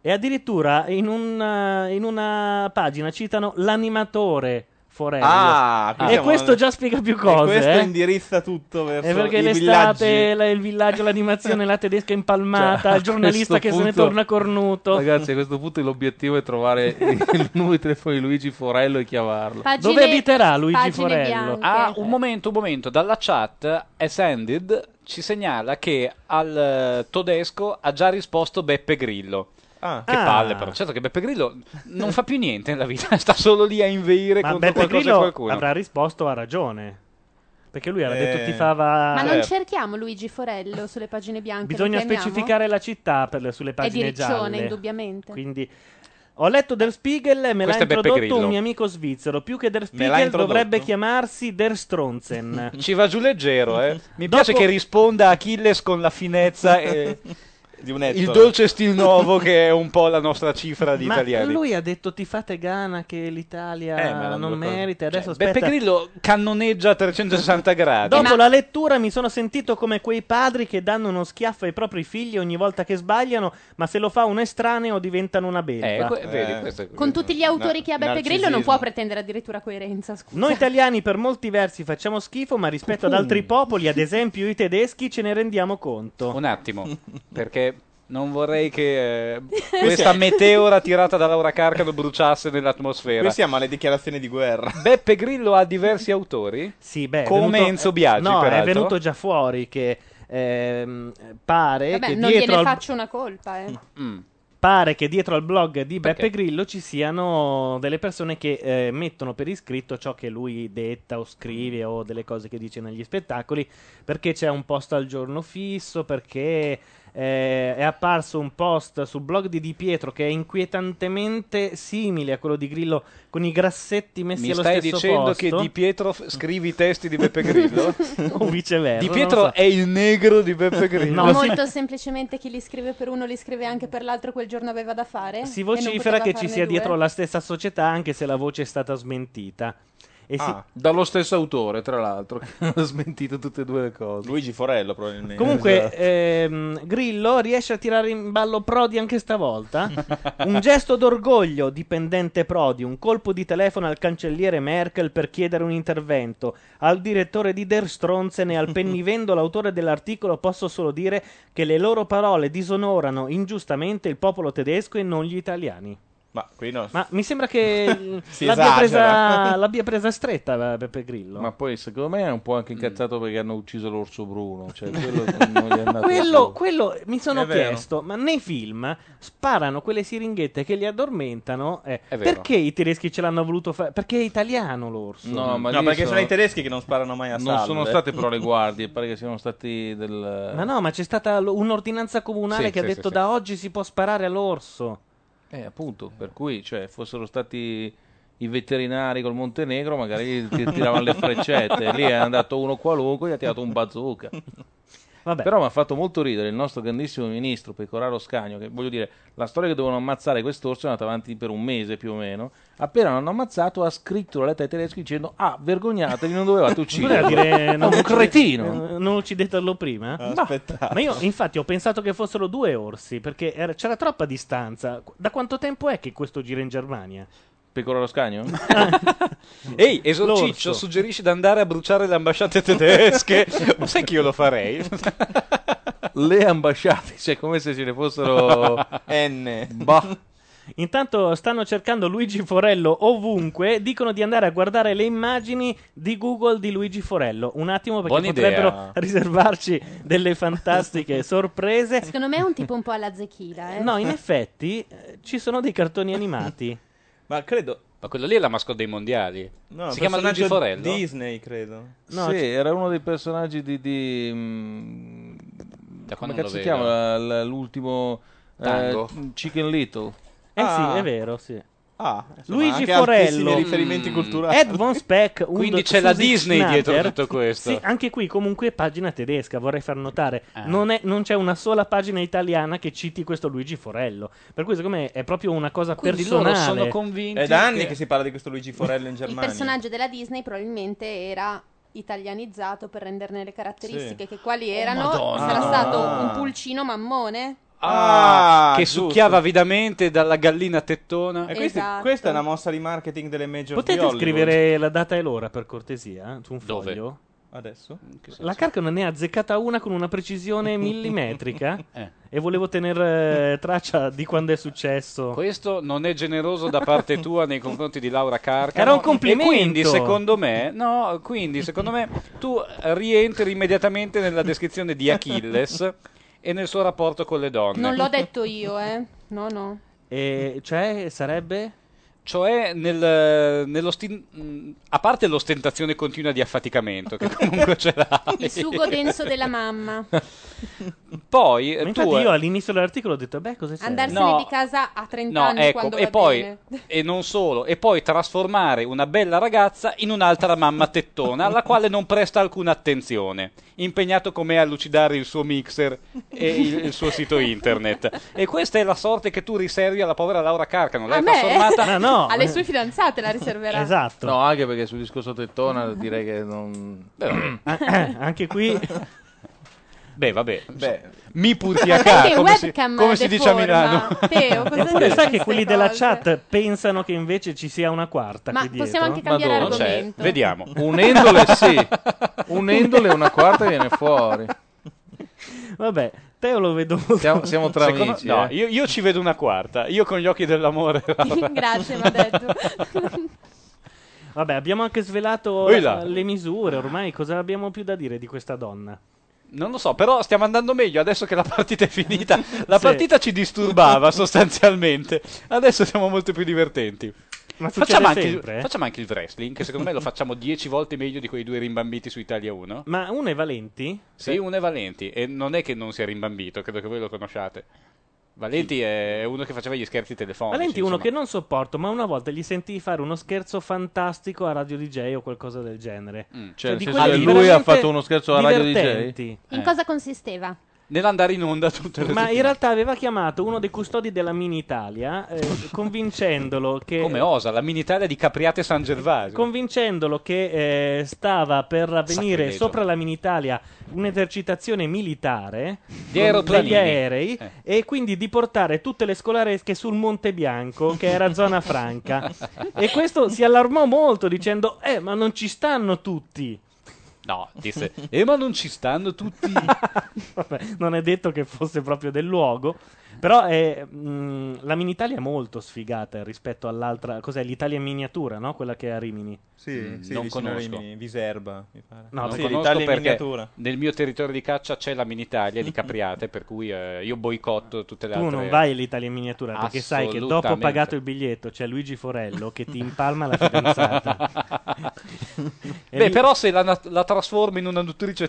Speaker 2: E addirittura in, un- eh, in una pagina citano l'animatore Forello.
Speaker 5: Ah, qui
Speaker 2: e
Speaker 5: siamo-
Speaker 2: questo già spiega più cose.
Speaker 5: E questo
Speaker 2: eh.
Speaker 5: indirizza tutto verso
Speaker 2: È perché
Speaker 5: i
Speaker 2: l'estate,
Speaker 5: villaggi. Cioè,
Speaker 2: la- il villaggio, l'animazione, la tedesca
Speaker 5: *laughs*
Speaker 2: impalmata, il giornalista che se ne torna cornuto.
Speaker 14: Cioè, Ragazzi, a questo punto l'obiettivo è trovare il numero di telefono di Luigi Forello e chiamarlo.
Speaker 12: Pagine- Dove abiterà Luigi pagine Forello? bianche.
Speaker 4: Ah, un momento, un momento. Dalla chat Ascended ci segnala che al eh, tedesco ha già risposto Beppe Grillo. Che
Speaker 2: Ah.
Speaker 4: palle, però. Certo che Beppe Grillo non fa più niente nella vita, *laughs* sta solo lì a inveire
Speaker 2: Ma
Speaker 4: contro
Speaker 2: Beppe
Speaker 4: qualcosa e
Speaker 2: Grillo
Speaker 4: qualcuno.
Speaker 2: avrà risposto a ragione. Perché lui aveva
Speaker 4: Eh,
Speaker 2: detto tifava...
Speaker 12: Ma non cerchiamo Luigi Forello sulle pagine bianche. lo
Speaker 2: Bisogna
Speaker 12: chiamiamo?
Speaker 2: specificare la città per le- sulle
Speaker 12: È di
Speaker 2: pagine
Speaker 12: Riccione,
Speaker 2: gialle.
Speaker 12: indubbiamente.
Speaker 2: Quindi ho letto Der Spiegel e me
Speaker 14: Questo è
Speaker 2: l'ha
Speaker 14: Beppe
Speaker 2: introdotto
Speaker 14: Grillo.
Speaker 2: un mio amico svizzero. Più che Der
Speaker 14: l'ha
Speaker 2: Spiegel
Speaker 14: introdotto?
Speaker 2: dovrebbe chiamarsi Der Stronzen.
Speaker 4: *laughs* Ci va giù leggero, eh. Mi
Speaker 2: Dopo-
Speaker 4: piace che risponda Achilles con la finezza e,
Speaker 5: di un ettaro.
Speaker 4: Il dolce stil nuovo che è un po' la nostra cifra *laughs* di
Speaker 2: Ma
Speaker 4: italiani.
Speaker 2: lui ha detto tifate Ghana che l'Italia
Speaker 4: Eh, ma non
Speaker 2: non
Speaker 4: lo ricordo.
Speaker 2: merita. Adesso
Speaker 4: Cioè, Beppe
Speaker 2: aspetta.
Speaker 4: Grillo cannoneggia a 360 gradi.
Speaker 2: Dopo la lettura mi sono sentito come quei padri che danno uno schiaffo ai propri figli ogni volta che sbagliano, ma se lo fa un estraneo diventano una
Speaker 4: Eh,
Speaker 2: belva.
Speaker 4: que- vedi, questo è-
Speaker 12: Con tutti gli autori che ha Beppe Grillo non può pretendere addirittura coerenza, scusa.
Speaker 2: Noi italiani per molti versi facciamo schifo, ma rispetto ad altri popoli, ad esempio i tedeschi, ce ne rendiamo conto.
Speaker 4: Un attimo, *laughs* perché non vorrei che eh, questa meteora tirata da Laura Carcano bruciasse nell'atmosfera.
Speaker 5: Qui siamo alle dichiarazioni di guerra.
Speaker 4: Beppe Grillo ha diversi autori?
Speaker 2: Sì, beh, Eh, è
Speaker 4: Come
Speaker 2: venuto-
Speaker 4: Enzo Biagi,
Speaker 2: No, è
Speaker 4: peraltro.
Speaker 2: venuto già fuori che ehm, pare
Speaker 12: Vabbè,
Speaker 2: che
Speaker 12: non
Speaker 2: dietro
Speaker 12: gliene
Speaker 2: al...
Speaker 12: faccio una colpa, eh.
Speaker 4: Mm.
Speaker 2: Pare che dietro al blog di
Speaker 14: Perché?
Speaker 2: Beppe Grillo ci siano delle persone che eh, mettono per iscritto ciò che lui detta o scrive o delle cose che dice negli spettacoli perché c'è un post al giorno fisso, perché eh, è apparso un post sul blog di Di Pietro che è inquietantemente simile a quello di Grillo con i grassetti messi
Speaker 4: Mi
Speaker 2: allo
Speaker 4: stai
Speaker 2: stesso
Speaker 4: dicendo
Speaker 2: posto.
Speaker 4: che Di Pietro f- scrive i testi
Speaker 2: *laughs*
Speaker 4: di Beppe Grillo?
Speaker 2: o viceversa.
Speaker 4: Di
Speaker 2: non
Speaker 4: Pietro
Speaker 2: lo so.
Speaker 4: è il negro di Beppe Grillo.
Speaker 12: Ma molto semplicemente chi li scrive per uno li scrive anche per l'altro quel giorno aveva da fare.
Speaker 2: Si
Speaker 12: Eh, e non
Speaker 2: vocifera
Speaker 12: poteva
Speaker 2: che ci
Speaker 12: farne
Speaker 2: sia
Speaker 12: due.
Speaker 2: dietro la stessa società, anche se la voce è stata smentita.
Speaker 5: Eh
Speaker 2: E si-
Speaker 14: Ah, dallo stesso autore, tra l'altro, che ha smentito tutte e due le cose. Esatto.
Speaker 5: Luigi Forello, probabilmente.
Speaker 2: *laughs* Comunque,
Speaker 5: esatto.
Speaker 2: ehm, Grillo riesce a tirare in ballo Prodi anche
Speaker 5: *laughs*
Speaker 2: stavolta. un gesto d'orgoglio, dipendente Prodi, un colpo di telefono al cancelliere Merkel per chiedere un intervento. Al direttore di Der Stronzen e al pennivendo, l'autore dell'articolo, posso solo dire che le loro parole disonorano ingiustamente il popolo tedesco e non gli italiani.
Speaker 5: Ma qui no.
Speaker 2: Ma mi sembra
Speaker 5: *laughs*
Speaker 2: che
Speaker 14: Si
Speaker 2: l'abbia,
Speaker 5: esatto.
Speaker 2: presa, *laughs*
Speaker 14: esagera.
Speaker 2: l'abbia presa stretta eh, Beppe Grillo.
Speaker 14: Ma poi secondo me è un po' anche
Speaker 5: Mm.
Speaker 14: incazzato perché hanno ucciso l'orso bruno. Cioè,
Speaker 5: *laughs*
Speaker 14: quello non gli è andato
Speaker 2: quello,
Speaker 14: su.
Speaker 2: quello mi sono
Speaker 14: È vero.
Speaker 2: chiesto, ma nei film sparano quelle siringhette che li addormentano. eh,
Speaker 5: È vero.
Speaker 2: perché i tedeschi ce l'hanno voluto fare? Perché è italiano l'orso?
Speaker 14: No, ma
Speaker 5: no,
Speaker 14: lì
Speaker 5: perché sono...
Speaker 14: sono
Speaker 5: i tedeschi che non sparano mai a
Speaker 14: Non
Speaker 5: salve.
Speaker 14: sono state
Speaker 5: *laughs*
Speaker 4: *laughs*
Speaker 14: però le guardie, pare che siano stati del...
Speaker 2: Ma no, ma c'è stata lo- un'ordinanza comunale
Speaker 14: Sì,
Speaker 2: che ha
Speaker 14: sì,
Speaker 2: detto
Speaker 14: sì, sì.
Speaker 2: da oggi si può sparare all'orso.
Speaker 14: Eh, appunto, per cui, cioè, fossero stati i veterinari col Montenegro, magari ti tiravano
Speaker 4: *laughs*
Speaker 14: le freccette. Lì è andato uno qualunque e gli ha tirato un bazooka.
Speaker 2: Vabbè.
Speaker 14: Però mi ha fatto molto ridere il nostro grandissimo ministro Pecoraro Scagno, che voglio dire, la storia che dovevano ammazzare quest'orso è andata avanti per un mese più o meno. Appena l'hanno ammazzato ha scritto la lettera ai tedeschi dicendo ah, vergognatevi, non
Speaker 2: *laughs*
Speaker 14: dovevate uccidere.
Speaker 2: Voleva
Speaker 14: *laughs*
Speaker 2: dire, non
Speaker 14: un cretino.
Speaker 2: eh, Non uccidetelo prima. Ma-
Speaker 5: Aspettate.
Speaker 2: Ma io, infatti, ho pensato che fossero due orsi perché era- c'era troppa distanza. Da quanto tempo è che questo gira in Germania?
Speaker 14: Pecoraro Scagno?
Speaker 4: *laughs* Ehi, Esorciccio
Speaker 2: L'orso.
Speaker 4: suggerisce di andare a bruciare le ambasciate
Speaker 14: *laughs*
Speaker 4: tedesche. Ma sai che io lo farei?
Speaker 14: Le ambasciate, cioè come se ce ne
Speaker 4: *laughs*
Speaker 14: fossero
Speaker 4: Eh,
Speaker 5: N.
Speaker 14: Bah.
Speaker 2: *laughs* Intanto stanno cercando Luigi Forello ovunque, dicono di andare a guardare le immagini di Google di Luigi Forello. Un attimo perché
Speaker 4: Buona
Speaker 2: potrebbero
Speaker 4: idea.
Speaker 2: *laughs* riservarci delle
Speaker 4: *laughs*
Speaker 2: fantastiche sorprese.
Speaker 12: Secondo me è un tipo un po' alla zecchina, eh.
Speaker 2: No, in effetti eh, ci sono dei cartoni animati.
Speaker 5: Ma credo.
Speaker 4: Ma quello lì è la mascotte dei mondiali.
Speaker 5: No,
Speaker 4: si chiama Luigi
Speaker 5: personaggio
Speaker 4: Forello.
Speaker 5: Disney, credo.
Speaker 14: sì, era uno dei personaggi di. di mm, come
Speaker 4: non lo
Speaker 14: cazzo si
Speaker 4: vedo.
Speaker 14: chiama l- l'ultimo eh,
Speaker 4: Tango.
Speaker 14: Chicken Little?
Speaker 2: Eh sì, è vero, sì.
Speaker 5: Ah,
Speaker 2: Luigi Forello,
Speaker 5: riferimenti
Speaker 2: Mm.
Speaker 5: culturali.
Speaker 2: Ed von Speck, und
Speaker 4: Quindi c'è la
Speaker 2: Susi
Speaker 4: Disney dietro
Speaker 2: Schneider.
Speaker 4: tutto questo. Ah.
Speaker 2: Sì, anche qui comunque pagina tedesca, vorrei far notare. Non, è- non c'è una sola pagina italiana che citi questo Luigi Forello. Per cui secondo me è proprio una cosa
Speaker 4: Quindi loro
Speaker 2: personale.
Speaker 4: sono convinti
Speaker 5: È da anni che... si parla di questo Luigi Forello in
Speaker 12: Il
Speaker 5: Germania.
Speaker 12: personaggio della Disney probabilmente era italianizzato per renderne le caratteristiche
Speaker 5: Sì.
Speaker 12: che
Speaker 2: Oh,
Speaker 12: quali erano
Speaker 5: Madonna.
Speaker 12: sarà stato
Speaker 5: Ah.
Speaker 12: un pulcino mammone
Speaker 4: Ah, che
Speaker 5: giusto.
Speaker 4: succhiava avidamente dalla gallina tettona.
Speaker 5: E questi-
Speaker 12: Esatto.
Speaker 5: questa è una mossa di marketing delle major di
Speaker 2: Potete
Speaker 5: Hollywood.
Speaker 2: scrivere la data e l'ora per cortesia? eh, Su un
Speaker 5: Dove?
Speaker 2: foglio?
Speaker 5: Adesso?
Speaker 2: La Carcano ne ha azzeccata una con una
Speaker 4: *laughs*
Speaker 2: precisione millimetrica
Speaker 4: Eh.
Speaker 2: e volevo tenere eh, traccia di quando è successo.
Speaker 4: Questo non è generoso da parte tua nei confronti di Laura Carcano.
Speaker 2: Era un complimento.
Speaker 4: E quindi, secondo me, no, quindi, secondo me, tu rientri immediatamente nella descrizione di Achilles e nel
Speaker 2: *laughs*
Speaker 4: suo rapporto con le donne.
Speaker 12: non l'ho detto io eh no no
Speaker 2: E cioè sarebbe?
Speaker 4: Cioè, nel- nello sti- mh, a parte l'ostentazione continua di affaticamento, che comunque ce l'hai.
Speaker 12: Il
Speaker 2: *laughs*
Speaker 12: sugo denso della mamma.
Speaker 4: Poi, eh,
Speaker 2: Ma
Speaker 4: tu,
Speaker 2: infatti
Speaker 4: eh,
Speaker 2: io all'inizio dell'articolo ho detto, beh, cosa serve?
Speaker 12: Andarsene
Speaker 4: No.
Speaker 12: di casa a 30
Speaker 4: No,
Speaker 12: anni
Speaker 4: ecco,
Speaker 12: quando
Speaker 4: e
Speaker 12: va
Speaker 4: poi,
Speaker 12: bene.
Speaker 4: e non solo, e poi trasformare una bella ragazza in un'altra mamma tettona alla quale non presta alcuna attenzione, impegnato com'è a lucidare il suo mixer e il, il suo sito internet. E questa è la sorte che tu riservi alla povera Laura Carcano. L'hai
Speaker 3: A me?
Speaker 12: *laughs*
Speaker 14: *laughs*
Speaker 3: *laughs*
Speaker 4: trasformata
Speaker 14: eh.
Speaker 3: Alle sue fidanzate la riserverà.
Speaker 2: Esatto.
Speaker 14: No, anche perché sul discorso tettona direi che non...
Speaker 2: *coughs* anche qui...
Speaker 4: Beh, vabbè.
Speaker 14: Beh.
Speaker 4: Mi
Speaker 14: Ma
Speaker 4: purtiacà,
Speaker 14: perché
Speaker 4: come si,
Speaker 14: webcam
Speaker 4: come si dice a
Speaker 14: deforma?
Speaker 4: Milano.
Speaker 12: Teo,
Speaker 2: *laughs*
Speaker 12: cosa
Speaker 2: Oppure
Speaker 12: dici
Speaker 2: sai
Speaker 12: queste
Speaker 2: che quelli della
Speaker 12: cose?
Speaker 2: chat pensano che invece ci sia una quarta
Speaker 12: Ma
Speaker 2: qui dietro?
Speaker 12: possiamo anche cambiare Madonna, non c'è. argomento.
Speaker 4: Cioè, Vediamo.
Speaker 14: Unendole sì, unendole una quarta viene fuori.
Speaker 2: *laughs* Vabbè, Teo lo vedo molto...
Speaker 14: Siamo, siamo tra
Speaker 4: Secondo-
Speaker 14: amici.
Speaker 4: no,
Speaker 14: eh.
Speaker 4: io, io ci vedo una quarta, io con gli occhi dell'amore. *laughs* Laura.
Speaker 12: Grazie, Madeddu.
Speaker 2: *laughs* Vabbè, abbiamo anche svelato
Speaker 4: Ui là.
Speaker 2: eh, le misure, ormai cosa abbiamo più da dire di questa donna?
Speaker 4: Non lo so, però stiamo andando meglio adesso che la partita è finita. La
Speaker 2: Sì.
Speaker 4: partita
Speaker 2: *laughs*
Speaker 4: ci disturbava sostanzialmente. Adesso siamo molto più divertenti.
Speaker 2: Ma succede
Speaker 4: facciamo, anche, il-
Speaker 2: sempre, eh?
Speaker 4: facciamo anche il wrestling, che secondo me lo facciamo 10 volte meglio di quei due rimbambiti su Italia 1.
Speaker 2: Ma uno è Valenti?
Speaker 4: Sì, uno è Valenti e non è che non sia rimbambito, credo che voi lo conosciate. Valenti è uno che faceva gli scherzi telefonici.
Speaker 2: Valenti è uno
Speaker 4: insomma.
Speaker 2: che non sopporto, ma una volta gli sentii fare uno scherzo fantastico a Radio DJ o qualcosa del genere.
Speaker 14: Cioè, nel
Speaker 2: di
Speaker 14: senso
Speaker 2: quelli
Speaker 14: che lui ha
Speaker 2: veramente
Speaker 14: fatto uno scherzo a Radio DJ? *laughs*
Speaker 2: divertenti.
Speaker 4: Eh.
Speaker 12: In cosa consisteva?
Speaker 4: Nell'andare in onda tutte le
Speaker 2: Ma in
Speaker 4: settimane.
Speaker 2: realtà aveva chiamato uno dei custodi della Mini Italia, eh, convincendolo che...
Speaker 4: Come osa, la mini Italia di Capriate San Gervasio.
Speaker 2: convincendolo che eh, stava per avvenire
Speaker 4: Sacrilegio.
Speaker 2: sopra la Minitalia un'esercitazione militare
Speaker 4: Di
Speaker 2: con
Speaker 4: aeroplanini.
Speaker 2: degli aerei
Speaker 4: Eh.
Speaker 2: e quindi di portare tutte le scolaresche sul Monte Bianco, che era zona
Speaker 4: *laughs*
Speaker 2: franca. e questo si allarmò molto dicendo: Eh, ma non ci stanno tutti.
Speaker 4: No, disse, eh ma non ci stanno tutti.
Speaker 2: Vabbè, *laughs* non è detto che fosse proprio del luogo. Però è, mh, la Mini Italia è molto sfigata rispetto all'altra. Cos'è l'Italia in miniatura, no? Quella che è a Rimini. Mm,
Speaker 14: Mm,
Speaker 5: Sì, sì,
Speaker 4: non
Speaker 5: vicino a
Speaker 4: conosco.
Speaker 5: Rimini, Viserba, mi pare.
Speaker 2: No,
Speaker 4: non
Speaker 5: sì,
Speaker 4: conosco
Speaker 5: l'Italia in
Speaker 4: perché
Speaker 5: miniatura.
Speaker 4: nel mio territorio di caccia c'è la Minitalia di Capriate, per cui eh, io boicotto tutte le
Speaker 2: Mm-hmm. Tu
Speaker 4: altre.
Speaker 2: non vai all'Italia in miniatura perché sai che dopo
Speaker 4: Assolutamente.
Speaker 2: pagato il biglietto c'è Luigi Forello che ti impalma la *laughs* fidanzata. E
Speaker 4: Beh,
Speaker 2: lì-
Speaker 4: però se la, nat- la trasformo in una nuttrice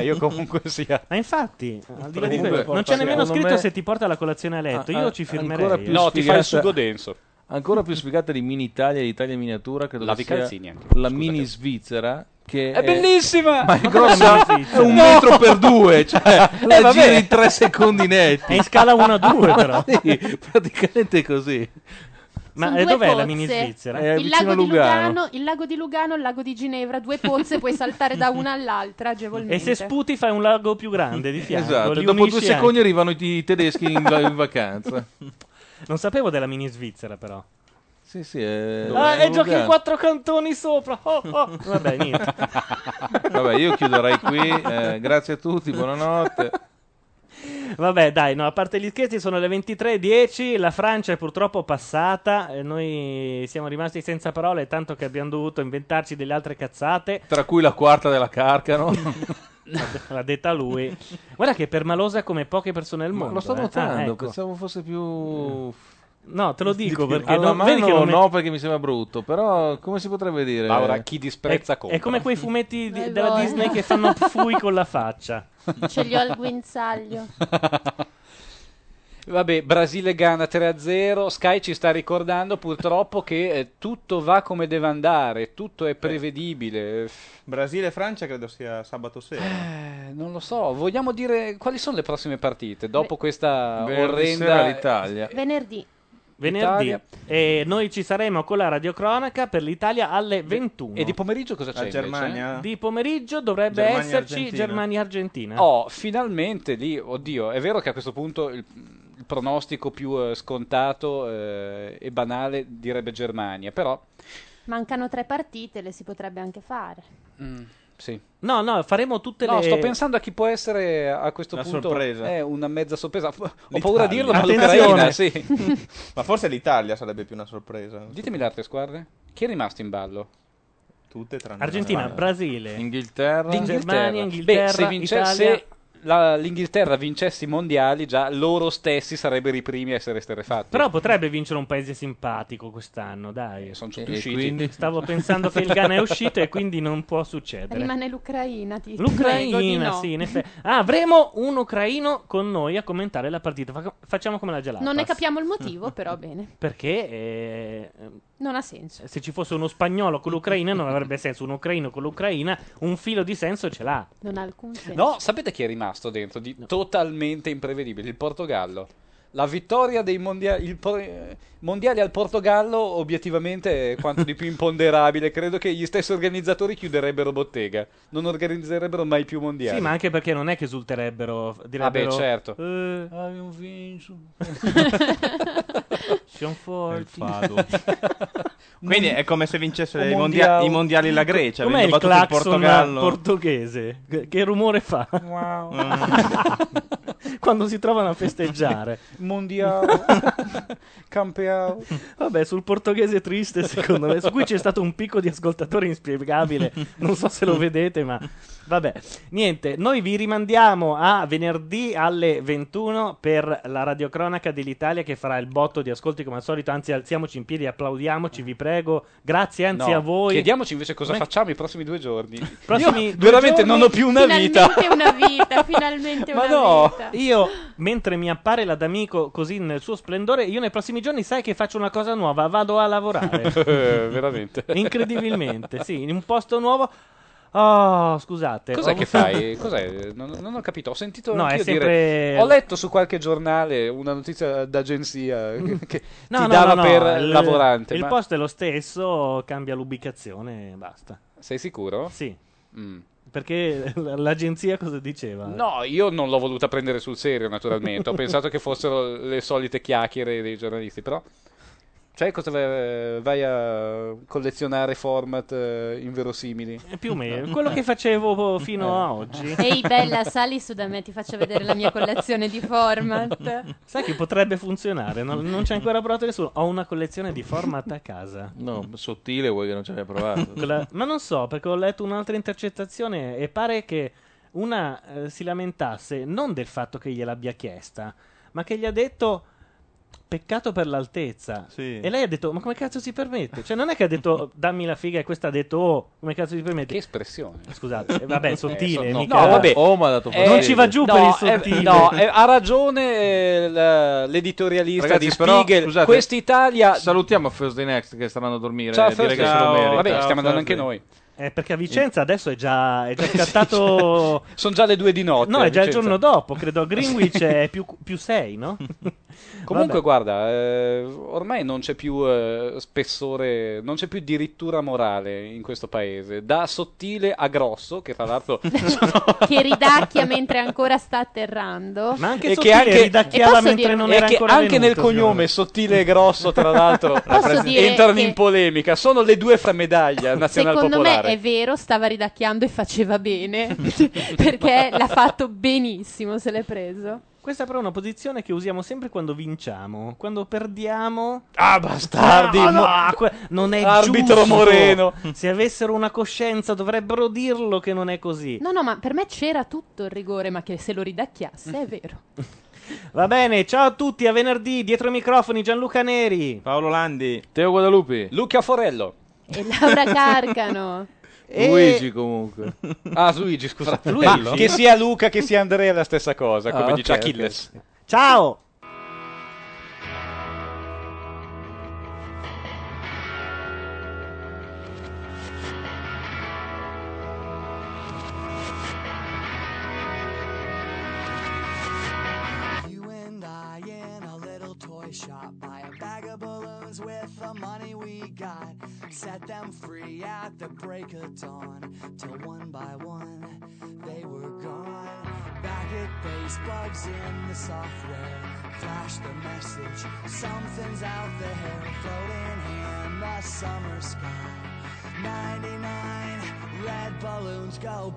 Speaker 2: *laughs*
Speaker 4: io comunque sia.
Speaker 2: Ma infatti, al di là di
Speaker 4: Comunque,
Speaker 2: quello, non c'è
Speaker 4: porta-
Speaker 2: nemmeno
Speaker 4: secondo
Speaker 2: scritto
Speaker 4: me-
Speaker 2: se ti porta la colazione a letto.
Speaker 14: Ah,
Speaker 2: Io
Speaker 14: ah,
Speaker 2: ci
Speaker 14: ancora
Speaker 2: firmerei.
Speaker 14: più
Speaker 2: eh.
Speaker 4: No, ti fa il
Speaker 14: sfigata-
Speaker 4: sugo denso.
Speaker 14: Ancora più sfigata di Mini Italia e di Italia in miniatura, credo
Speaker 4: La
Speaker 14: che
Speaker 4: Vicalzini
Speaker 14: sia
Speaker 4: anche,
Speaker 14: la Mini Svizzera che
Speaker 4: È bellissima!
Speaker 14: Ma è
Speaker 4: Ma
Speaker 14: grossa,
Speaker 4: come la Mini
Speaker 14: è un
Speaker 4: Svizzera?
Speaker 14: metro
Speaker 4: No!
Speaker 14: per due, cioè
Speaker 4: Eh,
Speaker 14: la
Speaker 4: vabbè.
Speaker 14: giri in tre secondi netti.
Speaker 2: È in scala 1 a 2 però.
Speaker 14: *laughs* Sì, praticamente è così.
Speaker 2: Ma
Speaker 12: Sono
Speaker 2: eh,
Speaker 12: due
Speaker 2: dov'è la
Speaker 12: pozze.
Speaker 2: mini Svizzera?
Speaker 14: È
Speaker 12: il
Speaker 14: Eh, vicino
Speaker 12: lago
Speaker 14: a
Speaker 12: di
Speaker 14: Lugano.
Speaker 12: Lugano, il lago di Lugano, il lago di Ginevra, due pozze, puoi saltare da una all'altra agevolmente.
Speaker 2: E se sputi fai un lago più grande di fianco.
Speaker 14: esatto,
Speaker 2: li
Speaker 14: e dopo
Speaker 2: unisci
Speaker 14: due secondi
Speaker 2: anche.
Speaker 14: arrivano i i tedeschi in, in vacanza.
Speaker 2: *laughs* Non sapevo della mini Svizzera però.
Speaker 14: Sì, sì, è...
Speaker 2: Ah, e giochi in
Speaker 14: Lugano.
Speaker 2: quattro cantoni sopra. Oh, oh. Vabbè, niente.
Speaker 14: *laughs* Vabbè, io chiuderei qui. eh, grazie a tutti, buonanotte.
Speaker 2: Vabbè, dai, no, a parte gli scherzi, sono le 23.10. La Francia è purtroppo passata. e noi siamo rimasti senza parole, tanto che abbiamo dovuto inventarci delle altre
Speaker 14: *laughs*
Speaker 2: cazzate.
Speaker 14: Tra cui la quarta della Carcano.
Speaker 2: L'ha detta lui. Guarda che è permalosa come poche persone al
Speaker 14: Ma
Speaker 2: mondo.
Speaker 14: lo sto
Speaker 2: eh.
Speaker 14: notando,
Speaker 2: Ah, ecco.
Speaker 14: pensavo fosse più...
Speaker 2: No, te lo dico
Speaker 14: Di più.
Speaker 2: perché
Speaker 14: Alla
Speaker 2: non-
Speaker 14: mano
Speaker 2: vedi che non met-
Speaker 14: no, perché mi sembra brutto, però come si potrebbe dire?
Speaker 4: Laura, chi disprezza
Speaker 14: è,
Speaker 2: È come quei fumetti di-
Speaker 12: Eh,
Speaker 2: della
Speaker 12: voi.
Speaker 2: Disney
Speaker 6: *laughs*
Speaker 2: che fanno fui con la faccia.
Speaker 12: Ce li ho al guinzaglio.
Speaker 4: *laughs* Vabbè, Brasile-Ghana 3-0. Sky ci sta ricordando purtroppo che eh, tutto va come deve andare, tutto è prevedibile.
Speaker 5: Brasile-Francia credo sia sabato sera.
Speaker 4: Eh, non lo so, vogliamo dire quali sono le prossime partite dopo questa
Speaker 14: Venerdì
Speaker 4: orrenda
Speaker 14: sera l'Italia.
Speaker 12: Venerdì.
Speaker 2: Venerdì
Speaker 4: Italia.
Speaker 2: e noi ci saremo con la radiocronaca per l'Italia alle 21.
Speaker 4: E di pomeriggio cosa c'è?
Speaker 5: La Germania?
Speaker 4: invece?
Speaker 2: Di pomeriggio dovrebbe
Speaker 4: Germania,
Speaker 2: esserci
Speaker 4: Argentina.
Speaker 2: Germania-Argentina.
Speaker 4: Oh, finalmente lì, oddio, è vero che a questo punto il, il pronostico più eh, scontato eh, e banale direbbe Germania, però
Speaker 12: Mancano tre partite, le si potrebbe anche fare.
Speaker 4: mm, sì.
Speaker 2: No, no, faremo tutte
Speaker 4: No,
Speaker 2: le
Speaker 4: sto pensando a chi può essere a questo
Speaker 5: Una
Speaker 4: punto
Speaker 5: sorpresa.
Speaker 4: eh, una mezza sorpresa. Ho
Speaker 5: L'Italia.
Speaker 4: paura a dirlo, ma
Speaker 5: Attenzione.
Speaker 4: l'Ucraina, sì.
Speaker 5: Ma forse l'Italia sarebbe più una sorpresa.
Speaker 4: Ditemi le altre squadre. Chi è rimasto in ballo?
Speaker 5: *laughs* Tutte tranne
Speaker 2: Argentina,
Speaker 5: la Spagna.
Speaker 2: Brasile,
Speaker 14: Inghilterra,
Speaker 2: Germania,
Speaker 4: Beh,
Speaker 2: Inghilterra,
Speaker 4: se vince-
Speaker 2: Italia.
Speaker 4: se la- l'Inghilterra vincesse i mondiali, già loro stessi sarebbero i primi a essere esterefatti.
Speaker 2: Però potrebbe vincere un paese simpatico quest'anno, dai.
Speaker 4: Sono
Speaker 14: tutti E usciti. quindi?
Speaker 2: Stavo pensando che il Ghana è uscito e quindi non può succedere.
Speaker 6: Rimane l'Ucraina, ti prego di
Speaker 2: L'Ucraina,
Speaker 6: no.
Speaker 2: sì, in effetti. Ah, avremo un ucraino con noi a commentare la partita. Fa- facciamo come la gelata.
Speaker 12: Non ne capiamo il motivo, però bene.
Speaker 2: Perché eh,
Speaker 12: Non ha senso.
Speaker 2: se ci fosse uno spagnolo con l'Ucraina non avrebbe senso. Un ucraino con l'Ucraina un filo di senso ce l'ha.
Speaker 12: Non ha alcun senso.
Speaker 4: No, Oh, sapete chi è rimasto dentro di totalmente imprevedibile? Il Portogallo. La vittoria dei mondia- il por- eh, mondiali al Portogallo, obiettivamente, è
Speaker 2: *laughs*
Speaker 4: quanto di più imponderabile. Credo che gli stessi organizzatori chiuderebbero bottega. Non organizzerebbero mai più mondiali.
Speaker 2: Sì, ma anche perché non è che esulterebbero. Direbbero,
Speaker 4: Vabbè, certo.
Speaker 2: "Eh,
Speaker 13: Abbiamo
Speaker 14: *laughs*
Speaker 13: vinto.
Speaker 2: Siamo forti. *laughs*
Speaker 5: Il fado. Quindi è come se vincesse
Speaker 2: Un
Speaker 5: i mondia-
Speaker 2: mondiale.
Speaker 5: i mondiali la Grecia,
Speaker 2: Com'è
Speaker 5: avendo
Speaker 2: il
Speaker 5: battuto il
Speaker 2: clacson
Speaker 5: Portogallo?
Speaker 2: portoghese? Che, che rumore fa?
Speaker 13: Wow.
Speaker 2: *laughs* Quando si trovano a festeggiare. *laughs*
Speaker 4: Mondiale. Campeao.
Speaker 2: Vabbè, sul portoghese triste, secondo me. Su cui c'è stato un picco di ascoltatore
Speaker 4: *laughs*
Speaker 2: inspiegabile. Non so se lo vedete, ma. Vabbè, niente, noi vi rimandiamo a venerdì alle 21 per la radiocronaca dell'Italia che farà il botto di ascolti come al solito, anzi alziamoci in piedi, applaudiamoci, vi prego, grazie anzi
Speaker 4: No,
Speaker 2: a voi.
Speaker 4: Chiediamoci invece cosa
Speaker 2: Com'è-
Speaker 4: facciamo i prossimi due giorni.
Speaker 2: Prossimi
Speaker 4: Io
Speaker 2: due
Speaker 4: veramente
Speaker 2: giorni-
Speaker 4: non ho più una vita.
Speaker 17: Finalmente una vita,
Speaker 4: *laughs*
Speaker 17: finalmente
Speaker 2: Ma
Speaker 17: una
Speaker 2: no,
Speaker 17: vita.
Speaker 2: io mentre mi appare la D'Amico così nel suo splendore, io nei prossimi giorni sai che faccio una cosa nuova, vado a lavorare.
Speaker 4: Eh, *laughs* veramente.
Speaker 2: Incredibilmente, sì, in un posto nuovo. Oh, scusate.
Speaker 4: Cos'è
Speaker 2: ho
Speaker 4: che
Speaker 2: avuto- *laughs*
Speaker 4: fai? Cos'è? Non, non ho capito. Ho sentito.
Speaker 2: No, è
Speaker 4: anch'io
Speaker 2: sempre-
Speaker 4: dire- Ho letto su qualche giornale una notizia d'agenzia che, che
Speaker 2: Mm. No,
Speaker 4: eh.
Speaker 2: no,
Speaker 4: ti dava
Speaker 2: no, no,
Speaker 4: per
Speaker 2: il-
Speaker 4: lavorante.
Speaker 2: Il
Speaker 4: ma
Speaker 2: posto è lo stesso, cambia l'ubicazione e basta.
Speaker 4: Sei sicuro?
Speaker 2: Sì.
Speaker 4: Mm.
Speaker 2: Perché l- l'agenzia cosa diceva?
Speaker 4: No, io non l'ho voluta prendere sul serio, naturalmente. ho pensato che fossero le solite chiacchiere dei giornalisti, però. Cioè, cosa vai, vai a collezionare format eh, inverosimili?
Speaker 2: Più o meno, Eh, quello che facevo fino a oggi.
Speaker 17: *laughs* Ehi bella, sali su da me, ti faccio vedere la mia collezione di
Speaker 4: *laughs*
Speaker 17: format.
Speaker 2: Sai che potrebbe funzionare, non, non c'è ancora provato nessuno. Ho una collezione di format a casa.
Speaker 14: No, sottile vuoi che non ci abbia provato.
Speaker 2: *laughs* Quella- ma non so, perché ho letto un'altra intercettazione e pare che una eh, si lamentasse non del fatto che gliel'abbia chiesta, ma che gli ha detto peccato per l'altezza. E lei ha detto, ma come cazzo si permette? Cioè non è che ha detto dammi la figa e questa ha detto oh, come cazzo si permette? Che
Speaker 4: espressione.
Speaker 2: Scusate, eh, vabbè, sottile.
Speaker 4: so- no,
Speaker 2: mica- Eh,
Speaker 4: no, vabbè. Eh,
Speaker 14: Oh, ma ha dato
Speaker 2: Non ci va giù
Speaker 4: no,
Speaker 2: per il
Speaker 4: eh,
Speaker 2: sottile.
Speaker 4: no, eh, ha ragione eh, l- l'editorialista
Speaker 14: Ragazzi,
Speaker 4: di
Speaker 14: però,
Speaker 4: Spiegel.
Speaker 14: scusate,
Speaker 4: Quest'Italia
Speaker 14: Salutiamo Thursday Next che staranno a dormire.
Speaker 4: Ciao,
Speaker 14: direi che
Speaker 4: Thursday.
Speaker 14: se lo
Speaker 4: Ciao.
Speaker 14: merita.
Speaker 4: Vabbè, stiamo andando anche noi.
Speaker 2: Eh, perché a Vicenza adesso è già, è già
Speaker 4: *laughs*
Speaker 2: scattato.
Speaker 4: Sono già le due di notte.
Speaker 2: No, è
Speaker 4: a
Speaker 2: già il
Speaker 4: Vicenza.
Speaker 2: giorno dopo, credo. A
Speaker 4: *laughs*
Speaker 2: Greenwich è più, più 6, no?
Speaker 4: Comunque,
Speaker 2: Vabbè.
Speaker 4: guarda, eh, ormai non c'è più eh, spessore, non c'è più dirittura morale in questo paese. Da sottile a grosso, che tra l'altro *laughs*
Speaker 12: Che ridacchia mentre ancora sta atterrando.
Speaker 2: Ma anche
Speaker 4: e che anche,
Speaker 12: E posso dire-
Speaker 4: e che anche nel cognome sottile e grosso, tra l'altro,
Speaker 12: Posso dire
Speaker 4: entrano
Speaker 12: che-
Speaker 4: in polemica. Sono le due fra medaglia nazionale
Speaker 12: Secondo
Speaker 4: popolare.
Speaker 12: me è vero, stava ridacchiando e faceva
Speaker 4: *laughs*
Speaker 12: bene, *laughs* perché l'ha fatto benissimo, se l'è preso.
Speaker 2: Questa però è una posizione che usiamo sempre quando vinciamo. Quando perdiamo.
Speaker 4: Ah, bastardi!
Speaker 2: No, no,
Speaker 4: Mo-
Speaker 2: ah, que- non è
Speaker 4: Arbitro
Speaker 2: giusto.
Speaker 4: Moreno.
Speaker 2: Se avessero una coscienza, dovrebbero dirlo che non è così.
Speaker 12: No, no, ma per me c'era tutto il rigore, ma che se lo ridacchiasse, è vero.
Speaker 2: Va bene, ciao a tutti, a venerdì. Dietro i microfoni, Gianluca Neri,
Speaker 5: Paolo Landi,
Speaker 14: Teo Guadalupi,
Speaker 4: Luca Forello.
Speaker 12: E
Speaker 4: *laughs*
Speaker 12: Laura Carcano.
Speaker 3: Eh,
Speaker 14: Luigi comunque.
Speaker 4: Ah, Luigi, scusate.
Speaker 14: Fratello?
Speaker 4: Ma che sia Luca che sia Andrea è la stessa cosa,
Speaker 14: Ah,
Speaker 4: come
Speaker 14: ok,
Speaker 4: dice
Speaker 14: ok.
Speaker 4: Achilles.
Speaker 2: Ciao!
Speaker 19: You and I in a little toy shop buy a bag of balloons with the money we got. Set them free at the break of dawn. Till one by one they were gone. Back at base, bugs in the software. Flash the message, something's out there floating in the summer sky. 99 red balloons go.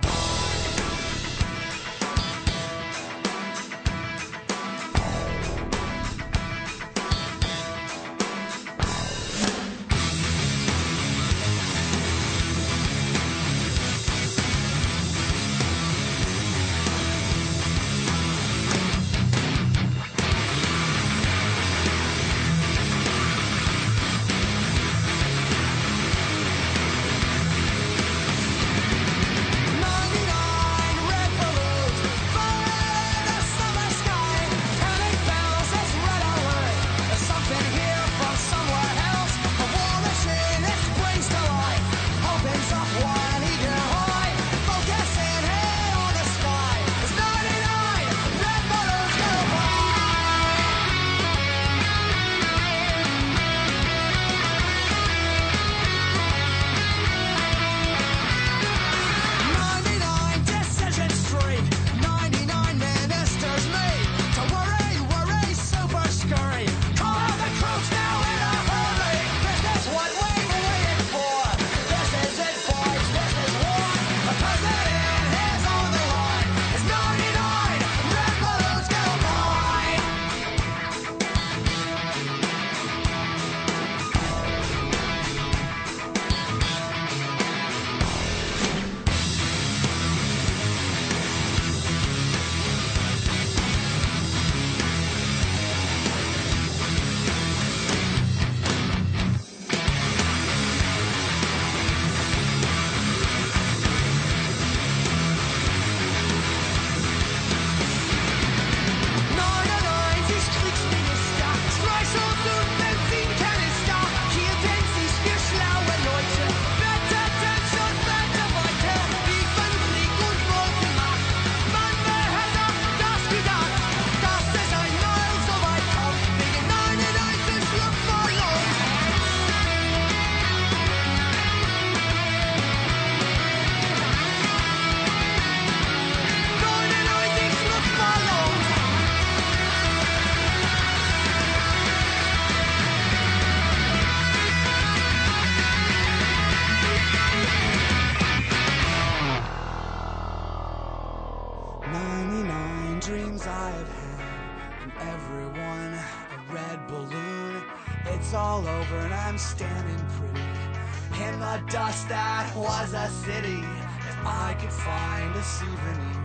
Speaker 19: it's all over and I'm standing pretty in the dust that was a city. If I could find a souvenir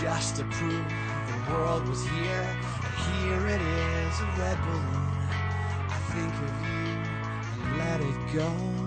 Speaker 19: just to prove the world was here, and here it is, a red balloon. I think of you and let it go.